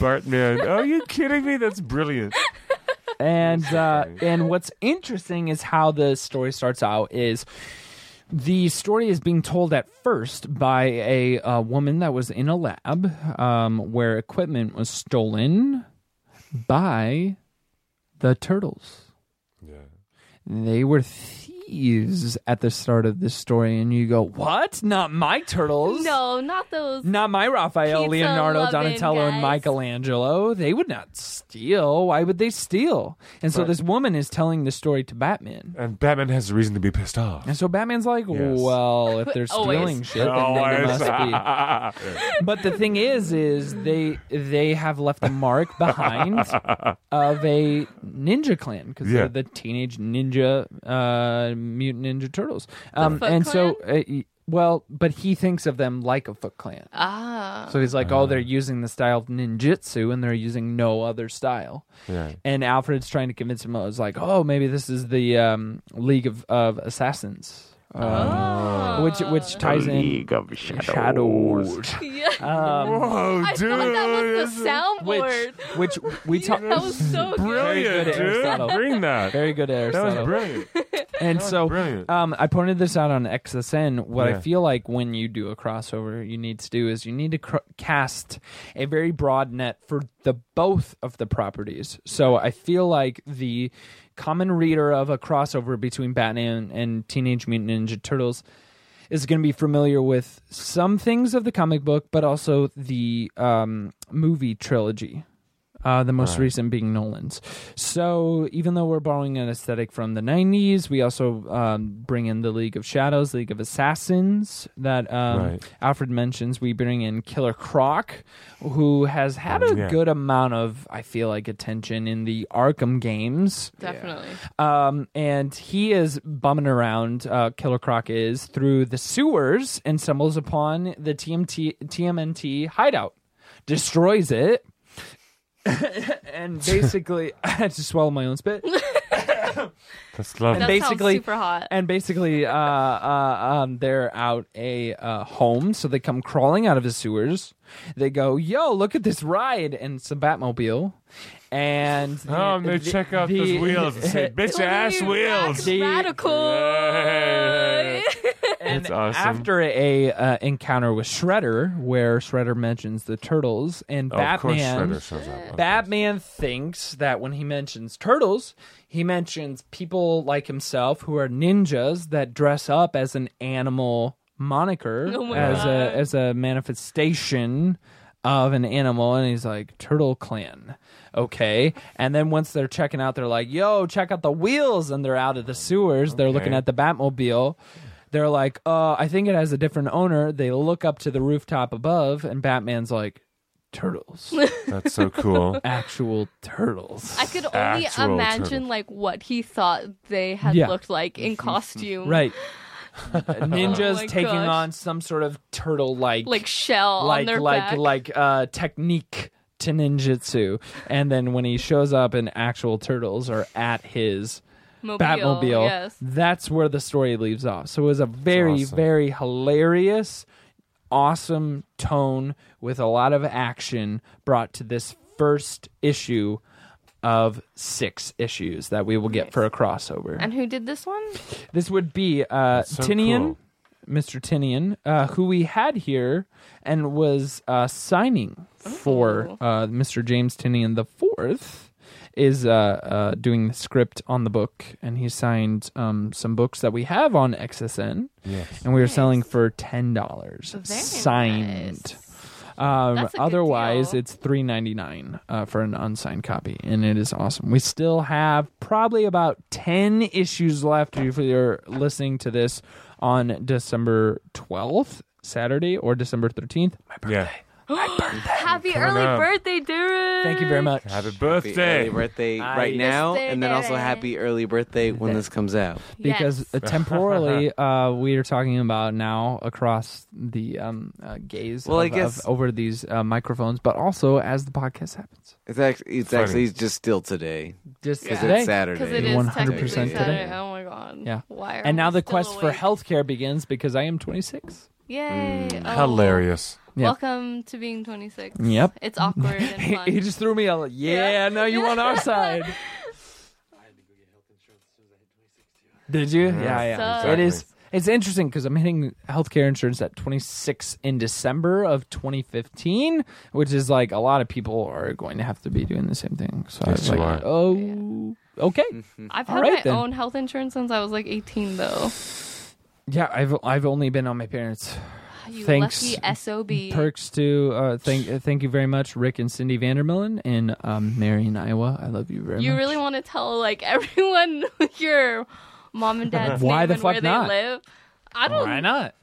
A: Bartman. Oh, are you kidding me? That's brilliant.
C: and uh, and what's interesting is how the story starts out is the story is being told at first by a, uh woman that was in a lab um, where equipment was stolen by the turtles.
A: Yeah.
C: They were thieves at the start of this story, and you go, "What? Not my turtles?
B: No, not those.
C: Not my Raphael,
B: Pizza
C: Leonardo,
B: loving
C: Donatello, and
B: guys.
C: Michelangelo. They would not steal. Why would they steal? And so
A: Right.
C: this woman is telling the story to Batman.
A: And Batman has a reason to be pissed off.
C: And so Batman's like,
A: Yes.
C: well, if they're
B: Always.
C: stealing shit,
A: Oh,
C: then they must be. But the thing is, is they they have left a mark behind of a ninja clan because
A: Yeah.
C: they're the teenage ninja uh, mutant ninja turtles. Um,
B: Foot
C: and so, uh, y- well, but he thinks of them like a Foot Clan.
B: Ah.
C: So he's like, oh, they're using the style of ninjutsu and they're using no other style.
A: Right.
C: And Alfred's trying to convince him, I was like, oh, maybe this is the um, League of, of Assassins.
B: Oh.
C: Um, Which which ties in
D: of
C: shadows, Um,
A: Whoa,
B: I
A: dude.
B: thought that was the
C: which
B: soundboard.
C: which we talk
B: that was so good.
C: Very
A: brilliant,
C: good, Aristotle.
A: dude. Bring that.
C: very good at
A: that was
C: Aristotle.
A: brilliant.
C: and so
A: Oh, brilliant.
C: um, I pointed this out on XSN. What I
A: Yeah.
C: feel like when you do a crossover, you need to do is you need to cr- cast a very broad net for the both of the properties. So I feel like the common reader of a crossover between Batman and Teenage Mutant Ninja Turtles is going to be familiar with some things of the comic book, but also the um, movie trilogy. Uh, the most recent being Nolan's. So even though we're borrowing an aesthetic from the '90s, we also um, bring in the League of Shadows, League of Assassins that um,
A: Right.
C: Alfred mentions. We bring in Killer Croc, who has had a
A: Mm, Yeah.
C: good amount of, I feel like, attention in the Arkham games.
B: Definitely.
C: Um, and he is bumming around, uh, Killer Croc is, through the sewers and stumbles upon the TMT, TMNT hideout, destroys it, and basically, I had to swallow my own spit.
A: That's lovely.
B: That
C: basically-
B: sounds super hot.
C: And basically, uh, uh, um, they're out a uh, home, so they come crawling out of the sewers. They go, "Yo, look at this ride!" And it's a Batmobile. And
A: Oh, and they
C: the-
A: check out
C: the-
A: those wheels and say, bitch ass
B: Ooh,
A: wheels.
C: The-
B: Radical.
A: That's awesome.
C: After a uh, encounter with Shredder, where Shredder mentions the turtles and
A: oh, of course,
C: Batman,
A: Shredder shows up. Of
C: Batman thinks that when he mentions turtles, he mentions people like himself who are ninjas that dress up as an animal moniker
B: Oh my
C: as
B: God.
C: a as a manifestation of an animal and he's like turtle clan okay and then once they're checking out they're like yo check out the wheels and they're out of the sewers they're looking
A: Okay.
C: at the batmobile they're like uh i think it has a different owner they look up to the rooftop above and batman's like turtles
A: course. That's so cool.
C: actual turtles.
B: I could only
A: Actual
B: imagine
A: turtle.
B: like what he thought they had
C: Yeah.
B: looked like in
A: Mm-hmm.
B: costume.
C: right. Ninjas
B: Oh my
C: taking
B: gosh.
C: on some sort of turtle like
B: Like shell on
C: like
B: their
C: like
B: back.
C: like uh technique to ninjutsu. And then when he shows up and actual turtles are at his
B: Mobile,
C: Batmobile,
B: Yes.
C: that's where the story leaves off. So it was a very,
A: awesome.
C: very hilarious, awesome tone with a lot of action brought to this first issue of six issues that we will get for a crossover.
B: And who did this one?
C: This would be uh,
A: so
C: Tinian,
A: cool.
C: Mr. Tinian, uh, who we had here and was uh, signing for
B: Oh.
C: uh, Mr. James Tinian the fourth. Is uh, uh, doing the script on the book, and he signed um, some books that we have on XSN,
A: Yes.
C: and we were selling for ten dollars
B: Very
C: signed.
B: nice.
C: Um,
B: That's a good
C: otherwise,
B: deal.
C: it's three ninety nine uh, for an unsigned copy, and it is awesome. We still have probably about ten issues left if you're listening to this on December twelfth, Saturday, or December thirteenth.
A: Yeah.
B: Happy
A: Coming
B: early
A: up.
B: birthday, Darren.
C: Thank you very much.
A: Happy
D: Happy
A: birthday.
D: early birthday
C: Hi.
D: right now,
B: Birthday
D: and then also
B: day.
D: happy early birthday when this comes out.
C: because
B: Yes.
C: uh, temporally uh, we are talking about now across the um, uh, gaze
D: Well, I
C: of, of
D: guess-
C: over these uh, microphones, but also as the podcast happens.
D: It's actually, it's
A: Funny.
D: actually just still today
C: Just
D: because
C: today.
D: it's Saturday.
B: Because it is
C: 100%
B: technically
C: today.
B: Saturday. Oh my god.
C: Yeah.
B: Why are
C: and now
B: we
C: the
B: still
C: quest for
B: awake?
C: healthcare begins because I am 26.
B: Yay.
A: Mm,
B: Oh.
A: Hilarious.
C: Yeah.
B: Welcome to being 26.
C: Yep.
B: It's awkward and
C: He,
B: fun.
C: he just threw me a yeah. Now you on our side. Did you? Yeah, yeah.
B: Sucks.
C: It is. It's interesting because I'm hitting healthcare insurance at 26 in December of 2015, which is like a lot of people are going to have to be doing the same thing. So
A: Yes,
C: I was
A: you are.
C: like, oh, okay.
B: I've
C: All
B: had
C: right
B: my
C: then.
B: own health insurance since I was like 18, though.
C: Yeah, I've I've only been on my parents'
B: You
C: Thanks.
B: lucky sob.
C: perks to uh, thank uh, thank you very much, Rick and Cindy Vandermillen in um, Marion, Iowa. I love you very
B: you
C: much.
B: really want to tell like everyone your mom and dad's
C: Why
B: name
C: the
B: and
C: fuck
B: where
C: not?
B: they live? I don't
C: Why not?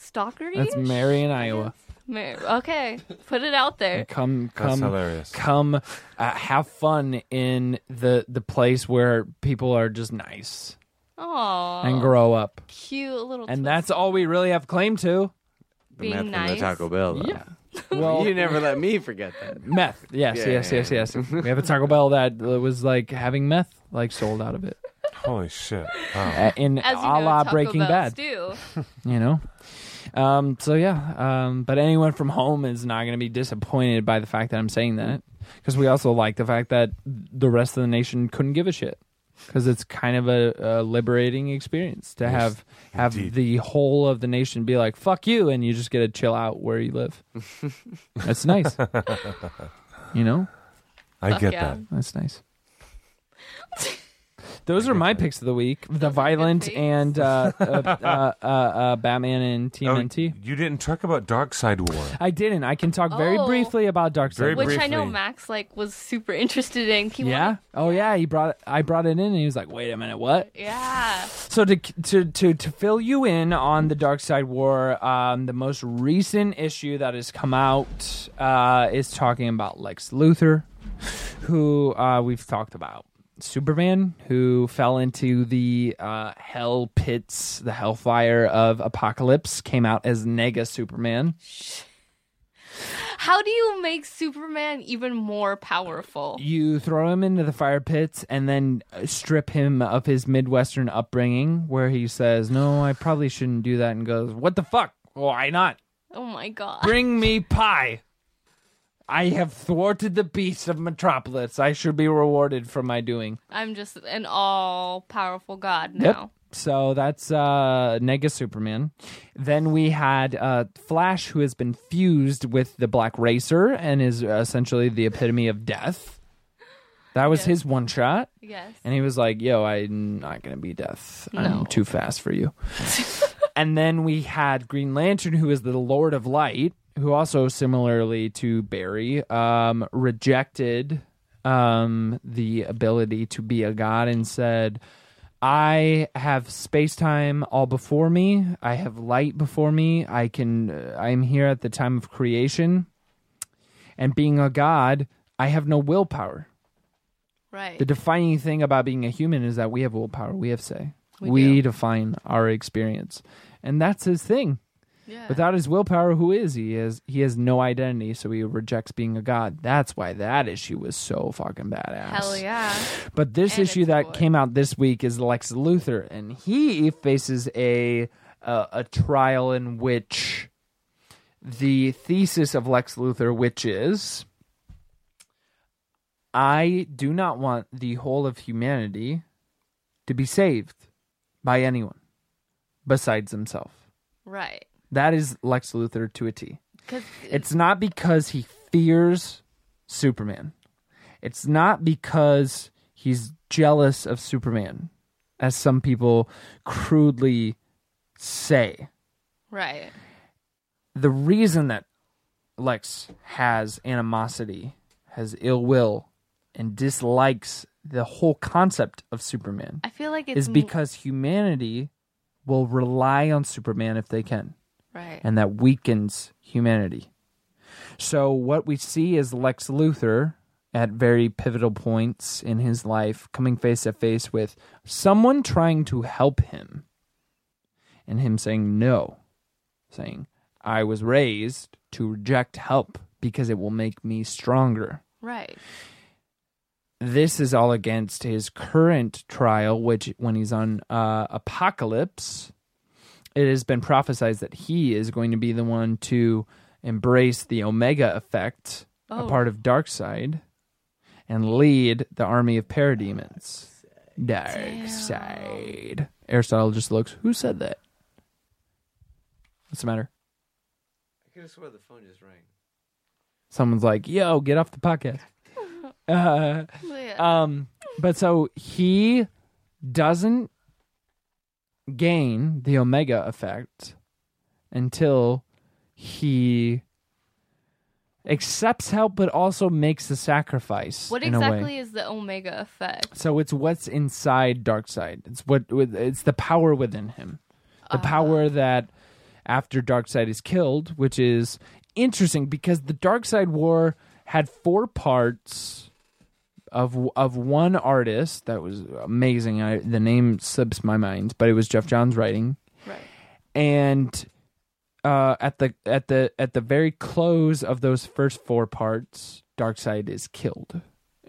B: stalkery.
C: That's Marion, Iowa.
B: Ma- okay, put it out there.
C: Come
A: That's
C: come
A: hilarious.
C: come uh, have fun in the the place where people are just nice
B: Aw,
C: and grow up.
B: cute little.
C: And
B: twist.
C: that's all we really have claim to.
D: The
B: being
D: meth and the
B: nice.
D: Taco Bell. Though.
C: Yeah. Well,
D: you never let me forget that.
C: meth. Yes,
D: Yeah,
C: yes,
D: yeah,
C: yes, yes. We have a Taco Bell that uh, was like having meth, like sold out of it.
A: Holy shit. Wow.
C: Uh, in
B: as you
C: a
B: know,
C: la
B: Taco
C: Breaking Bad.
B: Bells Do.
C: you know um so yeah um but anyone from home is not going to be disappointed by the fact that i'm saying that because we also like the fact that the rest of the nation couldn't give a shit because it's kind of a, a liberating experience to have have
A: indeed.
C: the whole of the nation be like fuck you and you just get to chill out where you live that's nice you know
A: I
B: Fuck
A: get
B: yeah.
A: that.
C: that's nice those are my picks of the week the violent
B: picks.
C: and uh, uh, uh, uh, uh, batman and tmnt
A: Oh, you didn't talk about Dark Side War.
C: I didn't. I can talk very
B: Oh.
C: briefly about Dark Side.
A: Very
C: War.
B: Which I know
A: Briefly.
B: Max like was super interested in. He
C: yeah.
B: wanted-
C: Oh yeah. He brought. I brought it in, and he was like, "Wait a minute, what?"
B: yeah.
C: So to to to to fill you in on the Dark Side War, um, the most recent issue that has come out uh, is talking about Lex Luthor, who uh, we've talked about. Superman, who fell into the uh, hell pits, the hellfire of apocalypse, came out as Nega Superman.
B: How do you make Superman even more powerful?
C: You throw him into the fire pits and then strip him of his Midwestern upbringing, where he says, No, I probably shouldn't do that, and goes, What the fuck? Why not?
B: Oh my god.
C: Bring me pie. I have thwarted the beast of Metropolis. I should be rewarded for my doing.
B: I'm just an all powerful god
C: Yep.
B: now.
C: So that's uh, Nega Superman. Then we had uh, Flash, who has been fused with the Black Racer and is uh, essentially the epitome of death. That was his one shot.
B: Yes.
C: And he was like, "Yo, I'm not gonna be death. I'm too fast for you." and then we had Green Lantern, who is the Lord of Light, who also similarly to Barry, um, rejected um, the ability to be a god and said, "I have space time all before me. I have light before me. I can. I am here at the time of creation, and being a god, I have no willpower."
B: Right.
C: The defining thing about being a human is that we have willpower. We have say. We,
B: We
C: define our experience, and that's his thing.
B: yeah.
C: Without his willpower, who is he? he? Is he has no identity, so he rejects being a god. That's why that issue was so fucking badass.
B: Hell yeah.
C: But this
B: And
C: issue
B: it's
C: that
B: boy.
C: came out this week is Lex Luthor, and he faces a a, a trial in which the thesis of Lex Luthor, which is, I do not want the whole of humanity to be saved by anyone besides himself.
B: Right.
C: That is Lex Luthor to a T.
B: Because
C: It's not because he fears Superman. It's not because he's jealous of Superman, as some people crudely say.
B: right.
C: The reason that Lex has animosity, has ill will, and dislikes the whole concept of Superman
B: I feel like it's
C: is
B: m-
C: because humanity will rely on Superman if they can
B: right.
C: and that weakens humanity. So what we see is Lex Luthor at very pivotal points in his life coming face to face with someone trying to help him and him saying no, saying, I was raised to reject help because it will make me stronger
B: Right.
C: this is all against his current trial, which when he's on uh, Apocalypse, it has been prophesied that he is going to be the one to embrace the Omega effect, a
B: Oh.
C: part of Darkseid, and lead the army of parademons. Darkseid. Aristotle just looks, who said that? What's the matter?
D: I could have sworn the phone just rang.
C: Someone's like, yo, get off the podcast. Uh,
B: Yeah.
C: Um, but so he doesn't gain the omega effect until he accepts help, but also makes the sacrifice.
B: what
C: in A way.
B: exactly is the omega effect?
C: So it's what's inside Darkseid. It's what with- it's the power within him, the
B: Uh-huh.
C: power that after Darkseid is killed, which is interesting because the Darkseid War had four parts of of one artist that was amazing. I, the name slips my mind, but it was Jeff Johns writing
B: Right.
C: and uh, at the at the at the very close of those first four parts, Darkseid is killed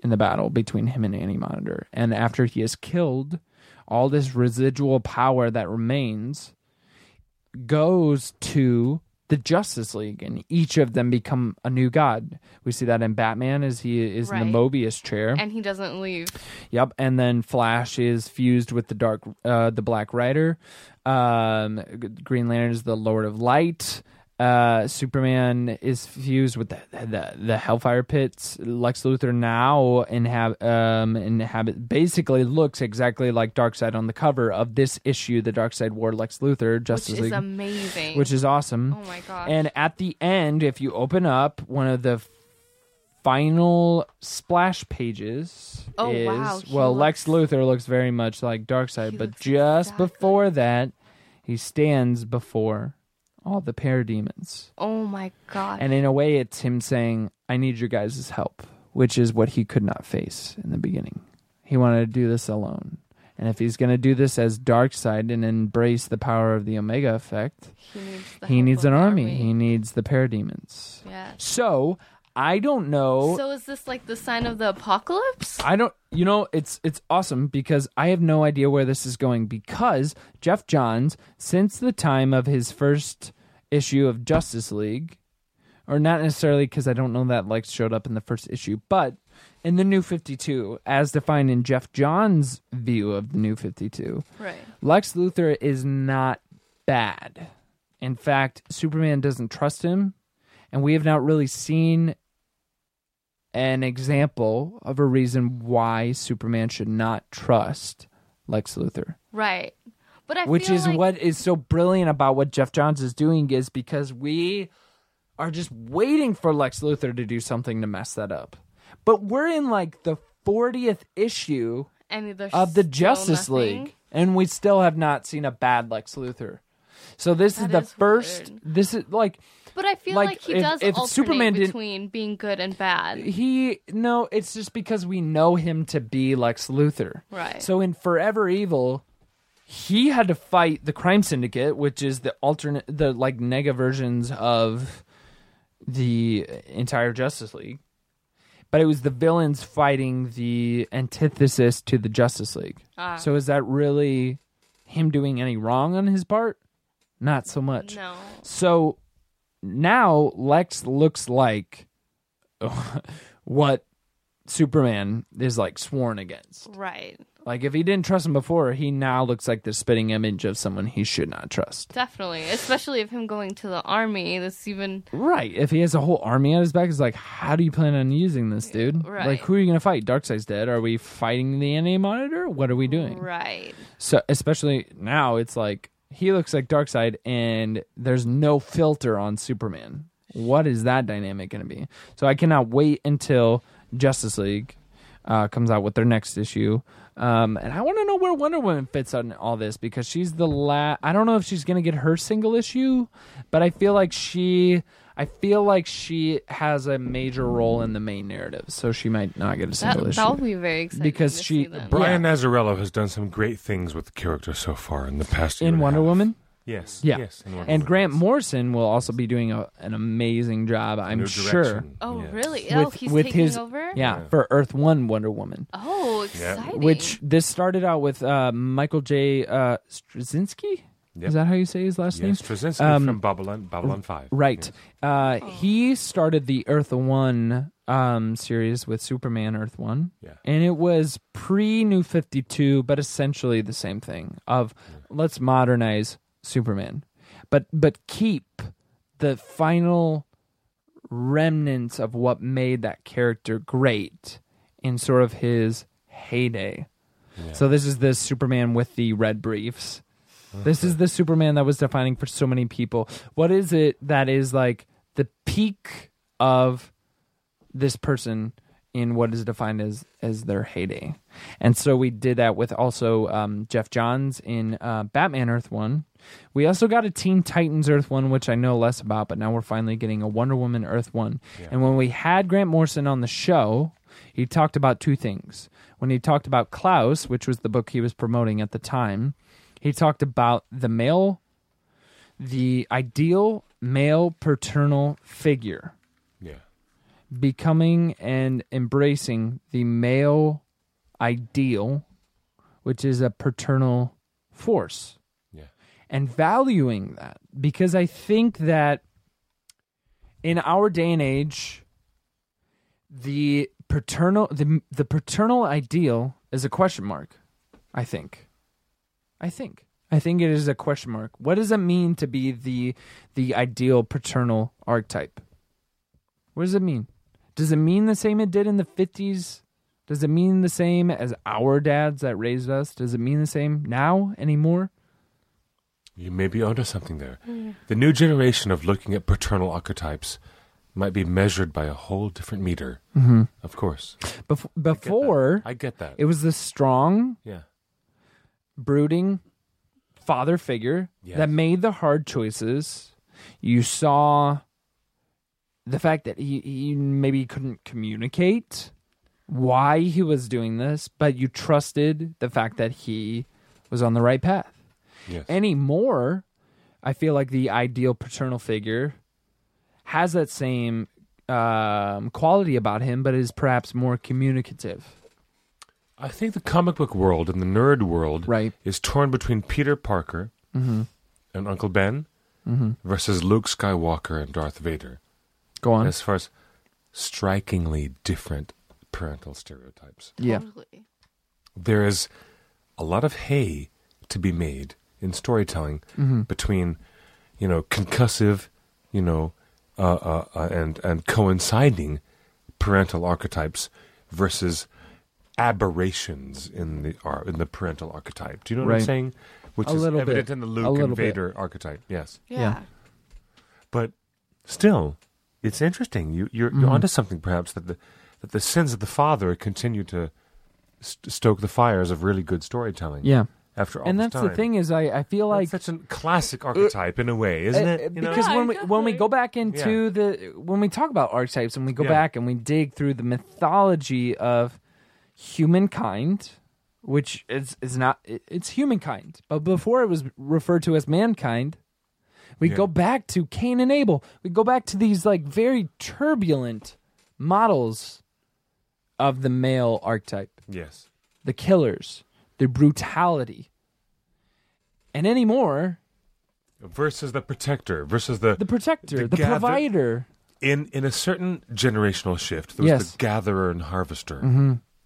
C: in the battle between him and Annie Monitor. And after he is killed, all this residual power that remains goes to the Justice League, and each of them become a new god. We see that in Batman as he is in
B: Right.
C: the Mobius chair.
B: And he doesn't leave.
C: Yep, and then Flash is fused with the Dark, uh, the Black Rider. Um, G- Green Lantern is the Lord of Light. Uh, Superman is fused with the, the the Hellfire Pits. Lex Luthor now inhab um inhabit basically looks exactly like Darkseid on the cover of this issue, the Darkseid War. Lex Luthor Justice
B: which is
C: League,
B: amazing.
C: which is awesome.
B: Oh my gosh.
C: And at the end, if you open up one of the final splash pages,
B: Oh,
C: is
B: wow, he
C: well, Lex
B: looks-
C: Luthor looks very much like Darkseid,
B: He
C: but
B: looks
C: just
B: exactly-
C: before that, he stands before all the parademons.
B: oh my god.
C: And in a way, it's him saying, I need your guys' help, which is what he could not face in the beginning. He wanted to do this alone. And if he's going to do this as Darkseid and embrace the power of the Omega effect,
B: he needs, the
C: he
B: help
C: needs
B: of
C: an
B: the
C: army. He needs the parademons.
B: Yeah.
C: So I don't know.
B: So is this like the sign of the apocalypse?
C: I don't. You know, it's it's awesome because I have no idea where this is going because Jeff Johns, since the time of his first issue of Justice League, or not necessarily because I don't know that Lex showed up in the first issue, but in the New Fifty Two, as defined in Jeff Johns' view of the New Fifty Two,
B: Right.
C: Lex Luthor is not bad. In fact, Superman doesn't trust him, and we have not really seen an example of a reason why Superman should not trust Lex Luthor.
B: Right. But I
C: Which
B: feel
C: is
B: like,
C: what is so brilliant about what Jeff Johns is doing is because we are just waiting for Lex Luthor to do something to mess that up. But we're in like the 40th issue
B: and there's
C: of the
B: still
C: Justice
B: nothing.
C: League, and we still have not seen a bad Lex Luthor. So this is
B: That
C: the
B: is
C: first. This is like
B: But I feel
C: Like,
B: like, he
C: if-
B: does
C: if
B: alternate
C: Superman didn't-
B: between being good and bad.
C: he. No, it's just because we know him to be Lex Luthor.
B: Right.
C: So in Forever Evil, he had to fight the crime syndicate, which is the alternate, the like nega versions of the entire Justice League. But it was the villains fighting the antithesis to the Justice League.
B: Ah.
C: So is that really him doing any wrong on his part? Not so much.
B: No.
C: So now Lex looks like what Superman is like sworn against.
B: Right.
C: Like if he didn't trust him before, he now looks like the spitting image of someone he should not trust.
B: Definitely. Especially of him going to the army. That's even
C: Right. If he has a whole army at his back, it's like, how do you plan on using this dude?
B: Right.
C: Like who are you gonna fight? Darkseid's dead. Are we fighting the NA monitor? What are we doing?
B: right.
C: So especially now it's like he looks like Darkseid and there's no filter on Superman. What is that dynamic gonna be? So I cannot wait until Justice League. uh, comes out with their next issue. Um, and I want to know where Wonder Woman fits on all this because she's the last. I don't know if she's going to get her single issue, but I feel like she. I feel like she has a major role in the main narrative, so she might not get a single
B: That,
C: issue.
B: that'll be very exciting.
C: Because
B: to
C: she-
B: see then.
A: Brian Nazarello has done some great things with the character so far in the past. year
C: in
A: and a
C: Wonder
A: half.
C: Woman,
A: Yes.
C: Yeah.
A: Yes. in Wonder
C: and
A: Woman.
C: Grant Morrison will also be doing a, an amazing job. I'm
A: New
C: sure.
A: direction.
B: Oh,
A: Yes.
B: really? oh, he's taking over?
C: Yeah, for Earth One Wonder Woman.
B: Oh, exciting.
C: Which this started out with uh, Michael J. Uh, Straczynski.
A: Yep.
C: Is that how you say his last name?
A: Yes, Straczynski from Babylon, Babylon 5.
C: um, Right. Uh, He started the Earth One um, series with Superman Earth One.
A: Yeah.
C: And it was pre New 52, but essentially the same thing of let's modernize Superman, but, but keep the final remnants of what made that character great in sort of his heyday. So this is the Superman with the red briefs. This is the Superman that was defining for so many people. What is it that is like the peak of this person in what is defined as as their heyday? And so we did that with also um, Jeff Johns in uh, Batman Earth One. We also got a Teen Titans Earth One, which I know less about, but now we're finally getting a Wonder Woman Earth One. And when we had Grant Morrison on the show, he talked about two things. When he talked about Klaus, which was the book he was promoting at the time, he talked about the male, the ideal male paternal figure
A: Yeah.
C: becoming and embracing the male ideal, which is a paternal force
A: Yeah.
C: and valuing that because I think that in our day and age, the paternal the the paternal ideal is a question mark. I think, I think, I think it is a question mark. What does it mean to be the the ideal paternal archetype? What does it mean? Does it mean the same it did in the fifties? Does it mean the same as our dads that raised us? Does it mean the same now anymore?
A: You may be onto something there. The new generation of looking at paternal archetypes might be measured by a whole different meter. Mm-hmm. Of course.
C: Bef- before
A: I get that.
C: it was the strong,
A: yeah.
C: brooding father figure
A: Yes.
C: that made the hard choices. You saw the fact that he, he maybe couldn't communicate why he was doing this, but you trusted the fact that he was on the right path.
A: Yes.
C: Anymore, I feel like the ideal paternal figure has that same um, quality about him, but is perhaps more communicative.
A: I think the comic book world and the nerd world
C: Right. Mm-hmm.
A: is torn between Peter Parker and Uncle Ben versus Luke Skywalker and Darth Vader
C: Go on.
A: as far as strikingly different parental stereotypes.
C: Yeah.
B: Totally.
A: there is a lot of hay to be made in storytelling
C: Mm-hmm.
A: between, you know, concussive, you know, uh, uh, uh, and and coinciding parental archetypes versus aberrations in the ar- in the parental archetype. Do you know what I'm
C: Right.
A: saying? Which
C: A
A: is
C: little
A: evident
C: bit.
A: in the
C: A
A: Luke
C: little
A: and
C: bit.
A: Vader archetype. Yes,
B: Yeah.
C: Yeah.
A: but still, it's interesting. You you're,
C: Mm-hmm.
A: you're onto something, perhaps that the that the sins of the father continue to st- stoke the fires of really good storytelling.
C: Yeah.
A: after all,
C: and
A: this
C: that's the
A: time.
C: thing is I, I feel
A: That's
C: like
A: such a classic archetype in a way, isn't
C: Uh,
A: it? You know?
C: because
B: Yeah,
C: when we when we
B: exactly.
C: go back into the when we talk about archetypes and we go
A: Yeah.
C: back and we dig through the mythology of humankind, which is is not it- it's humankind, but before it was referred to as mankind. We
A: Yeah.
C: go back to Cain and Abel. We go back to these like very turbulent models of the male archetype.
A: yes,
C: the killers, the brutality. And anymore,
A: versus the protector, versus the,
C: the protector,
A: The
C: the,
A: gather-
C: provider.
A: in in a certain generational shift. There was
C: Yes. Mm-hmm.
A: the gatherer and harvester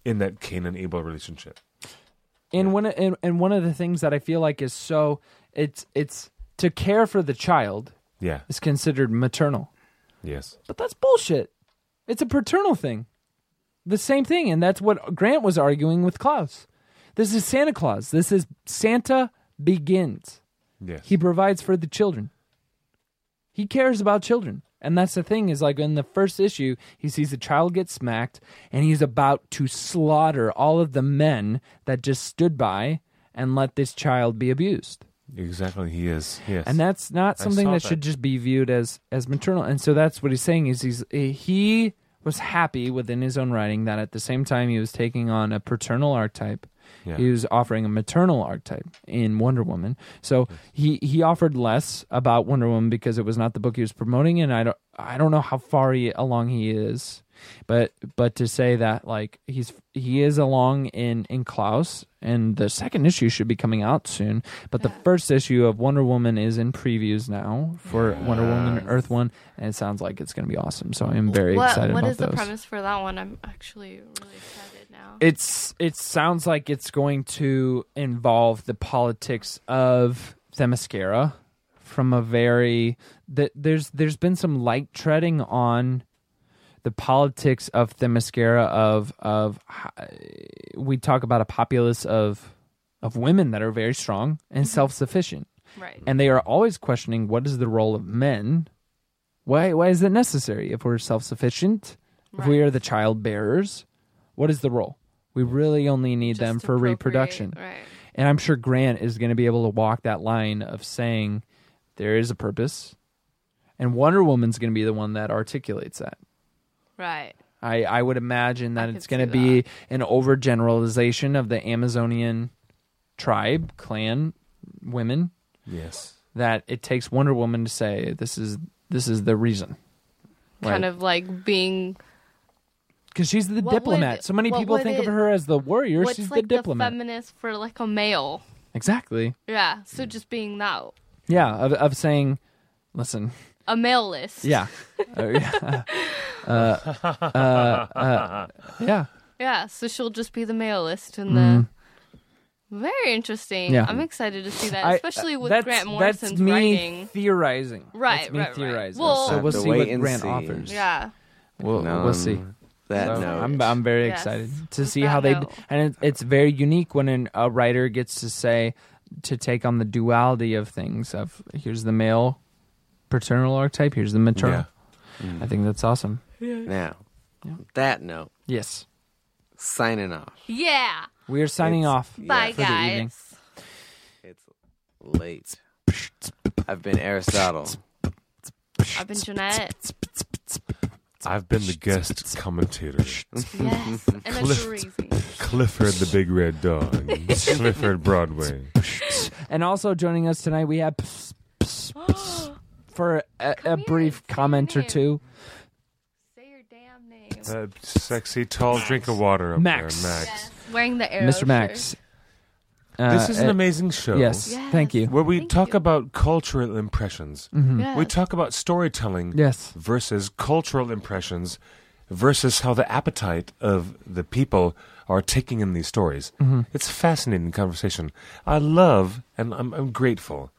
A: in that Cain and Abel relationship.
C: And one and, and one of the things that I feel like is so it's it's to care for the child
A: Yeah.
C: is considered maternal.
A: Yes.
C: But that's bullshit. It's a paternal thing. The same thing, and that's what Grant was arguing with Klaus. This is Santa Claus. This is Santa begins.
A: Yes.
C: He provides for the children. He cares about children. And that's the thing is like in the first issue, he sees a child get smacked and he's about to slaughter all of the men that just stood by and let this child be abused.
A: Exactly, he is. Yes.
C: And that's not
A: I
C: something
A: saw
C: that,
A: that.
C: should just be viewed as as maternal. And so that's what he's saying is he's he was happy within his own writing that at the same time he was taking on a paternal archetype.
A: Yeah.
C: He was offering a maternal archetype in Wonder Woman. So he he offered less about Wonder Woman because it was not the book he was promoting and I don't I don't know how far he, along he is. But but to say that like he's he is along in in Klaus and the second issue should be coming out soon. But the first issue of Wonder Woman is in previews now for Wonder Woman and Earth One, and it sounds like it's going to be awesome. So I'm very
B: What
C: excited
B: what
C: about
B: is
C: those.
B: the premise for that one? I'm actually really excited now.
C: It's it sounds like it's going to involve the politics of Themyscira from a very that there's there's been some light treading on the politics of Themyscira of of h- we talk about a populace of of women that are very strong and self sufficient
B: right.
C: and they are always questioning what is the role of men why why is it necessary if we're self-sufficient if we
B: Right.
C: are the child bearers what is the role we really only need
B: Just
C: them
B: to
C: for
B: procreate,
C: reproduction
B: Right.
C: and i'm sure grant is going to be able to walk that line of saying there is a purpose and wonder woman's going to be the one that articulates that
B: Right.
C: I, I would imagine that
B: could
C: it's going to
B: see
C: be an overgeneralization of the Amazonian tribe, clan, women,
A: yes.
C: that it takes Wonder Woman to say this is this is the reason.
B: Kind of like being
C: because she's the
B: What would-
C: diplomat. so many
B: what
C: people
B: would
C: think of
B: it-
C: her as the warrior.
B: what's
C: She's
B: like
C: the diplomat.
B: feminist for like a male.
C: exactly.
B: Yeah. So
C: Mm.
B: just being that
C: Yeah, of of saying, listen.
B: a male list.
C: Yeah. Oh, yeah. Uh, uh, uh, yeah.
B: Yeah. So she'll just be the male list and the very interesting.
C: Mm-hmm. Yeah.
B: I'm excited to see
C: I-
B: that, especially with
C: that's,
B: Grant
C: that's
B: Morrison's
C: me
B: writing.
C: theorizing.
B: Right,
C: That's me
B: right, right.
C: theorizing.
B: Well-
C: so
B: Have
C: we'll
D: to
C: see
D: wait
C: what
D: and
C: Grant
D: see.
C: offers.
B: Yeah.
C: We'll,
D: No, um,
C: we'll
D: I'm-
C: see.
D: That
C: So
D: no.
C: I'm I'm very
B: Yes.
C: excited to
B: With
C: see
B: that
C: how they
B: note.
C: and it, it's very unique when an, a writer gets to say to take on the duality of things of here's the male paternal archetype, here's the maternal. I think that's awesome.
D: now, that note,
C: Yes.
D: signing off.
B: Yeah.
C: We are signing
D: It's-
C: off.
B: Bye,
C: for the evening.
B: guys.
D: It's late. I've been Aristotle.
B: I've been Jeanette.
A: I've been the guest commentator.
B: yes. And a Sharizi.
A: Clifford the Big Red Dog. Clifford Broadway.
C: And also joining us tonight we have Ps- Ps- Ps- for a, a
B: here,
C: brief
B: say your
C: comment or
B: name.
C: two.
B: Say your damn name.
A: Uh, sexy, tall drink of water up
C: Max.
A: there,
B: Yes.
A: Max.
B: Wearing the arrow.
C: Mr. Max. Uh,
A: This is an
C: uh,
A: amazing show.
C: Yes.
B: Yes.
C: Thank you.
A: Where we
B: Thank
A: talk
B: you. Mm-hmm.
A: about cultural impressions.
C: Hmm.
B: shirt.
A: We
B: Yes.
A: talk about storytelling
C: Yes.
A: versus cultural impressions versus how the appetite of the people are taking in these stories. It's a fascinating conversation. I love and I'm, I'm grateful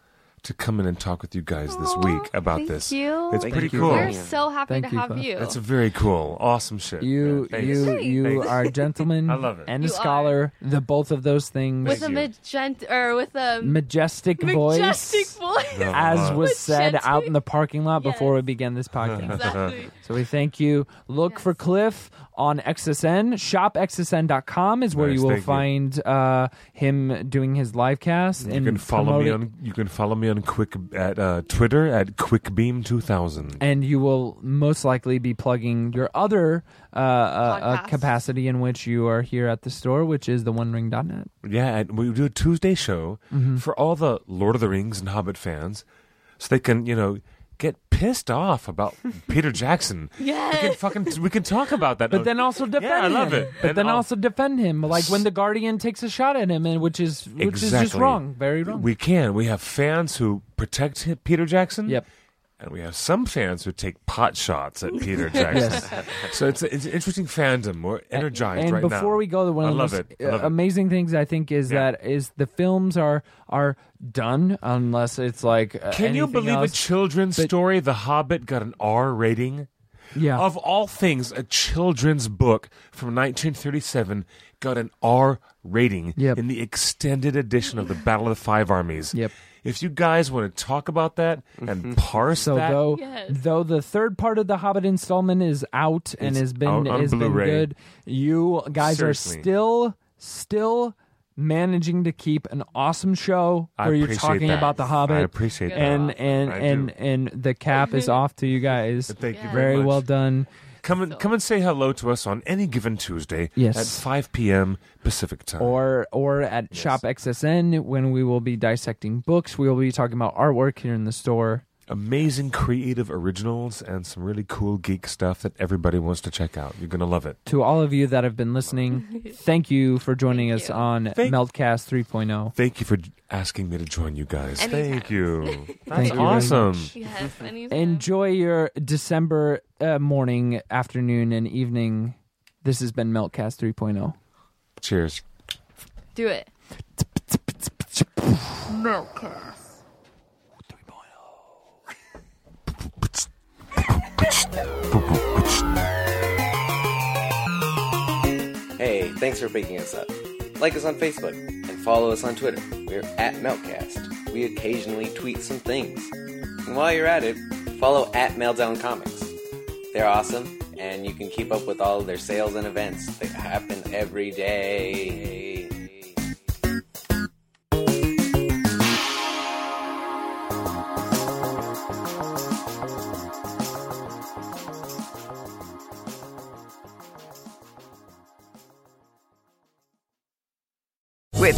A: to come in and talk with you guys this
B: Aw,
A: week about
B: thank
A: this.
B: you.
A: It's
D: Thank
A: pretty
D: you.
A: cool.
B: We're
D: Thank
B: so happy
C: Thank
B: to
C: you
B: have
C: for-
B: you.
A: That's very cool. Awesome shit. man.
C: You
A: Thanks.
C: you you
A: Thanks.
C: are a gentleman
A: I love it.
C: and a
B: You are.
C: scholar, the both of those things.
B: with a
A: Thank you.
B: magenta or with a
C: majestic,
B: majestic
C: voice,
B: voice.
A: No.
C: as was said
B: Majestic.
C: out in the parking lot before we
B: Yes.
C: began this podcast.
B: exactly.
C: So we thank you. Look for Cliff on XSN. ShopXSN.com is where
A: Nice,
C: you will
A: thank you.
C: find Uh, him doing his live cast.
A: You
C: and
A: can follow me
C: promoting-
A: on you can follow me on Quick at uh, Twitter at QuickBeam2000.
C: and you will most likely be plugging your other uh, uh, uh,
B: Podcast.
C: capacity in which you are here at the store, which is the OneRing.net.
A: Yeah, and we do a Tuesday show
C: Mm-hmm.
A: for all the Lord of the Rings and Hobbit fans, so they can you know get pissed off about Peter Jackson.
B: Yes.
A: we can fucking we can talk about that.
C: But then also defend
A: I love
C: him.
A: it.
C: But
A: And
C: then
A: I'll-
C: also defend him, like when the Guardian takes a shot at him, and which is which is just
A: Exactly.
C: wrong, very wrong.
A: we can. We have fans who protect hi- Peter Jackson.
C: Yep.
A: And we have some fans who take pot shots at Peter Jackson. So it's, it's an interesting fandom. We're energized
C: and
A: right now.
C: before we go, the one
A: I
C: of the
A: love
C: most
A: it. I love
C: uh,
A: it.
C: amazing things I think is
A: Yeah.
C: that is the films are are done unless it's like uh,
A: Can you
C: anything
A: believe
C: else.
A: a children's
C: but-
A: story, The Hobbit, got an R rating?
C: Yeah.
A: Of all things, a children's book from 1937 got an R rating
C: Yep.
A: in the extended edition of the Battle of the Five Armies.
C: Yep.
A: If you guys want to talk about that and parse
C: So
A: that,
C: though
B: Yes.
C: though the third part of the Hobbit installment is out and
A: It's
C: has been
A: out on
C: has been
A: Blu-ray.
C: good, you guys
A: Seriously.
C: are still still managing to keep an awesome show
A: I
C: where you're
A: appreciate
C: talking
A: that.
C: about the Hobbit.
A: I appreciate that.
C: and and
A: I
C: and
A: do.
C: and the cap is off to you guys.
A: Thank you very
C: very
A: much. Uh,
C: well done.
A: Come and come and say hello to us on any given Tuesday
C: Yes.
A: at 5 p.m. Pacific time.
C: Or or at Shop XSN when we will be dissecting books. We will be talking about artwork here in the store.
A: Amazing creative originals and some really cool geek stuff that everybody wants to check out. You're gonna love it.
C: To all of you that have been listening, thank you for joining us on
A: Thank-
C: Meltcast oh. 3.0.
A: Thank you for j- asking me to join you guys.
B: Anytime.
A: Thank you. That's
C: Thank you very
A: awesome.
B: Yes, anytime.
C: Enjoy your December uh, morning, afternoon, and evening. This has been Meltcast oh. 3.0.
A: Cheers.
B: Do it.
D: Hey, thanks for picking us up. Like us on Facebook and follow us on Twitter. We're at Meltcast. We occasionally tweet some things. And while you're at it, follow at Meltdown Comics. They're awesome, and you can keep up with all their sales and events. They happen every day.
E: With